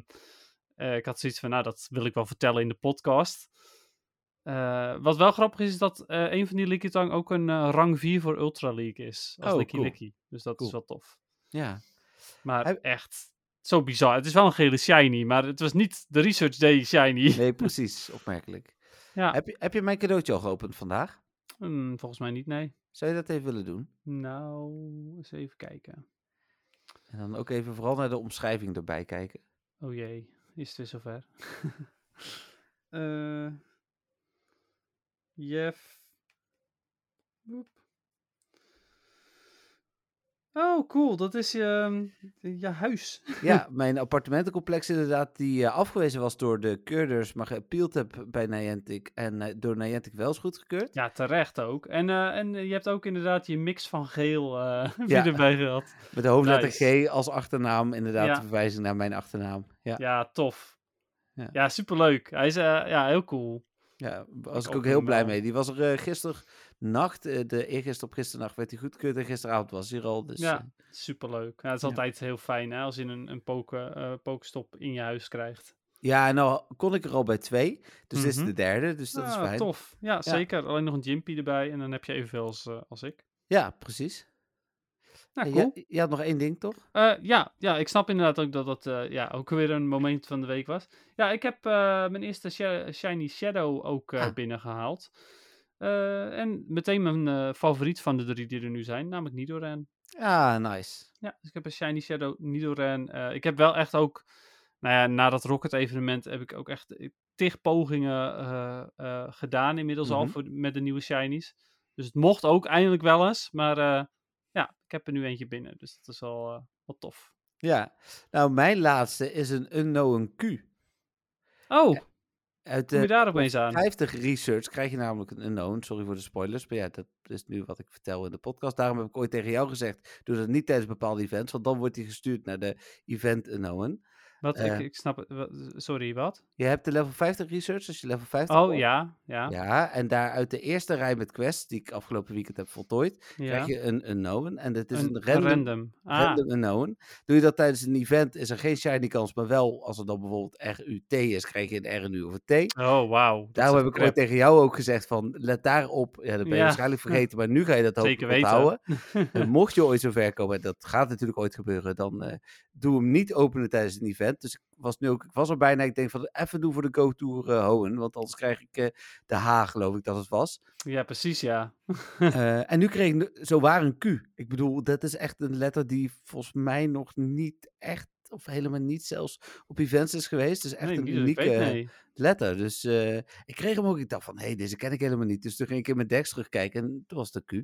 Speaker 4: eh, ik had zoiets van, nou, dat wil ik wel vertellen in de podcast. Eh, wat wel grappig is, is dat eh, een van die Likitang ook een eh, rang 4 voor Ultra League is. Als
Speaker 3: Oh,
Speaker 4: Likkie
Speaker 3: cool.
Speaker 4: Likkie. Dus dat
Speaker 3: Cool.
Speaker 4: is wel tof. <laughs>
Speaker 3: Ja.
Speaker 4: Maar
Speaker 3: Heb-
Speaker 4: echt, zo bizar. Het is wel een gele shiny, maar het was niet de Research Day shiny.
Speaker 3: Nee, precies. Opmerkelijk.
Speaker 4: Ja.
Speaker 3: Heb, je, heb je mijn cadeautje al geopend vandaag?
Speaker 4: Hmm, volgens mij niet, nee.
Speaker 3: Zou je dat even willen doen?
Speaker 4: Nou, eens even kijken.
Speaker 3: En dan ook even vooral naar de omschrijving erbij
Speaker 4: <laughs>
Speaker 3: kijken.
Speaker 4: Oh jee, is het weer zover? <laughs> Eh Jeff. Woep. Oh, cool. Dat is je, ehm, je huis. <laughs>
Speaker 3: Ja, mijn appartementencomplex inderdaad, die eh, afgewezen was door de keurders, maar geappeeld heb bij Niantic en eh, door Niantic wel is goedgekeurd.
Speaker 4: Ja, terecht ook. En, eh, en je hebt ook inderdaad je mix van geel eh <laughs> heb je
Speaker 3: Ja.
Speaker 4: erbij gehad.
Speaker 3: Met de hoofdletter
Speaker 4: Nice.
Speaker 3: G als achternaam, inderdaad,
Speaker 4: Ja.
Speaker 3: de verwijzing naar mijn achternaam. Ja, ja.
Speaker 4: Ja, tof.
Speaker 3: Ja.
Speaker 4: Ja, superleuk. Hij is eh, ja, heel cool.
Speaker 3: was ik
Speaker 4: hoop
Speaker 3: ook heel
Speaker 4: hem,
Speaker 3: blij
Speaker 4: eh,
Speaker 3: mee. Die was er eh, gisternacht, eh, de eergisteren op gisternacht werd hij goedgekeurd en gisteravond was hij er al. Dus,
Speaker 4: Ja.
Speaker 3: eh,
Speaker 4: Superleuk. Ja, het is
Speaker 3: Ja.
Speaker 4: altijd heel fijn hè, als je een, een poke, eh, pokestop in je huis krijgt.
Speaker 3: ja, en nou kon ik er al bij twee, dus dit is
Speaker 4: Mhm.
Speaker 3: de derde, dus dat
Speaker 4: Ah,
Speaker 3: is fijn.
Speaker 4: Tof. Ja, zeker. Alleen nog een Jimpy erbij en dan heb je evenveel als, eh, als ik.
Speaker 3: Ja, precies.
Speaker 4: Nou,
Speaker 3: En
Speaker 4: cool.
Speaker 3: je, je had nog één ding, toch?
Speaker 4: Eh, ja, ja, ik snap inderdaad ook dat dat eh, ja, ook weer een moment van de week was. Ja, ik heb eh, mijn eerste sha- Shiny Shadow ook eh,
Speaker 3: Ah.
Speaker 4: binnengehaald. Eh, en meteen mijn eh, favoriet van de drie die er nu zijn, namelijk Nidoran.
Speaker 3: Ah, nice.
Speaker 4: Ja, dus ik heb een Shiny Shadow Nidoran. Eh, ik heb wel echt ook, nou ja, na dat Rocket evenement heb ik ook echt eh, tig pogingen eh, eh, gedaan inmiddels al
Speaker 3: Mhm.
Speaker 4: voor, met de nieuwe Shinies. Dus het mocht ook eindelijk wel eens, maar eh, ja, ik heb er nu eentje binnen. Dus dat is wel, eh, wel tof.
Speaker 3: Ja, nou mijn laatste is een unknown Q.
Speaker 4: Oh,
Speaker 3: Uit
Speaker 4: Kom je
Speaker 3: de
Speaker 4: daar opeens aan?
Speaker 3: 50 research krijg je namelijk een unknown. Sorry voor de spoilers, maar ja, dat is nu wat ik vertel in de podcast. Daarom heb ik ooit tegen jou gezegd, doe dat niet tijdens bepaalde events, want dan wordt die gestuurd naar de event unknown.
Speaker 4: Wat,
Speaker 3: eh,
Speaker 4: ik, ik snap het. wa- Sorry, wat?
Speaker 3: Je hebt de level 50 research, als je level 50
Speaker 4: Oh
Speaker 3: wordt-
Speaker 4: ja, ja. ja,
Speaker 3: Ja, en daar uit de eerste rij met quests, die ik afgelopen weekend heb voltooid, krijg je een unknown. En dat is een, random
Speaker 4: Ah,
Speaker 3: Random unknown. Doe je dat tijdens een event, is er geen shiny kans, maar wel als er dan bijvoorbeeld RUT is, krijg je een RNU of een T.
Speaker 4: Oh, wauw. dat is
Speaker 3: Daarom
Speaker 4: echt
Speaker 3: heb ik ooit
Speaker 4: crap.
Speaker 3: tegen jou ook gezegd van, let daarop. Ja, dat ben je
Speaker 4: Ja.
Speaker 3: waarschijnlijk vergeten, maar nu ga je dat hopelijk
Speaker 4: Zeker weten. <laughs>
Speaker 3: onthouden. En mocht je ooit zover komen, en dat gaat natuurlijk ooit gebeuren, dan eh, doe hem niet openen tijdens een event. Dus ik was nu ook, ik was er bijna, ik denk van, even doen voor de go-tour eh, Hoenn, want anders krijg ik eh, de H, geloof ik dat het
Speaker 4: <laughs>
Speaker 3: was.
Speaker 4: Ja, precies, ja.
Speaker 3: Eh, en nu kreeg ik nu- zo waar een Q. Ik bedoel, dat is echt een letter die volgens mij nog niet echt, of helemaal niet zelfs, op events is geweest. Dus echt
Speaker 4: nee,
Speaker 3: een
Speaker 4: niet dat ik
Speaker 3: unieke
Speaker 4: weet, nee.
Speaker 3: letter. Dus eh, ik kreeg hem ook. Ik dacht van, hé, hey, deze ken ik helemaal niet. Dus toen ging ik in mijn dex terugkijken en toen was de Q.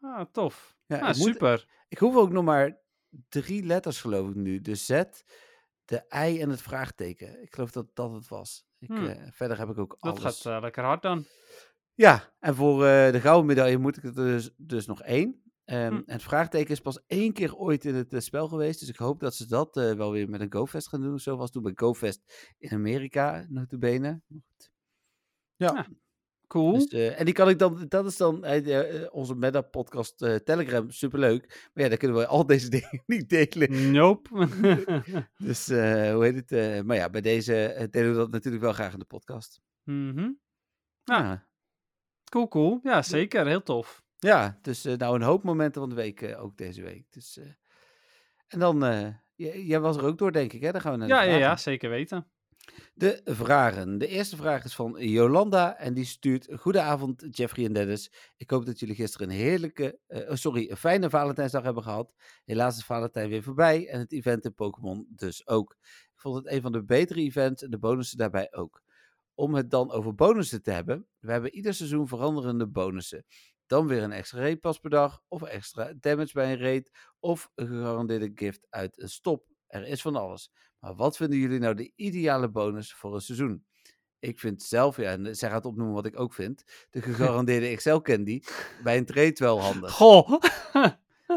Speaker 4: Ah, tof.
Speaker 3: Ja,
Speaker 4: ah,
Speaker 3: ik moet-
Speaker 4: super.
Speaker 3: Ik hoef ook nog maar drie letters, geloof ik nu. De Z, de I en het vraagteken. Ik geloof dat dat het was. Ik,
Speaker 4: Hmm.
Speaker 3: eh, verder heb ik ook
Speaker 4: Dat
Speaker 3: alles.
Speaker 4: gaat eh, lekker hard dan.
Speaker 3: Ja, en voor eh, de gouden medaille moet ik er dus, dus nog één. Ehm,
Speaker 4: Hm.
Speaker 3: en Het vraagteken is pas één keer ooit in het eh, spel geweest. Dus ik hoop dat ze dat eh, wel weer met een GoFest gaan doen. of Zo was toen bij GoFest in Amerika, notabene. Maar goed. Ja,
Speaker 4: Ah, Cool.
Speaker 3: Dus, eh, en die kan ik dan, dat is dan eh, eh, onze meta-podcast eh, Telegram, superleuk. Maar ja, dan kunnen we al <laughs> deze dingen niet delen. <laughs>
Speaker 4: Nope. <laughs>
Speaker 3: Dus eh, hoe heet het? eh, maar ja, bij deze eh, delen we dat natuurlijk wel graag in de podcast.
Speaker 4: Mhm.
Speaker 3: Ja,
Speaker 4: Ah. Cool, cool. Ja, zeker. Heel tof.
Speaker 3: Ja, dus eh, nou een hoop momenten van de week eh, ook deze week. Dus, eh, en dan, eh, j- jij was er ook door denk ik hè? Dan gaan we naar
Speaker 4: Ja,
Speaker 3: de
Speaker 4: ja,
Speaker 3: vragen.
Speaker 4: ja, zeker weten.
Speaker 3: De vragen. De eerste vraag is van Jolanda en die stuurt... Goedenavond Jeffrey en Dennis. Ik hoop dat jullie gisteren een heerlijke, eh, sorry, een fijne Valentijnsdag hebben gehad. Helaas is Valentijn weer voorbij en het event in Pokémon dus ook. Ik vond het een van de betere events en de bonussen daarbij ook. Om het dan over bonussen te hebben. We hebben ieder seizoen veranderende bonussen. Dan weer een extra raid pas per dag of extra damage bij een raid of een gegarandeerde gift uit een stop. Er is van alles. Maar wat vinden jullie nou de ideale bonus voor een seizoen? ik vind zelf, ja, en eh, zij gaat opnoemen wat ik ook vind, de gegarandeerde Excel-candy bij een trade wel handig. <laughs>
Speaker 4: Goh!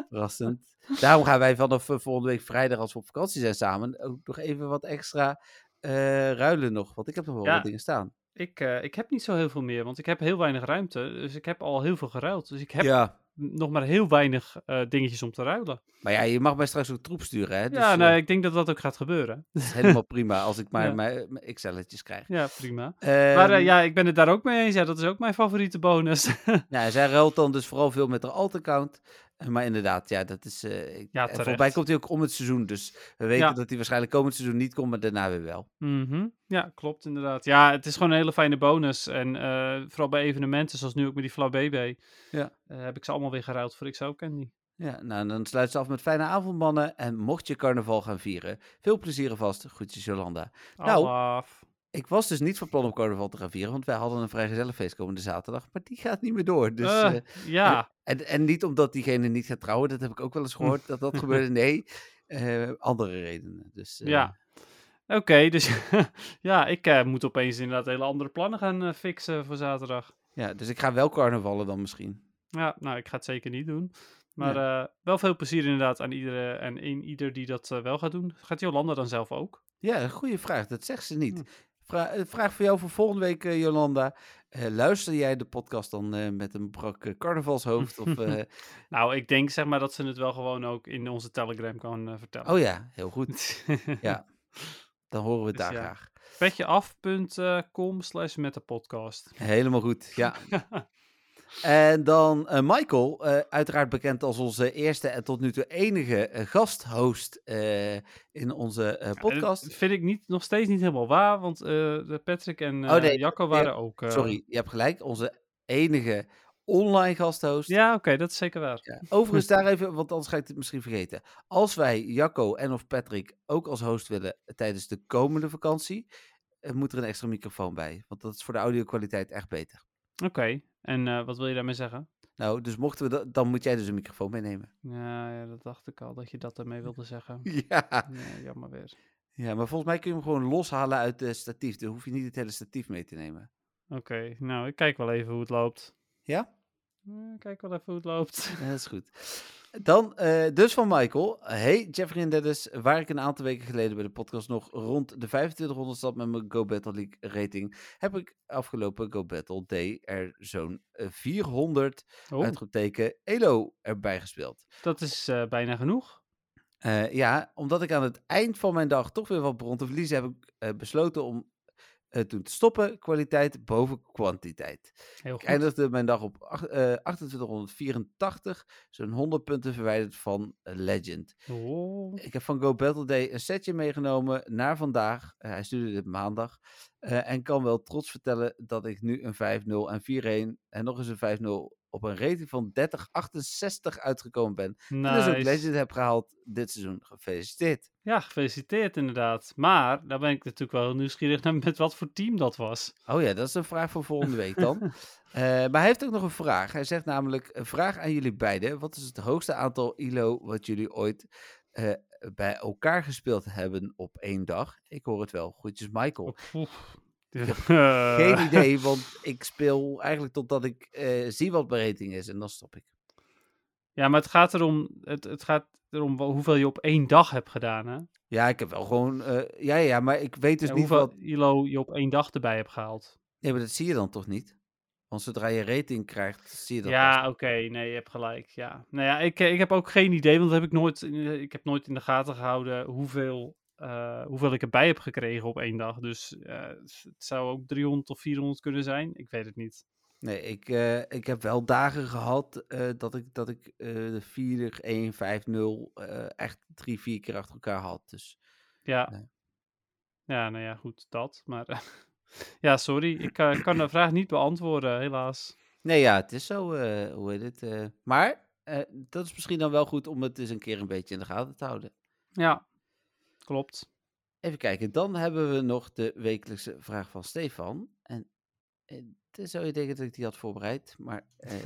Speaker 3: Verrassend. Daarom gaan wij vanaf eh, volgende week vrijdag, als we op vakantie zijn samen, ook nog even wat extra eh, ruilen nog. Want ik heb nog wel
Speaker 4: Ja.
Speaker 3: wat dingen staan.
Speaker 4: Ik, eh, ik heb niet zo heel veel meer, want ik heb heel weinig ruimte. Dus ik heb al heel veel geruild. Dus ik heb
Speaker 3: Ja.
Speaker 4: n- nog maar heel weinig eh, dingetjes om te ruilen.
Speaker 3: Maar ja, je mag mij straks ook troep sturen, hè? Dus,
Speaker 4: ja,
Speaker 3: eh,
Speaker 4: nou, ik denk dat dat ook gaat gebeuren.
Speaker 3: dat is helemaal prima als ik
Speaker 4: <laughs>
Speaker 3: maar
Speaker 4: Ja.
Speaker 3: mijn, mijn Excelletjes krijg.
Speaker 4: Ja, prima. maar eh,
Speaker 3: Ehm,
Speaker 4: ja, ik ben het daar ook mee eens. Ja, dat is ook mijn favoriete bonus.
Speaker 3: Nou, zij ruilt dan dus vooral veel met haar alt-account. Eh, Maar inderdaad, ja, dat is... eh, ik-
Speaker 4: Ja,
Speaker 3: en volgens mij
Speaker 4: terecht.
Speaker 3: komt hij ook om het seizoen, dus we weten
Speaker 4: Ja.
Speaker 3: dat hij waarschijnlijk komend seizoen niet komt, maar daarna weer wel.
Speaker 4: Mhm. Ja, klopt inderdaad. Ja, het is gewoon een hele fijne bonus. En eh, vooral bij evenementen, zoals nu ook met die Flabébé,
Speaker 3: Ja.
Speaker 4: eh, heb ik ze allemaal weer geruild voor XL Candy.
Speaker 3: Ja, nou, en dan sluit ze af met fijne avond, mannen. En mocht je carnaval gaan vieren, veel plezier alvast. Groetjes, Jolanda. Nou.
Speaker 4: Alaf.
Speaker 3: Ik was dus niet van plan om carnaval te gaan vieren, want wij hadden een vrijgezellenfeest komende zaterdag. Maar die gaat niet meer door. Dus,
Speaker 4: Eh,
Speaker 3: eh,
Speaker 4: ja,
Speaker 3: en, en niet omdat diegene niet gaat trouwen, dat heb ik ook wel eens gehoord dat dat
Speaker 4: <laughs>
Speaker 3: gebeurde. Nee, eh, andere redenen. Dus, eh,
Speaker 4: ja. Oké, dus <laughs> ja, ik eh, moet opeens inderdaad hele andere plannen gaan eh, fixen voor zaterdag.
Speaker 3: ja. Dus ik ga wel carnavallen dan misschien.
Speaker 4: Ja, nou, ik ga het zeker niet doen. Maar eh, wel veel plezier inderdaad aan iedere en een ieder die dat eh, wel gaat doen. Gaat Jolanda dan zelf ook?
Speaker 3: Ja, een goede vraag. Dat zegt ze
Speaker 4: Hm.
Speaker 3: niet. Vra- eh, vraag voor jou voor volgende week, eh, Jolanda. Eh, luister jij de podcast dan eh, met een brak eh, carnavalshoofd?
Speaker 4: <laughs>
Speaker 3: Of, eh,
Speaker 4: Nou, ik denk zeg maar dat ze het wel gewoon ook in onze Telegram kan eh, vertellen.
Speaker 3: oh ja, heel goed.
Speaker 4: <laughs>
Speaker 3: Ja, dan horen we het
Speaker 4: Dus
Speaker 3: daar
Speaker 4: ja.
Speaker 3: graag.
Speaker 4: Petjeaf.com eh, slash met de podcast.
Speaker 3: Helemaal goed,
Speaker 4: <laughs>
Speaker 3: ja. en dan eh, Michael, eh, uiteraard bekend als onze eerste en tot nu toe enige eh, gasthost eh, in onze eh, podcast.
Speaker 4: Dat vind ik niet, nog steeds niet helemaal waar, want eh, de Patrick en eh
Speaker 3: Oh, nee,
Speaker 4: Jacco waren ook... eh,
Speaker 3: Sorry, je hebt gelijk. Onze enige online gasthost.
Speaker 4: Ja, oké, dat is zeker waar.
Speaker 3: Ja, Overigens daar even, want anders ga ik het misschien vergeten. Als wij Jacco en of Patrick ook als host willen tijdens de komende vakantie, eh, moet er een extra microfoon bij. Want dat is voor de audio-kwaliteit echt beter.
Speaker 4: Oké, en eh, wat wil je daarmee zeggen?
Speaker 3: Nou, dus mochten we dat, dan moet jij dus een microfoon
Speaker 4: <laughs>
Speaker 3: meenemen.
Speaker 4: Ja, ja, dat dacht ik al, dat je dat ermee wilde zeggen.
Speaker 3: Ja.
Speaker 4: Nee, jammer weer.
Speaker 3: ja, maar volgens mij kun je hem gewoon loshalen uit de statief. Dan hoef je niet het hele statief mee te nemen.
Speaker 4: Oké, nou, ik kijk wel even hoe het loopt.
Speaker 3: Ja?
Speaker 4: Eh, Ik kijk wel even hoe het
Speaker 3: <laughs>
Speaker 4: loopt.
Speaker 3: Ja, dat is goed. Dan, eh, dus van Michael. Hey, Jeffrey en Dennis. Waar ik een aantal weken geleden bij de podcast nog rond de 2500 zat met mijn Go Battle League rating, heb ik afgelopen Go Battle Day er zo'n eh, 400
Speaker 4: Oh,
Speaker 3: uitroepteken Elo erbij gespeeld.
Speaker 4: dat is eh, bijna genoeg.
Speaker 3: Eh, ja, omdat ik aan het eind van mijn dag toch weer wat begon te verliezen, heb ik eh, besloten om eh, toen te stoppen. Kwaliteit boven kwantiteit.
Speaker 4: Heel
Speaker 3: Ik
Speaker 4: goed.
Speaker 3: eindigde mijn dag op ach- eh, 2884, zo'n 100 punten verwijderd van eh, Legend.
Speaker 4: Oh,
Speaker 3: Ik heb van Go Battle Day een setje meegenomen naar vandaag. Eh, hij stuurde dit maandag. Eh, en kan wel trots vertellen dat ik nu een 5-0 en 4-1 en nog eens een 5-0 op een rating van 3068 uitgekomen ben. <laughs> En dus ook
Speaker 4: nice.
Speaker 3: Legend heb gehaald dit seizoen. Gefeliciteerd.
Speaker 4: Ja, gefeliciteerd inderdaad. Maar, daar ben ik natuurlijk wel heel nieuwsgierig naar met wat voor team dat was.
Speaker 3: Oh ja, dat is een vraag voor volgende week dan.
Speaker 4: <laughs>
Speaker 3: Eh, maar hij heeft ook nog een vraag. Hij zegt namelijk: een vraag aan jullie beiden. Wat is het hoogste aantal ILO wat jullie ooit eh, bij elkaar gespeeld hebben op één dag? Ik hoor het wel. Groetjes, Michael.
Speaker 4: Oef. <laughs> eh,
Speaker 3: Geen idee, want ik speel eigenlijk totdat ik eh, zie wat mijn rating is en dan stop ik.
Speaker 4: Ja, maar het gaat erom, het, het gaat erom wel hoeveel je op één dag hebt gedaan. Hè?
Speaker 3: Ja, ik heb wel gewoon. eh, ja, ja, maar ik weet dus
Speaker 4: En
Speaker 3: niet
Speaker 4: hoeveel
Speaker 3: wat.
Speaker 4: ILO je op één dag erbij hebt gehaald.
Speaker 3: Nee, maar dat zie je dan toch niet? Want zodra je rating krijgt, zie je dat.
Speaker 4: ja,
Speaker 3: pas.
Speaker 4: oké. nee, je hebt gelijk. Ja. Nou ja, ik, eh, ik heb ook geen idee, want dat heb ik, nooit, in de- ik heb nooit in de gaten gehouden hoeveel, eh, hoeveel ik erbij heb gekregen op één dag. Dus eh, het zou ook 300 of 400 kunnen zijn. Ik weet het niet.
Speaker 3: Nee, ik, eh, ik heb wel dagen gehad eh, dat ik, dat ik eh, de 4, 1, 5, 0 eh, echt drie, vier keer achter elkaar had. Dus
Speaker 4: Ja.
Speaker 3: Nee.
Speaker 4: Ja, nou ja, goed, dat. Maar <laughs> eh, ja, sorry. Ik eh, kan de vraag niet beantwoorden, helaas.
Speaker 3: nee, ja, het is zo, eh, hoe heet het. eh, maar eh, dat is misschien dan wel goed om het eens een keer een beetje in de gaten te houden.
Speaker 4: Ja, klopt.
Speaker 3: Even kijken, dan hebben we nog de wekelijkse vraag van Stefan. En eh, dan zou je denken dat ik die had voorbereid, maar eh,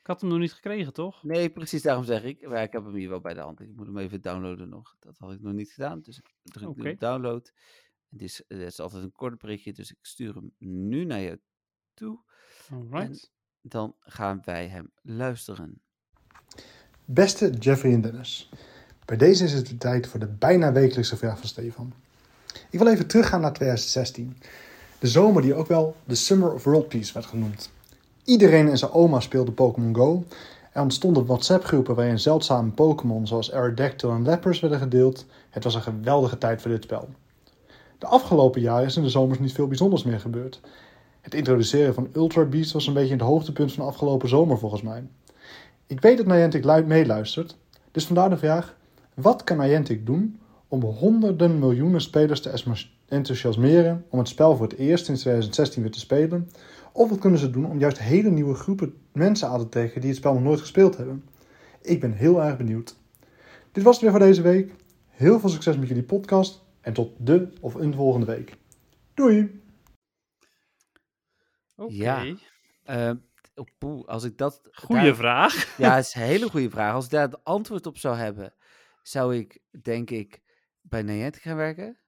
Speaker 4: Ik had hem nog niet gekregen, toch?
Speaker 3: nee, precies daarom zeg ik. Maar ik heb hem hier wel bij de hand. Ik moet hem even downloaden nog. Dat had ik nog niet gedaan, dus ik druk nu
Speaker 4: Oké.
Speaker 3: op download. En Het is, het is altijd een kort berichtje, dus ik stuur hem nu naar je toe.
Speaker 4: Alright.
Speaker 3: Dan gaan wij hem luisteren.
Speaker 5: Beste Jeffrey en Dennis, bij deze is het weer tijd voor de bijna wekelijkse vraag van Stefan. Ik wil even teruggaan naar 2016, de zomer die ook wel de Summer of World Peace werd genoemd. Iedereen en zijn oma speelde Pokémon Go. Er ontstonden WhatsApp-groepen waarin zeldzame Pokémon zoals Aerodactyl en Lapras werden gedeeld. Het was een geweldige tijd voor dit spel. De afgelopen jaren is in de zomers niet veel bijzonders meer gebeurd. Het introduceren van Ultra Beast was een beetje het hoogtepunt van de afgelopen zomer volgens mij. Ik weet dat Niantic luid meeluistert, dus vandaar de vraag: wat kan Niantic doen om honderden miljoenen spelers te es- enthousiasmeren om het spel voor het eerst sinds 2016 weer te spelen? Of wat kunnen ze doen om juist hele nieuwe groepen mensen aan te trekken die het spel nog nooit gespeeld hebben? Ik ben heel erg benieuwd. Dit was het weer voor deze week. Heel veel succes met jullie podcast en tot de of een volgende week. Doei!
Speaker 4: Oké.
Speaker 3: Ja. Eh, oh, poeh, als ik dat.
Speaker 4: Goeie
Speaker 3: daar-
Speaker 4: vraag.
Speaker 3: Ja, dat is een hele goede vraag. Als ik daar het antwoord op zou hebben, zou ik denk ik bij Niantic gaan
Speaker 4: <laughs>
Speaker 3: werken.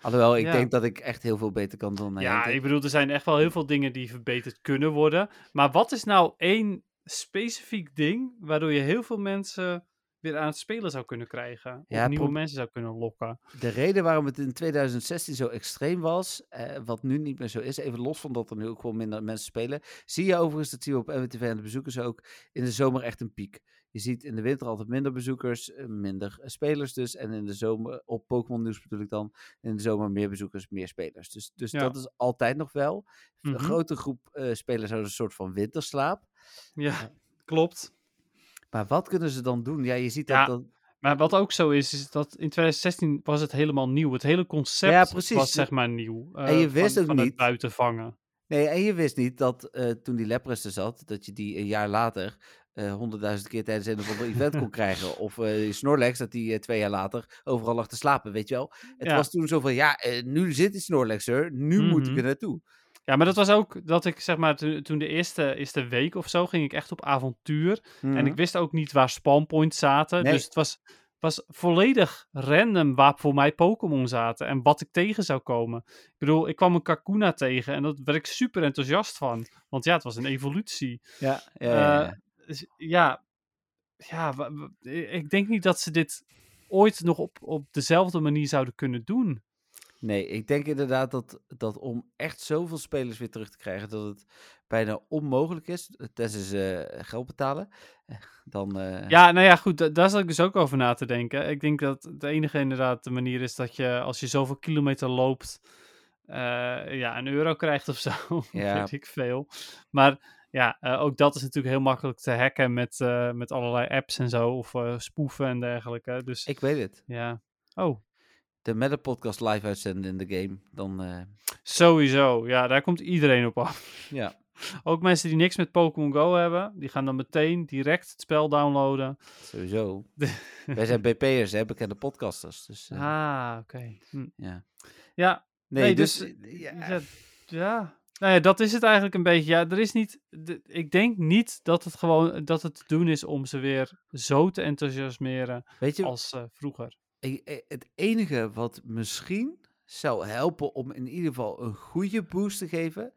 Speaker 3: Alhoewel, ik
Speaker 4: Ja.
Speaker 3: denk dat ik echt heel veel beter kan dan
Speaker 4: ja,
Speaker 3: Niantic.
Speaker 4: ik bedoel, er zijn echt wel heel veel dingen die verbeterd kunnen worden. Maar wat is nou één specifiek ding waardoor je heel veel mensen weer aan het spelen zou kunnen krijgen? Of
Speaker 3: Ja,
Speaker 4: nieuwe
Speaker 3: pro-
Speaker 4: mensen zou kunnen lokken?
Speaker 3: De reden waarom het in 2016 zo extreem was, eh, wat nu niet meer zo is, even los van dat er nu ook wel minder mensen spelen, zie je overigens, dat zien we op MTV en de bezoekers ook, in de zomer echt een piek. Je ziet in de winter altijd minder bezoekers, eh, minder eh, spelers dus. En in de zomer, op Pokémon nieuws bedoel ik dan, in de zomer meer bezoekers, meer spelers. Dus, dus
Speaker 4: Ja.
Speaker 3: dat is altijd nog wel.
Speaker 4: Mhm.
Speaker 3: Een grote groep eh, spelers hadden een soort van winterslaap.
Speaker 4: Ja, <laughs> klopt.
Speaker 3: Maar wat kunnen ze dan doen? Ja, je ziet dat...
Speaker 4: Ja,
Speaker 3: dat
Speaker 4: Maar wat ook zo is, is dat in 2016 was het helemaal nieuw. Het hele concept
Speaker 3: Ja, precies.
Speaker 4: was zeg maar nieuw. eh,
Speaker 3: En je wist
Speaker 4: van,
Speaker 3: ook
Speaker 4: van het
Speaker 3: niet-
Speaker 4: buiten vangen.
Speaker 3: Nee, en je wist niet dat eh, toen die Lepres er zat, dat je die een jaar later eh, honderdduizend keer tijdens een of ander event
Speaker 4: <laughs>
Speaker 3: kon krijgen. Of eh, die Snorlax, dat die eh, twee jaar later overal lag te slapen, weet je wel. Het
Speaker 4: Ja.
Speaker 3: was toen zo van, ja, eh, nu zit die Snorlax er, nu moet ik
Speaker 4: Mhm.
Speaker 3: er naartoe.
Speaker 4: Ja, maar dat was ook dat ik zeg maar toen- toen de eerste, eerste week of zo ging ik echt op avontuur. En ik wist ook niet waar spawnpoints zaten.
Speaker 3: Mhm. Nee.
Speaker 4: Dus het was, was volledig random waar voor mij Pokémon zaten. En wat ik tegen zou komen. Ik bedoel, ik kwam een Kakuna tegen. En daar werd ik super enthousiast van. Want ja, het was een evolutie.
Speaker 3: Ja, ja, ja, ja.
Speaker 4: Eh, Dus ja, ja wa- wa- i- ik denk niet dat ze dit ooit nog op, op dezelfde manier zouden kunnen doen.
Speaker 3: Nee, ik denk inderdaad dat, dat om echt zoveel spelers weer terug te krijgen, dat het bijna onmogelijk is, tenzij ze eh, geld betalen, eh, dan... eh,
Speaker 4: Ja, nou ja, goed, da- daar zat ik dus ook over na te denken. Ik denk dat de enige inderdaad de manier is dat je, als je zoveel kilometer loopt, eh, ja, een euro krijgt of zo. <laughs>
Speaker 3: Ja.
Speaker 4: Weet ik veel. Maar ja, eh, ook dat is natuurlijk heel makkelijk te hacken met, eh, met allerlei apps en zo, of eh spoeven en dergelijke. Dus
Speaker 3: Ik weet het.
Speaker 4: ja. Oh,
Speaker 3: De Meta Podcast live uitzenden in de game, dan... eh,
Speaker 4: sowieso. Ja, daar komt iedereen op af. <laughs>
Speaker 3: ja.
Speaker 4: Ook mensen die niks met Pokémon Go hebben, die gaan dan meteen direct het spel downloaden. <laughs>
Speaker 3: Sowieso. Wij zijn BP'ers, hè, bekende podcasters. Dus, eh,
Speaker 4: Ah, oké. Hm.
Speaker 3: ja.
Speaker 4: Ja,
Speaker 3: nee,
Speaker 4: nee,
Speaker 3: dus...
Speaker 4: dus,
Speaker 3: eh, ja,
Speaker 4: ja. ja. Nou ja, dat is het eigenlijk een beetje. Ja, er is niet. de- ik denk niet dat het gewoon dat het te doen is om ze weer zo te enthousiasmeren
Speaker 3: Weet je,
Speaker 4: als eh, vroeger.
Speaker 3: eh, eh, het enige wat misschien zou helpen om in ieder geval een goede boost te geven,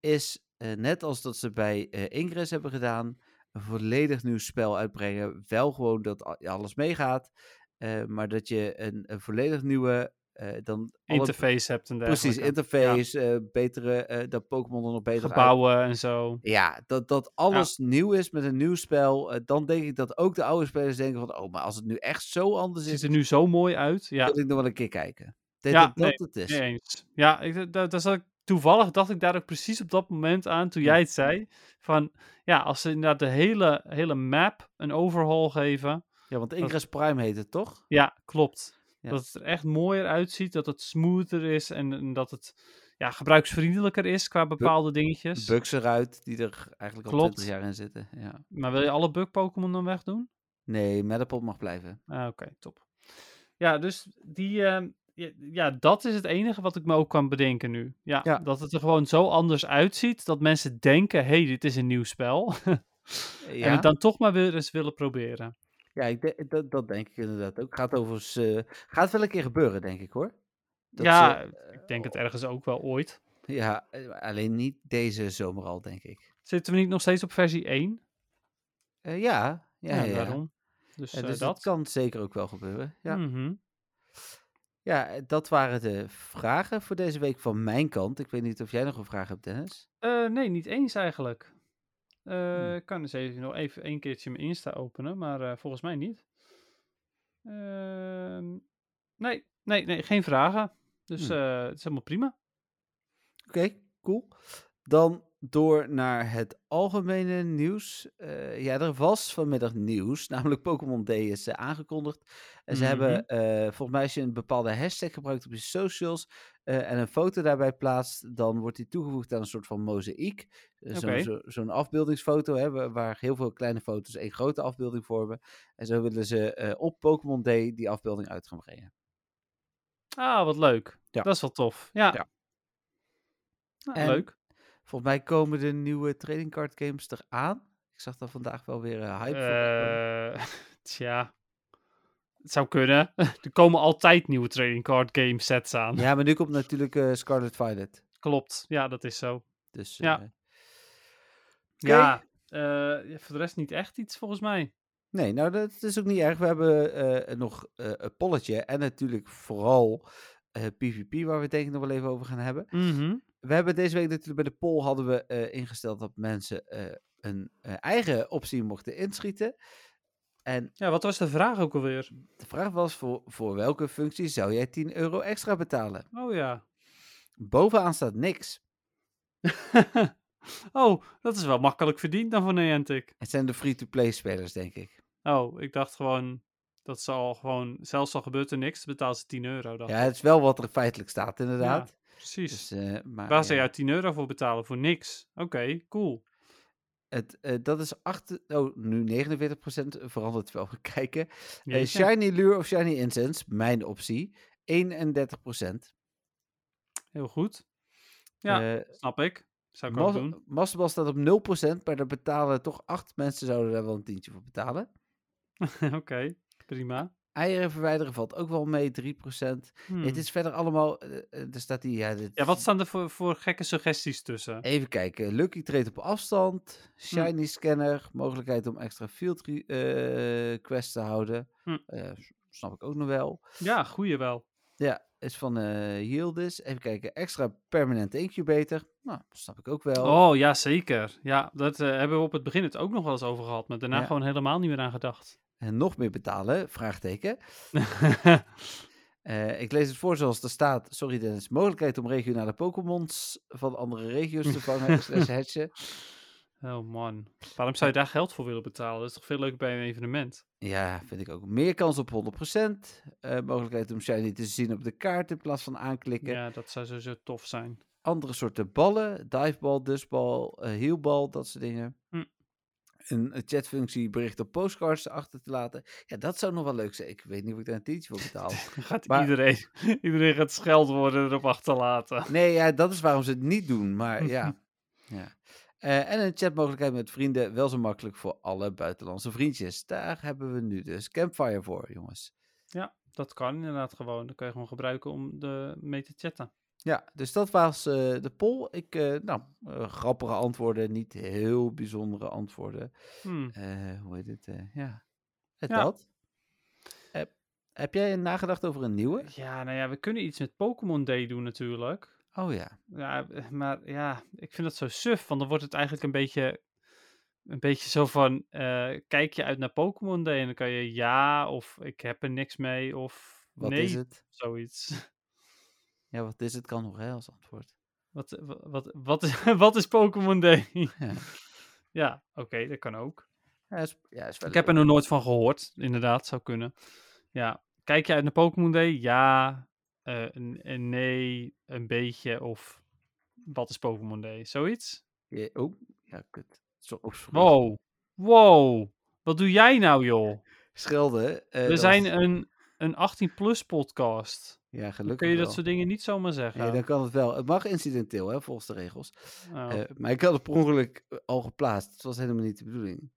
Speaker 3: is eh, net als dat ze bij eh Ingress hebben gedaan, een volledig nieuw spel uitbrengen. Wel gewoon dat a- alles meegaat, eh, maar dat je een, een volledig nieuwe... eh, dan alle-
Speaker 4: Interface hebt en dergelijke.
Speaker 3: Precies, interface, eh, betere, eh, dat Pokémon er nog beter uit
Speaker 4: gebouwen en zo.
Speaker 3: Ja, dat, dat alles nieuw is met een nieuw spel. eh, dan denk ik dat ook de oude spelers denken van... Oh, maar als het nu echt zo anders
Speaker 4: Ziet
Speaker 3: is,
Speaker 4: er nu zo mooi uit. Ja,
Speaker 3: wil ik nog wel een keer kijken. Ik Denk
Speaker 4: Ja,
Speaker 3: dat dat het is.
Speaker 4: mee eens. Ja, ik, da- da- daar zat ik, toevallig dacht ik daar ook precies op dat moment aan toen jij het zei. Van ja, als ze inderdaad de hele, hele map een overhaul geven.
Speaker 3: Ja, want Ingress Prime heet het toch?
Speaker 4: Ja, klopt.
Speaker 3: Ja.
Speaker 4: Dat het er echt mooier uitziet, dat het smoother is en, en dat het ja, gebruiksvriendelijker is qua bepaalde dingetjes.
Speaker 3: Bugs eruit, die er eigenlijk al
Speaker 4: Klopt.
Speaker 3: 20 jaar in zitten. Ja.
Speaker 4: Maar wil je alle bug-Pokémon dan wegdoen?
Speaker 3: Nee, Metapod mag blijven.
Speaker 4: Ah, Oké, top. Ja, dus die, ehm, ja, ja, dat is het enige wat ik me ook kan bedenken nu. Ja,
Speaker 3: Ja.
Speaker 4: dat het er gewoon zo anders uitziet dat mensen denken: hé, hey, dit is een nieuw spel. <laughs> En
Speaker 3: Ja,
Speaker 4: het dan toch maar weer eens willen proberen.
Speaker 3: ja ik denk- dat, dat denk ik inderdaad ook. Gaat, overigens, eh, gaat wel een keer gebeuren, denk ik hoor. Dat
Speaker 4: ja,
Speaker 3: ze-
Speaker 4: ik denk het ergens ook wel ooit.
Speaker 3: ja, eh, alleen niet deze zomer al, denk ik.
Speaker 4: Zitten we niet nog steeds op versie 1?
Speaker 3: Eh, ja, ja, ja, ja.
Speaker 4: daarom. Dus,
Speaker 3: Eh,
Speaker 4: eh,
Speaker 3: dus dat
Speaker 4: dat.
Speaker 3: kan zeker ook wel gebeuren. Ja.
Speaker 4: Mhm.
Speaker 3: ja, eh, dat waren de vragen voor deze week van mijn kant. Ik weet niet of jij nog een vraag hebt, Dennis.
Speaker 4: Eh, nee, niet eens eigenlijk.
Speaker 3: Hm.
Speaker 4: Eh, Ik kan eens even nog even een keertje mijn Insta openen, maar eh, volgens mij niet. Ehm, nee, nee, nee, geen vragen. Dus
Speaker 3: Hmm.
Speaker 4: eh, het is helemaal prima.
Speaker 3: Oké, cool. Dan door naar het algemene nieuws. Eh, ja, er was vanmiddag nieuws, <laughs> namelijk Pokémon D is eh, aangekondigd. En ze hebben, eh, volgens mij als je een bepaalde hashtag gebruikt op je socials eh, en een foto daarbij plaatst, dan wordt die toegevoegd aan een soort van mozaïek. Eh, zo-
Speaker 4: Oké.
Speaker 3: zo- Zo'n afbeeldingsfoto, hè, wa- waar heel veel kleine foto's één grote afbeelding vormen. En zo willen ze eh, op Pokémon D die afbeelding uit gaan brengen.
Speaker 4: Ah, wat leuk.
Speaker 3: Ja.
Speaker 4: Dat is wel tof. Ja.
Speaker 3: Ja.
Speaker 4: Nou,
Speaker 3: En-
Speaker 4: Leuk.
Speaker 3: Volgens mij komen de nieuwe trading card games eraan. Ik zag daar vandaag wel weer eh, hype voor. opkomen.
Speaker 4: Eh, <laughs> tja. Het zou kunnen. <laughs> er komen altijd nieuwe trading card game sets aan.
Speaker 3: Ja, maar nu komt natuurlijk eh, Scarlet Violet.
Speaker 4: Klopt. Ja, dat is zo.
Speaker 3: Dus,
Speaker 4: Ja.
Speaker 3: ja.
Speaker 4: Ja. eh, ja, voor de rest niet echt iets volgens mij.
Speaker 3: Nee, nou dat is ook niet erg. We hebben eh, nog eh een polletje en natuurlijk vooral eh, PvP, waar we het denk ik nog wel even over gaan hebben.
Speaker 4: Mhm.
Speaker 3: We hebben deze week natuurlijk bij de poll hadden we eh, ingesteld dat mensen eh, een eh, eigen optie mochten inschieten. En
Speaker 4: Ja, wat was de vraag ook alweer?
Speaker 3: de vraag was, voor, voor welke functie zou jij 10 euro extra betalen?
Speaker 4: Oh ja. <laughs>
Speaker 3: Bovenaan staat niks.
Speaker 4: oh, dat is wel makkelijk verdiend dan voor Niantic.
Speaker 3: Het zijn de free-to-play spelers, denk ik.
Speaker 4: Oh, ik dacht gewoon dat ze al gewoon, zelfs al gebeurt er niks, betaalt ze 10 euro dan.
Speaker 3: Ja, het is wel wat er feitelijk staat, inderdaad.
Speaker 4: Oh. Precies.
Speaker 3: Dus, eh, maar,
Speaker 4: Waar zou
Speaker 3: ja.
Speaker 4: jij 10 euro voor betalen? Voor niks. Oké, cool.
Speaker 3: Het, eh, dat is acht, oh, nu 49%, verandert wel. <laughs> We kijken. Eh,
Speaker 4: Jeetje.
Speaker 3: shiny Lure of Shiny Incense, mijn optie, 31%.
Speaker 4: Heel goed. Ja,
Speaker 3: Eh,
Speaker 4: snap ik. Zou ik ook
Speaker 3: Mas-
Speaker 4: doen. <laughs>
Speaker 3: Masterball staat op 0%, maar daar betalen toch acht mensen zouden daar wel een tientje voor betalen.
Speaker 4: Oké, prima.
Speaker 3: Eieren verwijderen valt ook wel mee, 3%.
Speaker 4: Hmm.
Speaker 3: Het is verder allemaal, eh, eh, er staat hier... Ja, dit-
Speaker 4: Ja, wat staan er voor, voor gekke suggesties tussen?
Speaker 3: Even kijken, Lucky treedt op
Speaker 4: Hmm.
Speaker 3: afstand, Shiny Scanner, mogelijkheid om extra field re- eh, quests te houden.
Speaker 4: Hm.
Speaker 3: Eh, s- snap ik ook nog wel.
Speaker 4: Ja, goeie wel.
Speaker 3: Ja, is van eh Yieldis. Even kijken, extra permanent incubator. Nou, snap ik ook wel.
Speaker 4: Oh, ja, zeker. Ja, dat eh, hebben we op het begin het ook nog wel eens over gehad, maar daarna
Speaker 3: Ja.
Speaker 4: gewoon helemaal niet meer aan gedacht.
Speaker 3: En nog meer betalen, vraagteken.
Speaker 4: <laughs>
Speaker 3: Eh, ik lees het voor zoals het er staat. Sorry Dennis, mogelijkheid om regionale Pokémons van andere regio's te vangen.
Speaker 4: <laughs>
Speaker 3: slash hatchen.
Speaker 4: oh man. Waarom zou je daar geld voor willen betalen? Dat is toch veel leuker bij een evenement?
Speaker 3: Ja, vind ik ook. Meer kans op 100%. Eh, mogelijkheid om Shiny te zien op de kaart in plaats van aanklikken.
Speaker 4: Ja, dat zou sowieso tof zijn. <laughs>
Speaker 3: andere soorten ballen. Divebal, dustbal, eh, heelbal, dat soort dingen.
Speaker 4: Hm.
Speaker 3: Een eh, chatfunctie bericht op postcards achter te laten. Ja, dat zou nog wel leuk zijn. Ik weet niet of ik daar een tientje voor
Speaker 4: <laughs>
Speaker 3: betaal.
Speaker 4: Dan gaat
Speaker 3: Maar-
Speaker 4: iedereen, <laughs> iedereen gaat scheldwoorden erop achterlaten.
Speaker 3: nee, ja, dat is waarom ze het niet doen. Maar
Speaker 4: <laughs>
Speaker 3: ja. ja. Eh, en een chatmogelijkheid met vrienden. Wel zo makkelijk voor alle buitenlandse vriendjes. Daar hebben we nu dus Campfire voor, jongens.
Speaker 4: Dat kan inderdaad gewoon. Dat kan je gewoon gebruiken om de, mee te chatten.
Speaker 3: Ja, dus dat was eh, de poll. Ik, eh, nou, eh, grappige antwoorden, niet heel bijzondere antwoorden.
Speaker 4: Hmm.
Speaker 3: eh, hoe heet het? eh, ja. Het
Speaker 4: Ja.
Speaker 3: dat. Heb, heb jij nagedacht over een nieuwe?
Speaker 4: Ja, nou ja, we kunnen iets met Pokémon Day doen natuurlijk.
Speaker 3: Oh ja.
Speaker 4: Ja, eh, maar ja, ik vind dat zo suf, want dan wordt het eigenlijk een beetje, een beetje zo van, eh, kijk je uit naar Pokémon Day en dan kan je ja, of ik heb er niks mee, of
Speaker 3: Wat
Speaker 4: nee,
Speaker 3: is het?
Speaker 4: zoiets.
Speaker 3: Ja, wat is het? Kan nog hè, als antwoord.
Speaker 4: Wat, eh, wa- wat, wat, <laughs> is, wat is Pokémon Day?
Speaker 3: Ja.
Speaker 4: ja, oké, dat kan ook.
Speaker 3: Ja, is, ja, is wel
Speaker 4: Ik heb er
Speaker 3: leuk.
Speaker 4: nog nooit van gehoord, inderdaad, zou kunnen. Ja, kijk je uit naar Pokémon Day? Ja, eh, een, een nee, een beetje, of wat is Pokémon Day? Zoiets?
Speaker 3: Je- oh, ja, kut. Zo, oh, sorry.
Speaker 4: Wow. Wow. Wat doe jij nou, joh?
Speaker 3: Schelden. eh,
Speaker 4: We
Speaker 3: dat
Speaker 4: zijn
Speaker 3: Eh, was-
Speaker 4: een, een 18-plus podcast.
Speaker 3: ja,
Speaker 4: Dan
Speaker 3: gelukkig
Speaker 4: kun je dat
Speaker 3: wel.
Speaker 4: soort dingen niet zomaar
Speaker 3: Nee,
Speaker 4: zeggen.
Speaker 3: dan kan het wel. Het mag incidenteel, hè, volgens de regels.
Speaker 4: Oh,
Speaker 3: Eh, maar ik had het per ongeluk eh, al geplaatst. Dat was helemaal niet de bedoeling.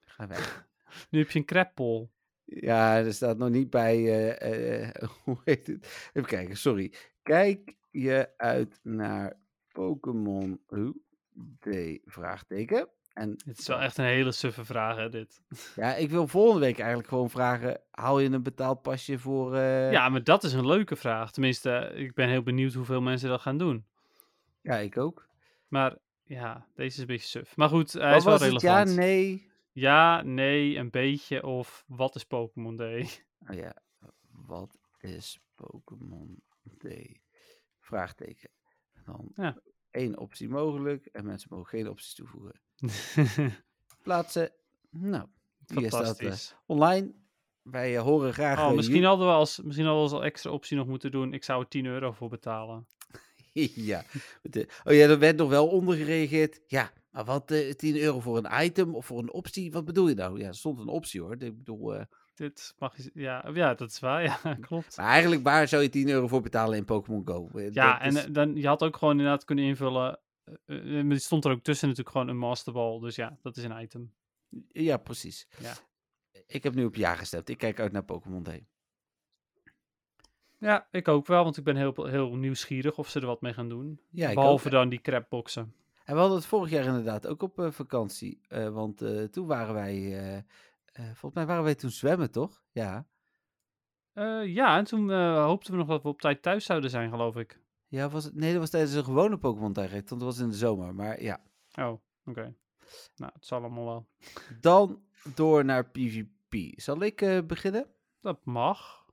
Speaker 3: Ga weg.
Speaker 4: nu heb je een kreppel.
Speaker 3: Ja, er staat nog niet bij. eh, eh, <laughs> hoe heet het? Even kijken, sorry. Kijk je uit naar Pokémon UD? Vraagteken. En
Speaker 4: Het is wel echt een hele suffe vraag, hè, dit.
Speaker 3: ja, ik wil volgende week eigenlijk gewoon vragen: haal je een betaald pasje voor. eh,
Speaker 4: Ja, maar dat is een leuke vraag. Tenminste, eh, ik ben heel benieuwd hoeveel mensen dat gaan doen.
Speaker 3: ja, ik ook.
Speaker 4: Maar ja, deze is een beetje suf. Maar goed, hij
Speaker 3: Wat
Speaker 4: is wel
Speaker 3: was het? Ja,
Speaker 4: relevant.
Speaker 3: nee.
Speaker 4: Ja, nee, een beetje. Of wat is Pokémon Day? <laughs>
Speaker 3: Oh ja, wat is Pokémon D? Vraagteken. En Dan
Speaker 4: Ja.
Speaker 3: één optie mogelijk en mensen mogen geen opties
Speaker 4: <laughs>
Speaker 3: toevoegen. Plaatsen. Nou, hier staat eh,
Speaker 4: Fantastisch.
Speaker 3: online. Wij eh, horen graag.
Speaker 4: Oh,
Speaker 3: eh,
Speaker 4: misschien
Speaker 3: ju-
Speaker 4: hadden we als, misschien hadden we als extra optie nog moeten doen. Ik zou er 10 euro voor betalen.
Speaker 3: <laughs> ja. Met de- Oh ja, er werd nog wel onder gereageerd. Ja, maar wat eh 10 euro voor een item of voor een optie? Wat bedoel je nou? Ja, er stond een optie hoor. Ik bedoel, eh,
Speaker 4: Dit mag je, ja, ja, dat is waar. <laughs> Ja, klopt.
Speaker 3: maar eigenlijk waar zou je 10 euro voor betalen in Pokémon Go? Eh,
Speaker 4: Ja,
Speaker 3: dat
Speaker 4: en
Speaker 3: is-
Speaker 4: eh, dan, je had ook gewoon inderdaad kunnen invullen. eh, eh, Maar die stond er ook tussen natuurlijk gewoon een masterball. Dus ja, dat is een item.
Speaker 3: Ja, precies. E,
Speaker 4: Ja.
Speaker 3: Ik heb nu op ja gestemd. Ik kijk uit naar Pokémon D.
Speaker 4: Ja, ik ook wel, want ik ben heel, heel nieuwsgierig of ze er wat mee gaan doen.
Speaker 3: Ja, ik
Speaker 4: Behalve
Speaker 3: ook.
Speaker 4: dan die crapboxen.
Speaker 3: En we hadden het vorig jaar inderdaad ook op eh, vakantie. eh, want eh, toen waren wij... eh, eh, volgens mij waren wij toen zwemmen, toch? Ja.
Speaker 4: Eh, ja, en toen eh, hoopten we nog dat we op tijd thuis zouden zijn, geloof ik.
Speaker 3: ja was het... Nee, dat was tijdens een gewone Pokémon direct. Want dat was in de zomer. Maar ja.
Speaker 4: Oh, oké. Nou, het zal allemaal wel.
Speaker 3: Dan door naar PvP. Zal ik eh, beginnen?
Speaker 4: Dat mag.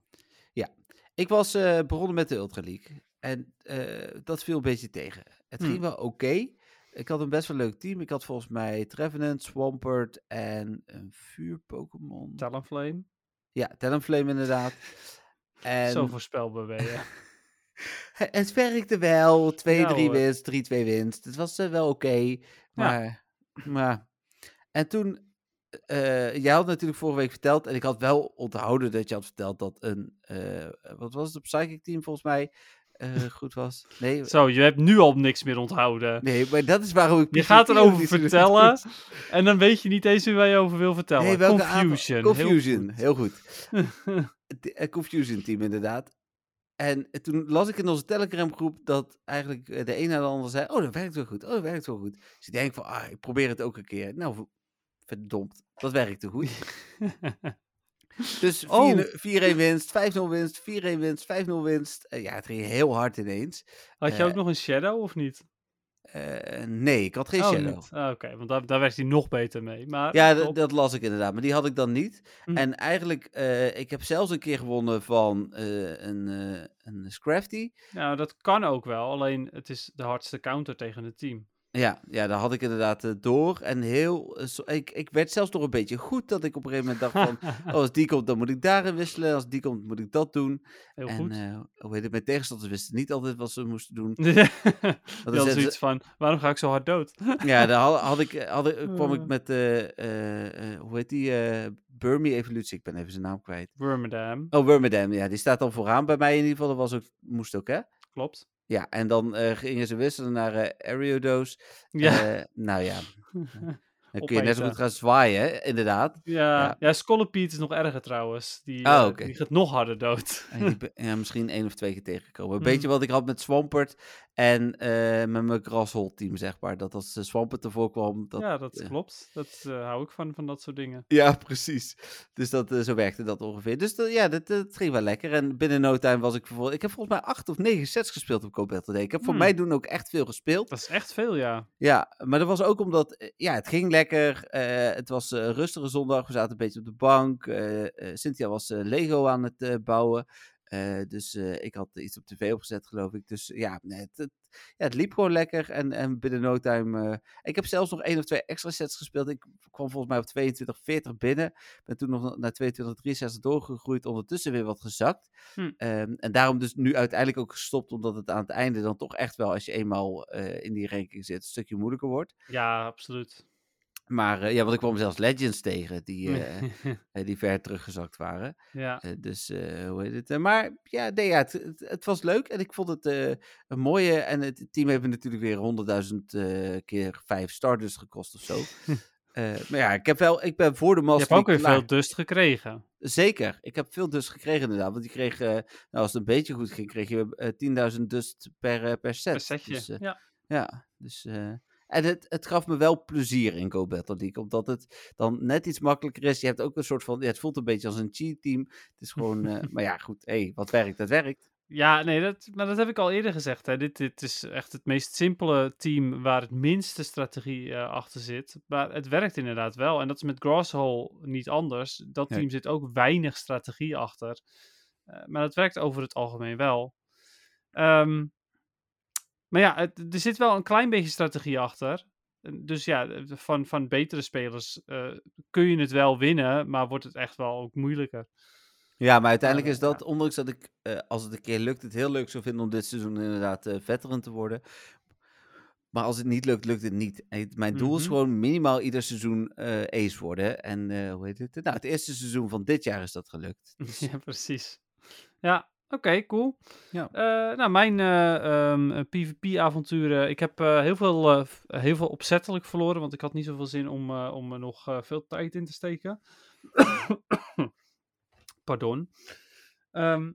Speaker 3: Ik was eh, begonnen met de Ultra League. En eh, dat viel een beetje tegen. Het
Speaker 4: Hmm.
Speaker 3: ging wel oké. Ik had een best wel leuk team. Ik had volgens mij Trevenant, Swampert en een vuur-Pokémon.
Speaker 4: Talonflame.
Speaker 3: Ja, Talonflame inderdaad. En
Speaker 4: Zo voorspelbaar ben je.
Speaker 3: <laughs> het werkte wel. 2-3
Speaker 4: Ja, hoor.
Speaker 3: winst, 3-2 winst. Het was eh, wel oké. maar, maar... En toen... eh, jij had natuurlijk vorige week verteld... en ik had wel onthouden dat je had verteld dat een... eh, wat was het op Psychic Team volgens mij... eh, goed was. Nee,
Speaker 4: Zo, je hebt nu al niks meer onthouden.
Speaker 3: nee, maar dat is waarom ik...
Speaker 4: Je gaat
Speaker 3: PvP ook
Speaker 4: erover
Speaker 3: niet zo goed <laughs>
Speaker 4: vertellen
Speaker 3: was.
Speaker 4: en dan weet je niet eens waar je over wil vertellen.
Speaker 3: Nee, welke aanval-
Speaker 4: Confusion. heel
Speaker 3: Confusion,
Speaker 4: goed.
Speaker 3: heel
Speaker 4: <laughs>
Speaker 3: goed. Het- eh, Confusion team, inderdaad. En eh, toen las ik in onze Telegram groep dat eigenlijk eh, de een na de ander zei... Oh, dat werkt wel goed. Oh, dat werkt wel goed. Dus ik denk van, ah, ik probeer het ook een keer. Nou, v- verdomd. Dat werkte
Speaker 4: <laughs>
Speaker 3: goed. Dus 4-1
Speaker 4: Oh.
Speaker 3: winst, 5-0 winst, 4-1 winst, 5-0 winst. Eh, ja, het ging heel hard ineens.
Speaker 4: Had je ook
Speaker 3: Eh,
Speaker 4: nog een shadow of niet?
Speaker 3: Eh, nee, ik had geen
Speaker 4: Oh,
Speaker 3: shadow.
Speaker 4: niet. Ah, Oké, want daar, daar werkt hij nog beter mee. <laughs> Maar
Speaker 3: Ja, dat-
Speaker 4: top.
Speaker 3: dat las ik inderdaad, maar die had ik dan niet.
Speaker 4: Mhm.
Speaker 3: En eigenlijk, eh, ik heb zelfs een keer gewonnen van eh, een, eh een Scrafty.
Speaker 4: Nou, dat kan ook wel. Alleen het is de hardste counter tegen het team.
Speaker 3: Ja, ja, daar had ik inderdaad eh, door. En heel, eh, zo- ik, ik werd zelfs nog een beetje goed dat ik op een gegeven moment dacht van...
Speaker 4: <laughs>
Speaker 3: oh, als die komt, dan moet ik daarin wisselen. Als die komt, moet ik dat doen.
Speaker 4: Heel
Speaker 3: en
Speaker 4: goed.
Speaker 3: eh, hoe heet het, mijn tegenstanders wisten niet altijd wat ze moesten
Speaker 4: <laughs>
Speaker 3: doen.
Speaker 4: dat is
Speaker 3: zetten ze-
Speaker 4: zoiets van, waarom ga ik zo hard dood?
Speaker 3: Ja, daar had, had ik, had ik, kwam ik
Speaker 4: Eh.
Speaker 3: met, eh, eh, eh, hoe heet die, eh Burmy-evolutie. Ik ben even zijn naam kwijt.
Speaker 4: Wormadam,
Speaker 3: Oh, Wormadam, ja, die staat dan vooraan bij mij in ieder geval. Dat was ook, moest ook, hè?
Speaker 4: klopt.
Speaker 3: Ja, en dan eh, gingen ze wisselen naar eh Ariodose.
Speaker 4: Ja,
Speaker 3: Eh, nou
Speaker 4: <laughs>
Speaker 3: ja, dan kun je net zo
Speaker 4: Opeten.
Speaker 3: goed gaan zwaaien, hè, inderdaad.
Speaker 4: ja,
Speaker 3: ja.
Speaker 4: ja. Scolipede is nog erger trouwens. Die,
Speaker 3: Oh,
Speaker 4: eh,
Speaker 3: oké.
Speaker 4: die gaat nog harder dood.
Speaker 3: En
Speaker 4: <laughs>
Speaker 3: ik ben- ja, misschien één of twee keer tegengekomen. Een
Speaker 4: Mm.
Speaker 3: beetje wat ik had met Swampert en eh, met mijn Grasshol team, zeg maar. Dat als eh, Swampert ervoor kwam, dat... Ja.
Speaker 4: ja, dat
Speaker 3: eh.
Speaker 4: klopt. Dat eh, hou ik van, van dat soort dingen.
Speaker 3: precies. Dus dat, eh, zo werkte dat ongeveer. Dus dat- ja, dat, dat ging wel lekker. En binnen no time was ik vervolgens... Ik heb volgens mij acht of negen sets gespeeld op Competitor Day. Ik heb voor
Speaker 4: Hmm.
Speaker 3: mij doen ook echt veel gespeeld.
Speaker 4: Dat is echt veel, ja.
Speaker 3: Ja, maar dat was ook omdat, eh, ja, het ging lekker. eh, het was eh, een rustige zondag. We zaten een beetje op de bank. eh, eh, Cynthia was eh, Lego aan het eh, bouwen. Eh, dus eh, ik had iets op tv opgezet, geloof ik. Dus eh, ja, nee, het, het- ja, het liep gewoon lekker. En, en binnen no time. eh, ik heb zelfs nog één of twee extra sets gespeeld. Ik kwam volgens mij op 22,40 binnen. Ben toen nog naar 22,63 doorgegroeid. Ondertussen weer wat gezakt.
Speaker 4: Hm.
Speaker 3: Ehm, en daarom dus nu uiteindelijk ook gestopt. Omdat het aan het einde dan toch echt wel, als je eenmaal eh, in die ranking zit, een stukje moeilijker wordt.
Speaker 4: Ja, absoluut.
Speaker 3: Maar eh, ja, want ik kwam zelfs Legends tegen die, eh, eh, die ver teruggezakt waren.
Speaker 4: <laughs> ja.
Speaker 3: Eh, dus eh, hoe heet het? eh, maar ja, nee, ja het, het, het was leuk en ik vond het eh, een mooie.
Speaker 4: <laughs>
Speaker 3: En het team hebben natuurlijk weer 100.000 eh, keer vijf starters gekost of zo. Eh, maar ja, ik, heb wel, ik ben voor de
Speaker 4: Je
Speaker 3: Master
Speaker 4: hebt ook weer
Speaker 3: League klaar.
Speaker 4: veel dust gekregen.
Speaker 3: Zeker. Ik heb veel dust gekregen inderdaad. Want die kreeg, eh, nou, als het een beetje goed ging, kreeg je eh, 10.000 dust per, eh, per set.
Speaker 4: Een setje.
Speaker 3: Dus, eh,
Speaker 4: ja.
Speaker 3: ja, dus... eh, en het, het gaf me wel plezier in Go Battle League. Omdat het dan net iets makkelijker is. Je hebt ook een soort van... Ja, het voelt een beetje als een cheat team. Het is gewoon... eh, maar ja, goed. Hé, wat werkt, dat werkt.
Speaker 4: Ja, nee, dat, maar dat heb ik al eerder gezegd. Hè. Dit, dit is echt het meest simpele team waar het minste strategie eh, achter zit. Maar het werkt inderdaad wel. En dat is met Grasshole niet anders. Dat
Speaker 3: Nee.
Speaker 4: team zit ook weinig strategie achter. Eh, maar het werkt over het algemeen wel. Ehm, maar ja, het- er zit wel een klein beetje strategie achter. En Dus ja, van, van betere spelers eh, kun je het wel winnen, maar wordt het echt wel ook moeilijker.
Speaker 3: Ja, maar uiteindelijk is
Speaker 4: ja.
Speaker 3: dat, ondanks dat ik, eh, als het een keer lukt, het heel leuk zou vinden om dit seizoen inderdaad eh veteran te worden. Maar als het niet lukt, lukt het niet. En het- mijn doel is
Speaker 4: Mhm.
Speaker 3: gewoon minimaal ieder seizoen eh ace worden. En eh, hoe heet het? Nou, het eerste seizoen van dit jaar is dat gelukt. Dus,
Speaker 4: <laughs> Ja, precies. Ja, oké, cool.
Speaker 3: Ja.
Speaker 4: Eh, nou, mijn eh, ehm, eh, PvP-avonturen. Ik heb eh, heel, veel, eh, f- heel veel opzettelijk verloren, want ik had niet zoveel zin om, eh, om er nog eh, veel tijd in te steken. <coughs> Pardon. Ehm,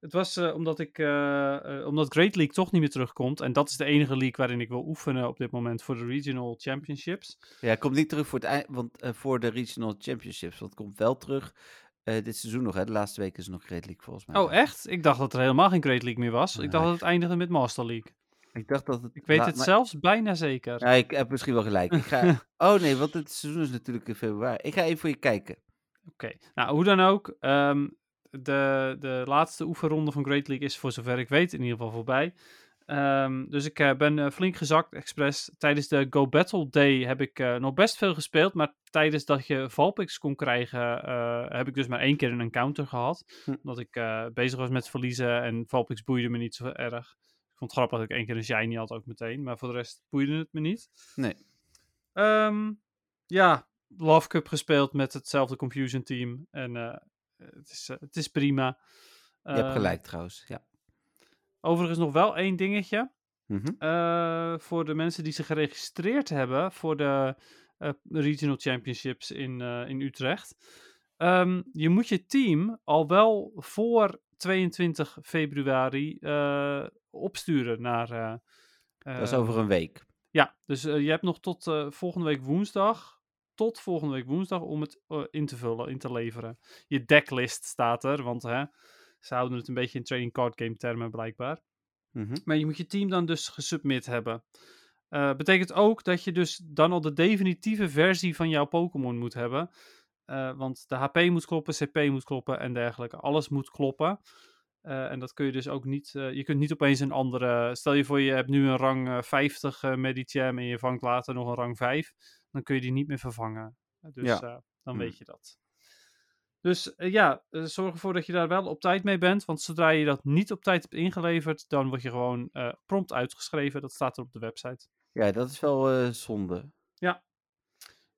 Speaker 4: het was eh, omdat ik, eh, eh, omdat Great League toch niet meer terugkomt. En dat is de enige league waarin ik wil oefenen op dit moment voor de Regional Championships.
Speaker 3: ja, komt niet terug voor, het eind, want, eh, voor de Regional Championships. Want het komt wel terug eh, dit seizoen nog. Hè. De laatste week is er nog Great League volgens mij.
Speaker 4: Oh, echt? Ik dacht dat er helemaal geen Great League meer was. Ik dacht dat het eindigde met Master League.
Speaker 3: Ik dacht dat het...
Speaker 4: Ik weet
Speaker 3: la-
Speaker 4: het
Speaker 3: maar-
Speaker 4: zelfs bijna zeker.
Speaker 3: Ja, ik heb misschien wel gelijk. Ik
Speaker 4: <laughs>
Speaker 3: ga... oh nee, want het seizoen is natuurlijk in februari. Ik ga even voor je kijken.
Speaker 4: Oké, nou hoe dan ook. ehm, de, de laatste oefenronde van Great League is voor zover ik weet in ieder geval voorbij. Ehm, dus ik eh, ben eh, flink gezakt expres. Tijdens de Go Battle Day heb ik eh, nog best veel gespeeld. Maar tijdens dat je Valpix kon krijgen, eh, heb ik dus maar één keer een encounter gehad.
Speaker 3: Hm.
Speaker 4: Omdat ik eh, bezig was met verliezen en Valpix boeide me niet zo erg. Ik vond het grappig dat ik één keer een shiny had ook meteen. Maar voor de rest boeide het me niet.
Speaker 3: Nee.
Speaker 4: Ehm, ja, Love Cup gespeeld met hetzelfde Confusion team. En eh, het, is, eh, het is prima.
Speaker 3: Je hebt
Speaker 4: Ehm,
Speaker 3: gelijk trouwens, ja.
Speaker 4: Overigens nog wel één dingetje.
Speaker 3: Mhm.
Speaker 4: Eh, voor de mensen die zich geregistreerd hebben voor de eh, Regional Championships in, eh, in Utrecht. Ehm, je moet je team al wel voor 22 februari eh, opsturen naar. eh,
Speaker 3: Dat is
Speaker 4: eh,
Speaker 3: over een week.
Speaker 4: ja, dus eh, je hebt nog tot eh, volgende week woensdag. Tot volgende week woensdag om het eh, in te vullen, in te leveren. Je decklist staat er, want hè, ze houden het een beetje in trading card game termen blijkbaar.
Speaker 3: Mhm.
Speaker 4: Maar je moet je team dan dus gesubmit hebben. Eh, betekent ook dat je dus dan al de definitieve versie van jouw Pokémon moet hebben. Eh, want de HP moet kloppen, CP moet kloppen en dergelijke. Alles moet kloppen. Eh, en dat kun je dus ook niet. eh, je kunt niet opeens een andere. Stel je voor, je hebt nu een rang eh, 50 eh, Medicham en je vangt later nog een rang 5. Dan kun je die niet meer vervangen. Dus
Speaker 3: Ja.
Speaker 4: eh, dan
Speaker 3: Hmm.
Speaker 4: weet je dat. Dus eh, ja, eh, zorg ervoor dat je daar wel op tijd mee bent. Want zodra je dat niet op tijd hebt ingeleverd, dan word je gewoon eh, prompt uitgeschreven. Dat staat er op de website.
Speaker 3: Ja, dat is wel eh, zonde.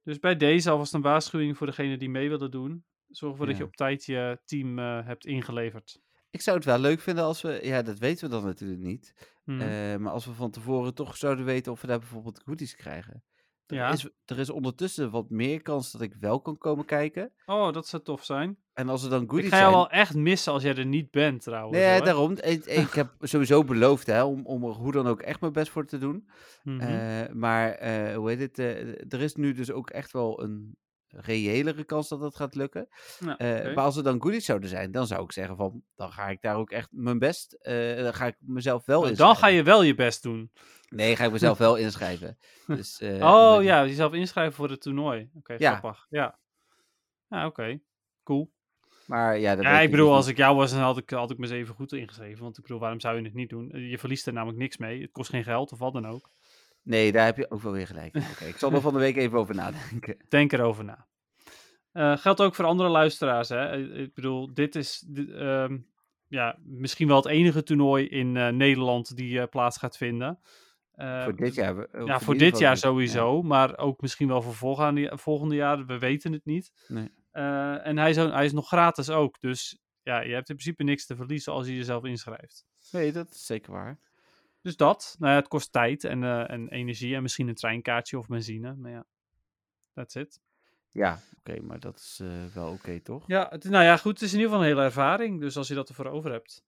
Speaker 4: Dus bij deze alvast een waarschuwing voor degene die mee willen doen. Zorg ervoor dat je
Speaker 3: Ja.
Speaker 4: op tijd je team eh, hebt ingeleverd.
Speaker 3: Ik zou het wel leuk vinden als we, ja, dat weten we dan natuurlijk niet.
Speaker 4: Mhm.
Speaker 3: eh, maar als we van tevoren toch zouden weten of we daar bijvoorbeeld goodies krijgen. Er,
Speaker 4: Ja.
Speaker 3: is, er is ondertussen wat meer kans dat ik wel kan komen kijken.
Speaker 4: oh, dat zou tof zijn.
Speaker 3: En als er dan goodies
Speaker 4: Ik ga
Speaker 3: zijn...
Speaker 4: jou wel echt missen als jij er niet bent trouwens.
Speaker 3: Nee,
Speaker 4: hoor. <laughs>
Speaker 3: daarom. Ik, ik heb sowieso beloofd hè, om, om er hoe dan ook echt mijn best voor te doen.
Speaker 4: Mhm.
Speaker 3: Eh, maar eh, hoe heet het? eh, er is nu dus ook echt wel een reëlere kans dat dat gaat lukken.
Speaker 4: Nou,
Speaker 3: Eh,
Speaker 4: oké.
Speaker 3: Maar als er dan goodies zouden zijn, dan zou ik zeggen van, dan ga ik daar ook echt mijn best, eh, dan ga ik mezelf wel
Speaker 4: Nou,
Speaker 3: inschrijven.
Speaker 4: dan ga je wel je best doen.
Speaker 3: Nee, ga ik mezelf wel inschrijven.
Speaker 4: <laughs>
Speaker 3: Dus, eh,
Speaker 4: oh
Speaker 3: omdat-
Speaker 4: ja, jezelf inschrijven voor het toernooi. Oké,
Speaker 3: Ja.
Speaker 4: grappig. Ja, ja oké. Cool.
Speaker 3: Maar ja, dat
Speaker 4: Ja,
Speaker 3: weet
Speaker 4: ik bedoel,
Speaker 3: dus
Speaker 4: als
Speaker 3: niet.
Speaker 4: ik jou was, dan had ik, had ik me eens even goed ingeschreven. Want ik bedoel, waarom zou je het niet doen? Eh, Je verliest er namelijk niks mee. Het kost geen geld of wat dan ook.
Speaker 3: Nee, daar heb je ook wel weer gelijk. in. Oké, ik
Speaker 4: <laughs>
Speaker 3: zal er van de week even over nadenken.
Speaker 4: Denk erover na. Eh, geldt ook voor andere luisteraars. Hè? Eh, Ik bedoel, dit is di- ehm, ja, misschien wel het enige toernooi in eh, Nederland die eh, plaats gaat vinden. Eh,
Speaker 3: voor dit jaar. eh,
Speaker 4: Ja,
Speaker 3: in
Speaker 4: voor
Speaker 3: ieder
Speaker 4: dit
Speaker 3: geval
Speaker 4: jaar
Speaker 3: niet.
Speaker 4: sowieso, maar ook misschien wel voor volgaande, volgende jaar, we weten het niet.
Speaker 3: Nee.
Speaker 4: Eh, en hij is, ook- hij is nog gratis ook, dus ja, je hebt in principe niks te verliezen als je jezelf inschrijft.
Speaker 3: Ja. Nee, dat is zeker waar.
Speaker 4: Dus dat, nou ja, het kost tijd en, eh, en energie en misschien een treinkaartje of benzine, maar ja. That's it.
Speaker 3: Ja, oké, maar dat is eh, wel oké, toch?
Speaker 4: Ja, het, nou ja, goed. Het is in ieder geval een hele ervaring. Dus als je dat ervoor over hebt.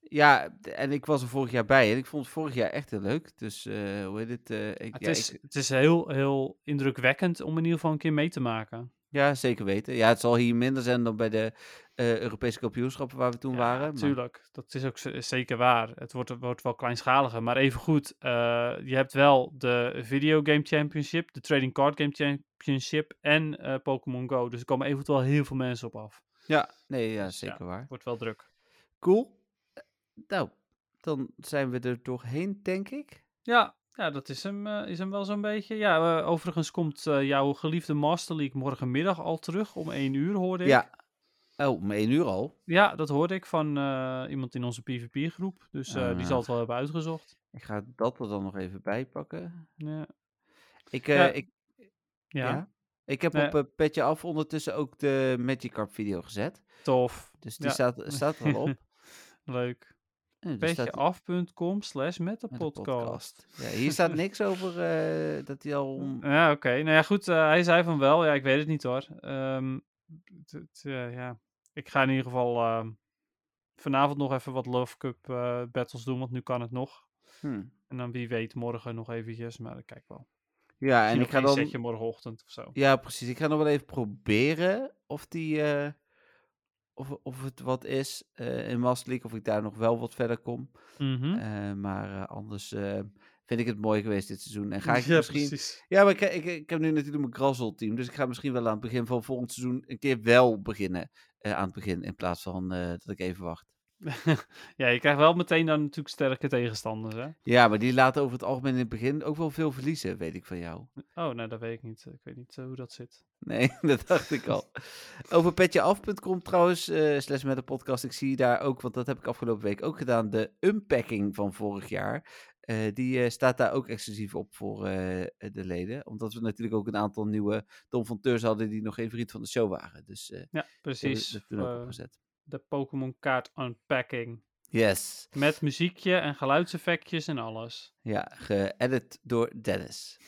Speaker 3: Ja, d- en ik was er vorig jaar bij en ik vond het vorig jaar echt heel leuk. Dus eh, hoe heet het? eh, ik,
Speaker 4: Het
Speaker 3: ja,
Speaker 4: is,
Speaker 3: ik-
Speaker 4: het is heel, heel indrukwekkend om in ieder geval een keer mee te maken.
Speaker 3: ja, zeker weten. Ja, het zal hier minder zijn dan bij de eh, Europese kampioenschappen waar we toen waren. maar-
Speaker 4: Tuurlijk, dat is ook z- zeker waar. Het wordt, wordt wel kleinschaliger. Maar evengoed, eh je hebt wel de Videogame Championship, de Trading Card Game Championship en eh, Pokémon Go. Dus er komen eventueel heel veel mensen op af.
Speaker 3: Ja, nee, ja,
Speaker 4: Dus ja.
Speaker 3: zeker waar.
Speaker 4: Wordt wel druk.
Speaker 3: Cool. Eh, Nou, dan zijn we er doorheen, denk ik.
Speaker 4: Ja, ja dat is hem, eh, is hem wel zo'n beetje. Ja, eh, overigens komt eh, jouw geliefde Master League morgenmiddag al terug. Om 1 uur hoorde ik.
Speaker 3: Ja. Oh, om één uur al.
Speaker 4: Ja, dat hoorde ik van eh, iemand in onze PvP-groep. Dus eh, die
Speaker 3: Ah.
Speaker 4: zal het wel hebben uitgezocht.
Speaker 3: Ik ga dat er dan nog even bij pakken.
Speaker 4: Ja.
Speaker 3: Ik, eh,
Speaker 4: Ja.
Speaker 3: ik, ja.
Speaker 4: Ja,
Speaker 3: ik heb
Speaker 4: Nee.
Speaker 3: op eh, Petje Af ondertussen ook de Magikarp video gezet.
Speaker 4: tof.
Speaker 3: Dus die
Speaker 4: Ja.
Speaker 3: staat,
Speaker 4: <laughs>
Speaker 3: staat er al op.
Speaker 4: Leuk.
Speaker 3: Ja, dus staat die
Speaker 4: Petjeaf.com slash met de
Speaker 3: met de
Speaker 4: podcast.
Speaker 3: Ja, hier staat niks over eh, dat hij
Speaker 4: <laughs>
Speaker 3: al om...
Speaker 4: Ja, oké. Nou ja, goed. eh, hij zei van wel. Ja, ik weet het niet hoor. Ehm, het- het, eh, ja. Ik ga in ieder geval ehm, vanavond nog even wat Love Cup eh, battles doen, want nu kan het nog.
Speaker 3: Hm.
Speaker 4: En dan wie weet morgen nog eventjes, maar ik kijk wel.
Speaker 3: Ja, en
Speaker 4: Misschien
Speaker 3: ik ga
Speaker 4: nog één
Speaker 3: dan...
Speaker 4: setje morgenochtend of zo.
Speaker 3: Ja, precies. Ik ga nog wel even proberen of die... eh, of, of het wat is eh, in Master League, of ik daar nog wel wat verder kom.
Speaker 4: Mhm.
Speaker 3: Eh, maar eh, anders eh, vind ik het mooi geweest dit seizoen.
Speaker 4: <laughs>
Speaker 3: En ga ik
Speaker 4: ja,
Speaker 3: misschien...
Speaker 4: precies.
Speaker 3: Ja, maar ik, ik, ik heb nu natuurlijk mijn Grassel team. Dus ik ga misschien wel aan het begin van volgend seizoen een keer wel beginnen. eh, aan het begin, in plaats van eh, dat ik even wacht.
Speaker 4: ja, je krijgt wel meteen dan natuurlijk sterke tegenstanders, hè?
Speaker 3: Ja, maar die laten over het algemeen in het begin ook wel veel verliezen, weet ik van jou.
Speaker 4: Oh, nou, dat weet ik niet. Ik weet niet eh, hoe dat zit.
Speaker 3: Nee, <laughs> dat dacht ik al. Over petjeaf.com trouwens, eh slash met de podcast. Ik zie daar ook, want dat heb ik afgelopen week ook gedaan, de unpacking van vorig jaar. Eh, die eh, staat daar ook exclusief op voor eh, de leden. Omdat we natuurlijk ook een aantal nieuwe Tom van Teurs hadden die nog geen vriend van de show waren. Dus eh, die
Speaker 4: Ja,
Speaker 3: hebben we
Speaker 4: precies.
Speaker 3: dat toen ook
Speaker 4: Eh,
Speaker 3: opgezet.
Speaker 4: de Pokémon kaart unpacking.
Speaker 3: Yes.
Speaker 4: Met muziekje en geluidseffectjes en alles. <laughs>
Speaker 3: Ja, geëdit door Dennis.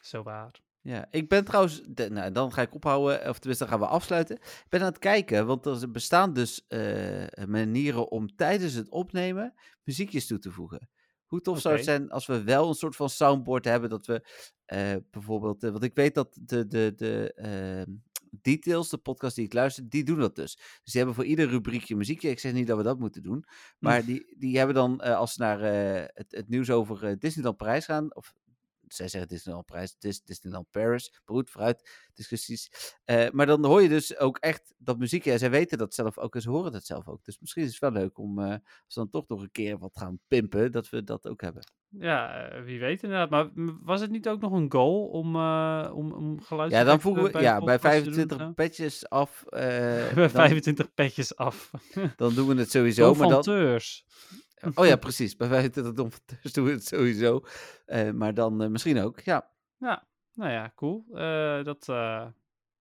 Speaker 4: Zo waar.
Speaker 3: Ja, ik ben trouwens, de- nou, dan ga ik ophouden, of tenminste, dan gaan we afsluiten. Ik ben aan het kijken, want er bestaan dus eh, manieren om tijdens het opnemen muziekjes toe te voegen. Hoe tof zou het
Speaker 4: Oké.
Speaker 3: zijn als we wel een soort van soundboard hebben, dat we eh, bijvoorbeeld, eh, want ik weet dat de, de, de ehm, details, de podcast die ik luister, die doen dat dus. Dus die hebben voor ieder rubriekje muziekje, ik zeg niet dat we dat moeten doen, maar die, die hebben dan, eh, als ze naar eh, het, het nieuws over eh, Disneyland Parijs gaan, of zij zeggen Disneyland Parijs, het is Disneyland Paris, maar goed, vooruit, discussies. Eh, maar dan hoor je dus ook echt dat muziekje, en zij weten dat zelf ook, en ze horen dat zelf ook. Dus misschien is het wel leuk om, eh, als we dan toch nog een keer wat gaan pimpen, dat we dat ook hebben.
Speaker 4: Ja, eh, wie weet inderdaad. Maar m- was het niet ook nog een goal om, eh om, om geluid
Speaker 3: Ja, dan
Speaker 4: eh,
Speaker 3: voegen we, ja, bij 25 patches af, eh, <laughs>
Speaker 4: <laughs> bij
Speaker 3: dan,
Speaker 4: 25 petjes af. <laughs>
Speaker 3: dan doen we het sowieso.
Speaker 4: Zo,
Speaker 3: Maar dan,
Speaker 4: Teurs.
Speaker 3: oh ja, precies, bij 25 Don van Teurs doen we het sowieso. Eh, maar dan eh, misschien ook, ja.
Speaker 4: Nou ja, cool. Eh, dat, eh,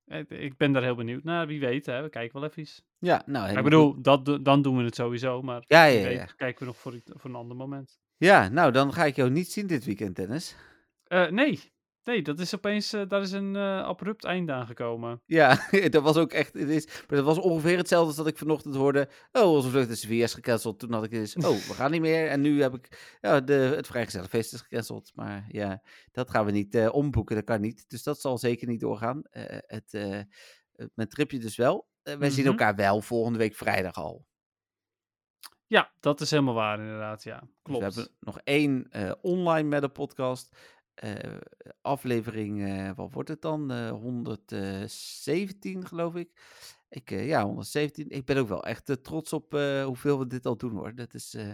Speaker 4: ik- ik ben daar heel benieuwd naar. Wie weet, hè. We kijken wel even. iets.
Speaker 3: Ja, nou,
Speaker 4: ik
Speaker 3: helemaal goed.
Speaker 4: bedoel, dat, do- dan doen we het sowieso. Maar
Speaker 3: Ja,
Speaker 4: wie
Speaker 3: ja, ja,
Speaker 4: weet
Speaker 3: ja.
Speaker 4: kijken we nog voor, iets- voor een ander moment.
Speaker 3: ja, nou, dan ga ik jou niet zien dit weekend, Dennis.
Speaker 4: Eh, nee. Nee, dat is opeens, eh, daar is een eh, abrupt einde aangekomen.
Speaker 3: Ja, <laughs> dat was ook echt. Het is, maar dat was ongeveer hetzelfde als dat ik vanochtend hoorde. Oh, onze vlucht is Sevilla is gecanceld. Toen had ik eens. Oh, we gaan niet meer. En nu heb ik. Ja, de, het vrijgezellenfeest is gecanceld. Maar ja, dat gaan we niet eh, omboeken. Dat kan niet. Dus dat zal zeker niet doorgaan. Eh, het, eh, het- mijn tripje dus wel. Eh, wij zien
Speaker 4: Mhm.
Speaker 3: elkaar wel volgende week vrijdag al.
Speaker 4: Ja, dat is helemaal waar inderdaad, ja. Klopt.
Speaker 3: Dus we hebben nog één eh, online met de podcast. Eh, aflevering, eh, wat wordt het dan? Eh, 117 geloof ik. ik eh, ja, 117. Ik ben ook wel echt eh, trots op eh, hoeveel we dit al doen hoor. Dat is, eh,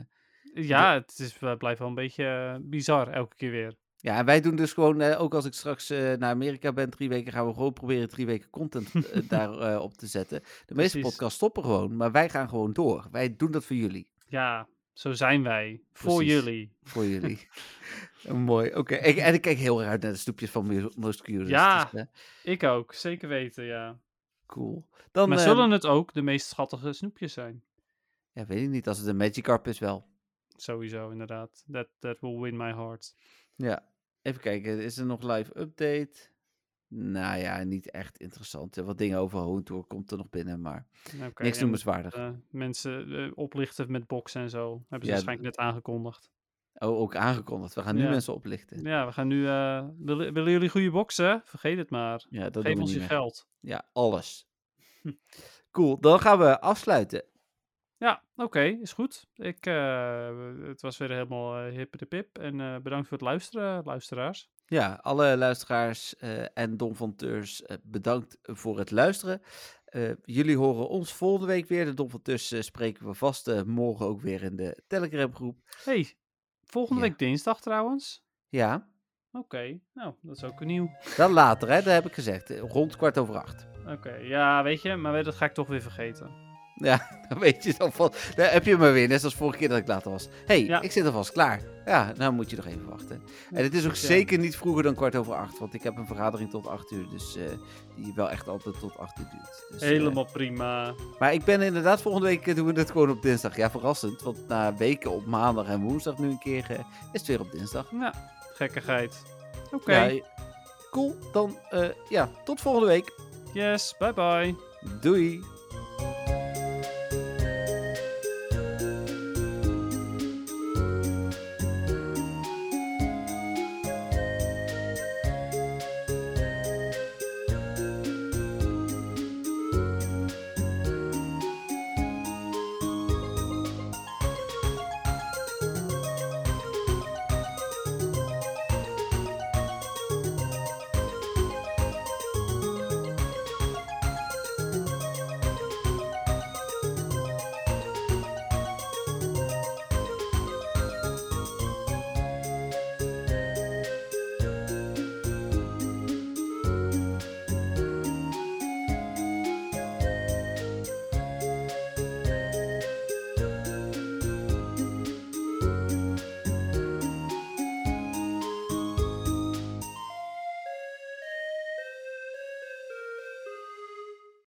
Speaker 4: Ja, het is, eh, blijft wel een beetje eh, bizar elke keer weer.
Speaker 3: Ja, en wij doen dus gewoon, eh, ook als ik straks eh, naar Amerika ben, drie weken, gaan we gewoon proberen drie weken content
Speaker 4: <laughs>
Speaker 3: eh, daarop te zetten. De meeste
Speaker 4: Precies.
Speaker 3: podcasts stoppen gewoon, maar wij gaan gewoon door. Wij doen dat voor jullie.
Speaker 4: Ja, zo zijn wij. Voor
Speaker 3: Precies.
Speaker 4: jullie.
Speaker 3: voor
Speaker 4: <laughs>
Speaker 3: jullie. Mooi, oké. Ik- En ik kijk heel erg uit naar de snoepjes van Mu- Most Curious.
Speaker 4: Ja.
Speaker 3: Dus, eh,
Speaker 4: Ik ook, zeker weten, ja.
Speaker 3: cool. Dan,
Speaker 4: Maar
Speaker 3: eh,
Speaker 4: zullen het ook de meest schattige snoepjes zijn?
Speaker 3: Ja, weet ik niet. Als het een Magikarp is wel.
Speaker 4: Sowieso, inderdaad. That, that will win my heart.
Speaker 3: Ja. Even kijken, is er nog live update? Nou ja, niet echt interessant. Wat dingen over Hoentour komt er nog binnen, maar
Speaker 4: Oké,
Speaker 3: niks
Speaker 4: en,
Speaker 3: noemenswaardig.
Speaker 4: eh, mensen eh, oplichten met boksen en zo. Hebben ze
Speaker 3: Ja,
Speaker 4: waarschijnlijk net aangekondigd.
Speaker 3: Oh, ook aangekondigd. We gaan nu
Speaker 4: ja.
Speaker 3: mensen oplichten.
Speaker 4: Ja, we gaan nu. eh, willen, willen jullie goede boksen? Vergeet het maar.
Speaker 3: Ja, dat doen
Speaker 4: Geef
Speaker 3: we
Speaker 4: ons
Speaker 3: niet
Speaker 4: je
Speaker 3: meer.
Speaker 4: geld.
Speaker 3: Ja, alles. <laughs> Cool, dan gaan we afsluiten.
Speaker 4: Ja, oké, is goed. Ik, eh, het was weer helemaal eh, hippe de pip. En eh, bedankt voor het luisteren, luisteraars.
Speaker 3: Ja, alle luisteraars eh, en Don van Teurs, eh, bedankt voor het luisteren. Eh, jullie horen ons volgende week weer. De Don van Teurs eh, spreken we vast eh, morgen ook weer in de Telegram groep.
Speaker 4: hey, volgende
Speaker 3: Ja.
Speaker 4: week dinsdag trouwens.
Speaker 3: Ja,
Speaker 4: Oké, nou, dat is ook nieuw.
Speaker 3: dan later, hè, dat heb ik gezegd. eh, Rond kwart over acht. <laughs>
Speaker 4: Oké, ja, weet je, maar weet- dat ga ik toch weer vergeten.
Speaker 3: Ja, dan weet je dan vast. Daar heb je me weer, net zoals vorige keer dat ik later was. hey,
Speaker 4: Ja.
Speaker 3: ik zit alvast klaar. Ja, nou moet je nog even wachten. En het is ook
Speaker 4: Ja.
Speaker 3: zeker niet vroeger dan kwart over acht, want ik heb een vergadering tot acht uur, dus eh, die wel echt altijd tot acht uur duurt. Dus, eh,
Speaker 4: Helemaal prima.
Speaker 3: Maar ik ben inderdaad, volgende week eh, doen we het gewoon op dinsdag. Ja, verrassend, want na weken op maandag en woensdag nu een keer eh, is het weer op dinsdag.
Speaker 4: Nou, gekkigheid. Oké,
Speaker 3: Ja, cool, dan eh, ja, tot volgende week.
Speaker 4: yes, bye bye.
Speaker 3: Doei!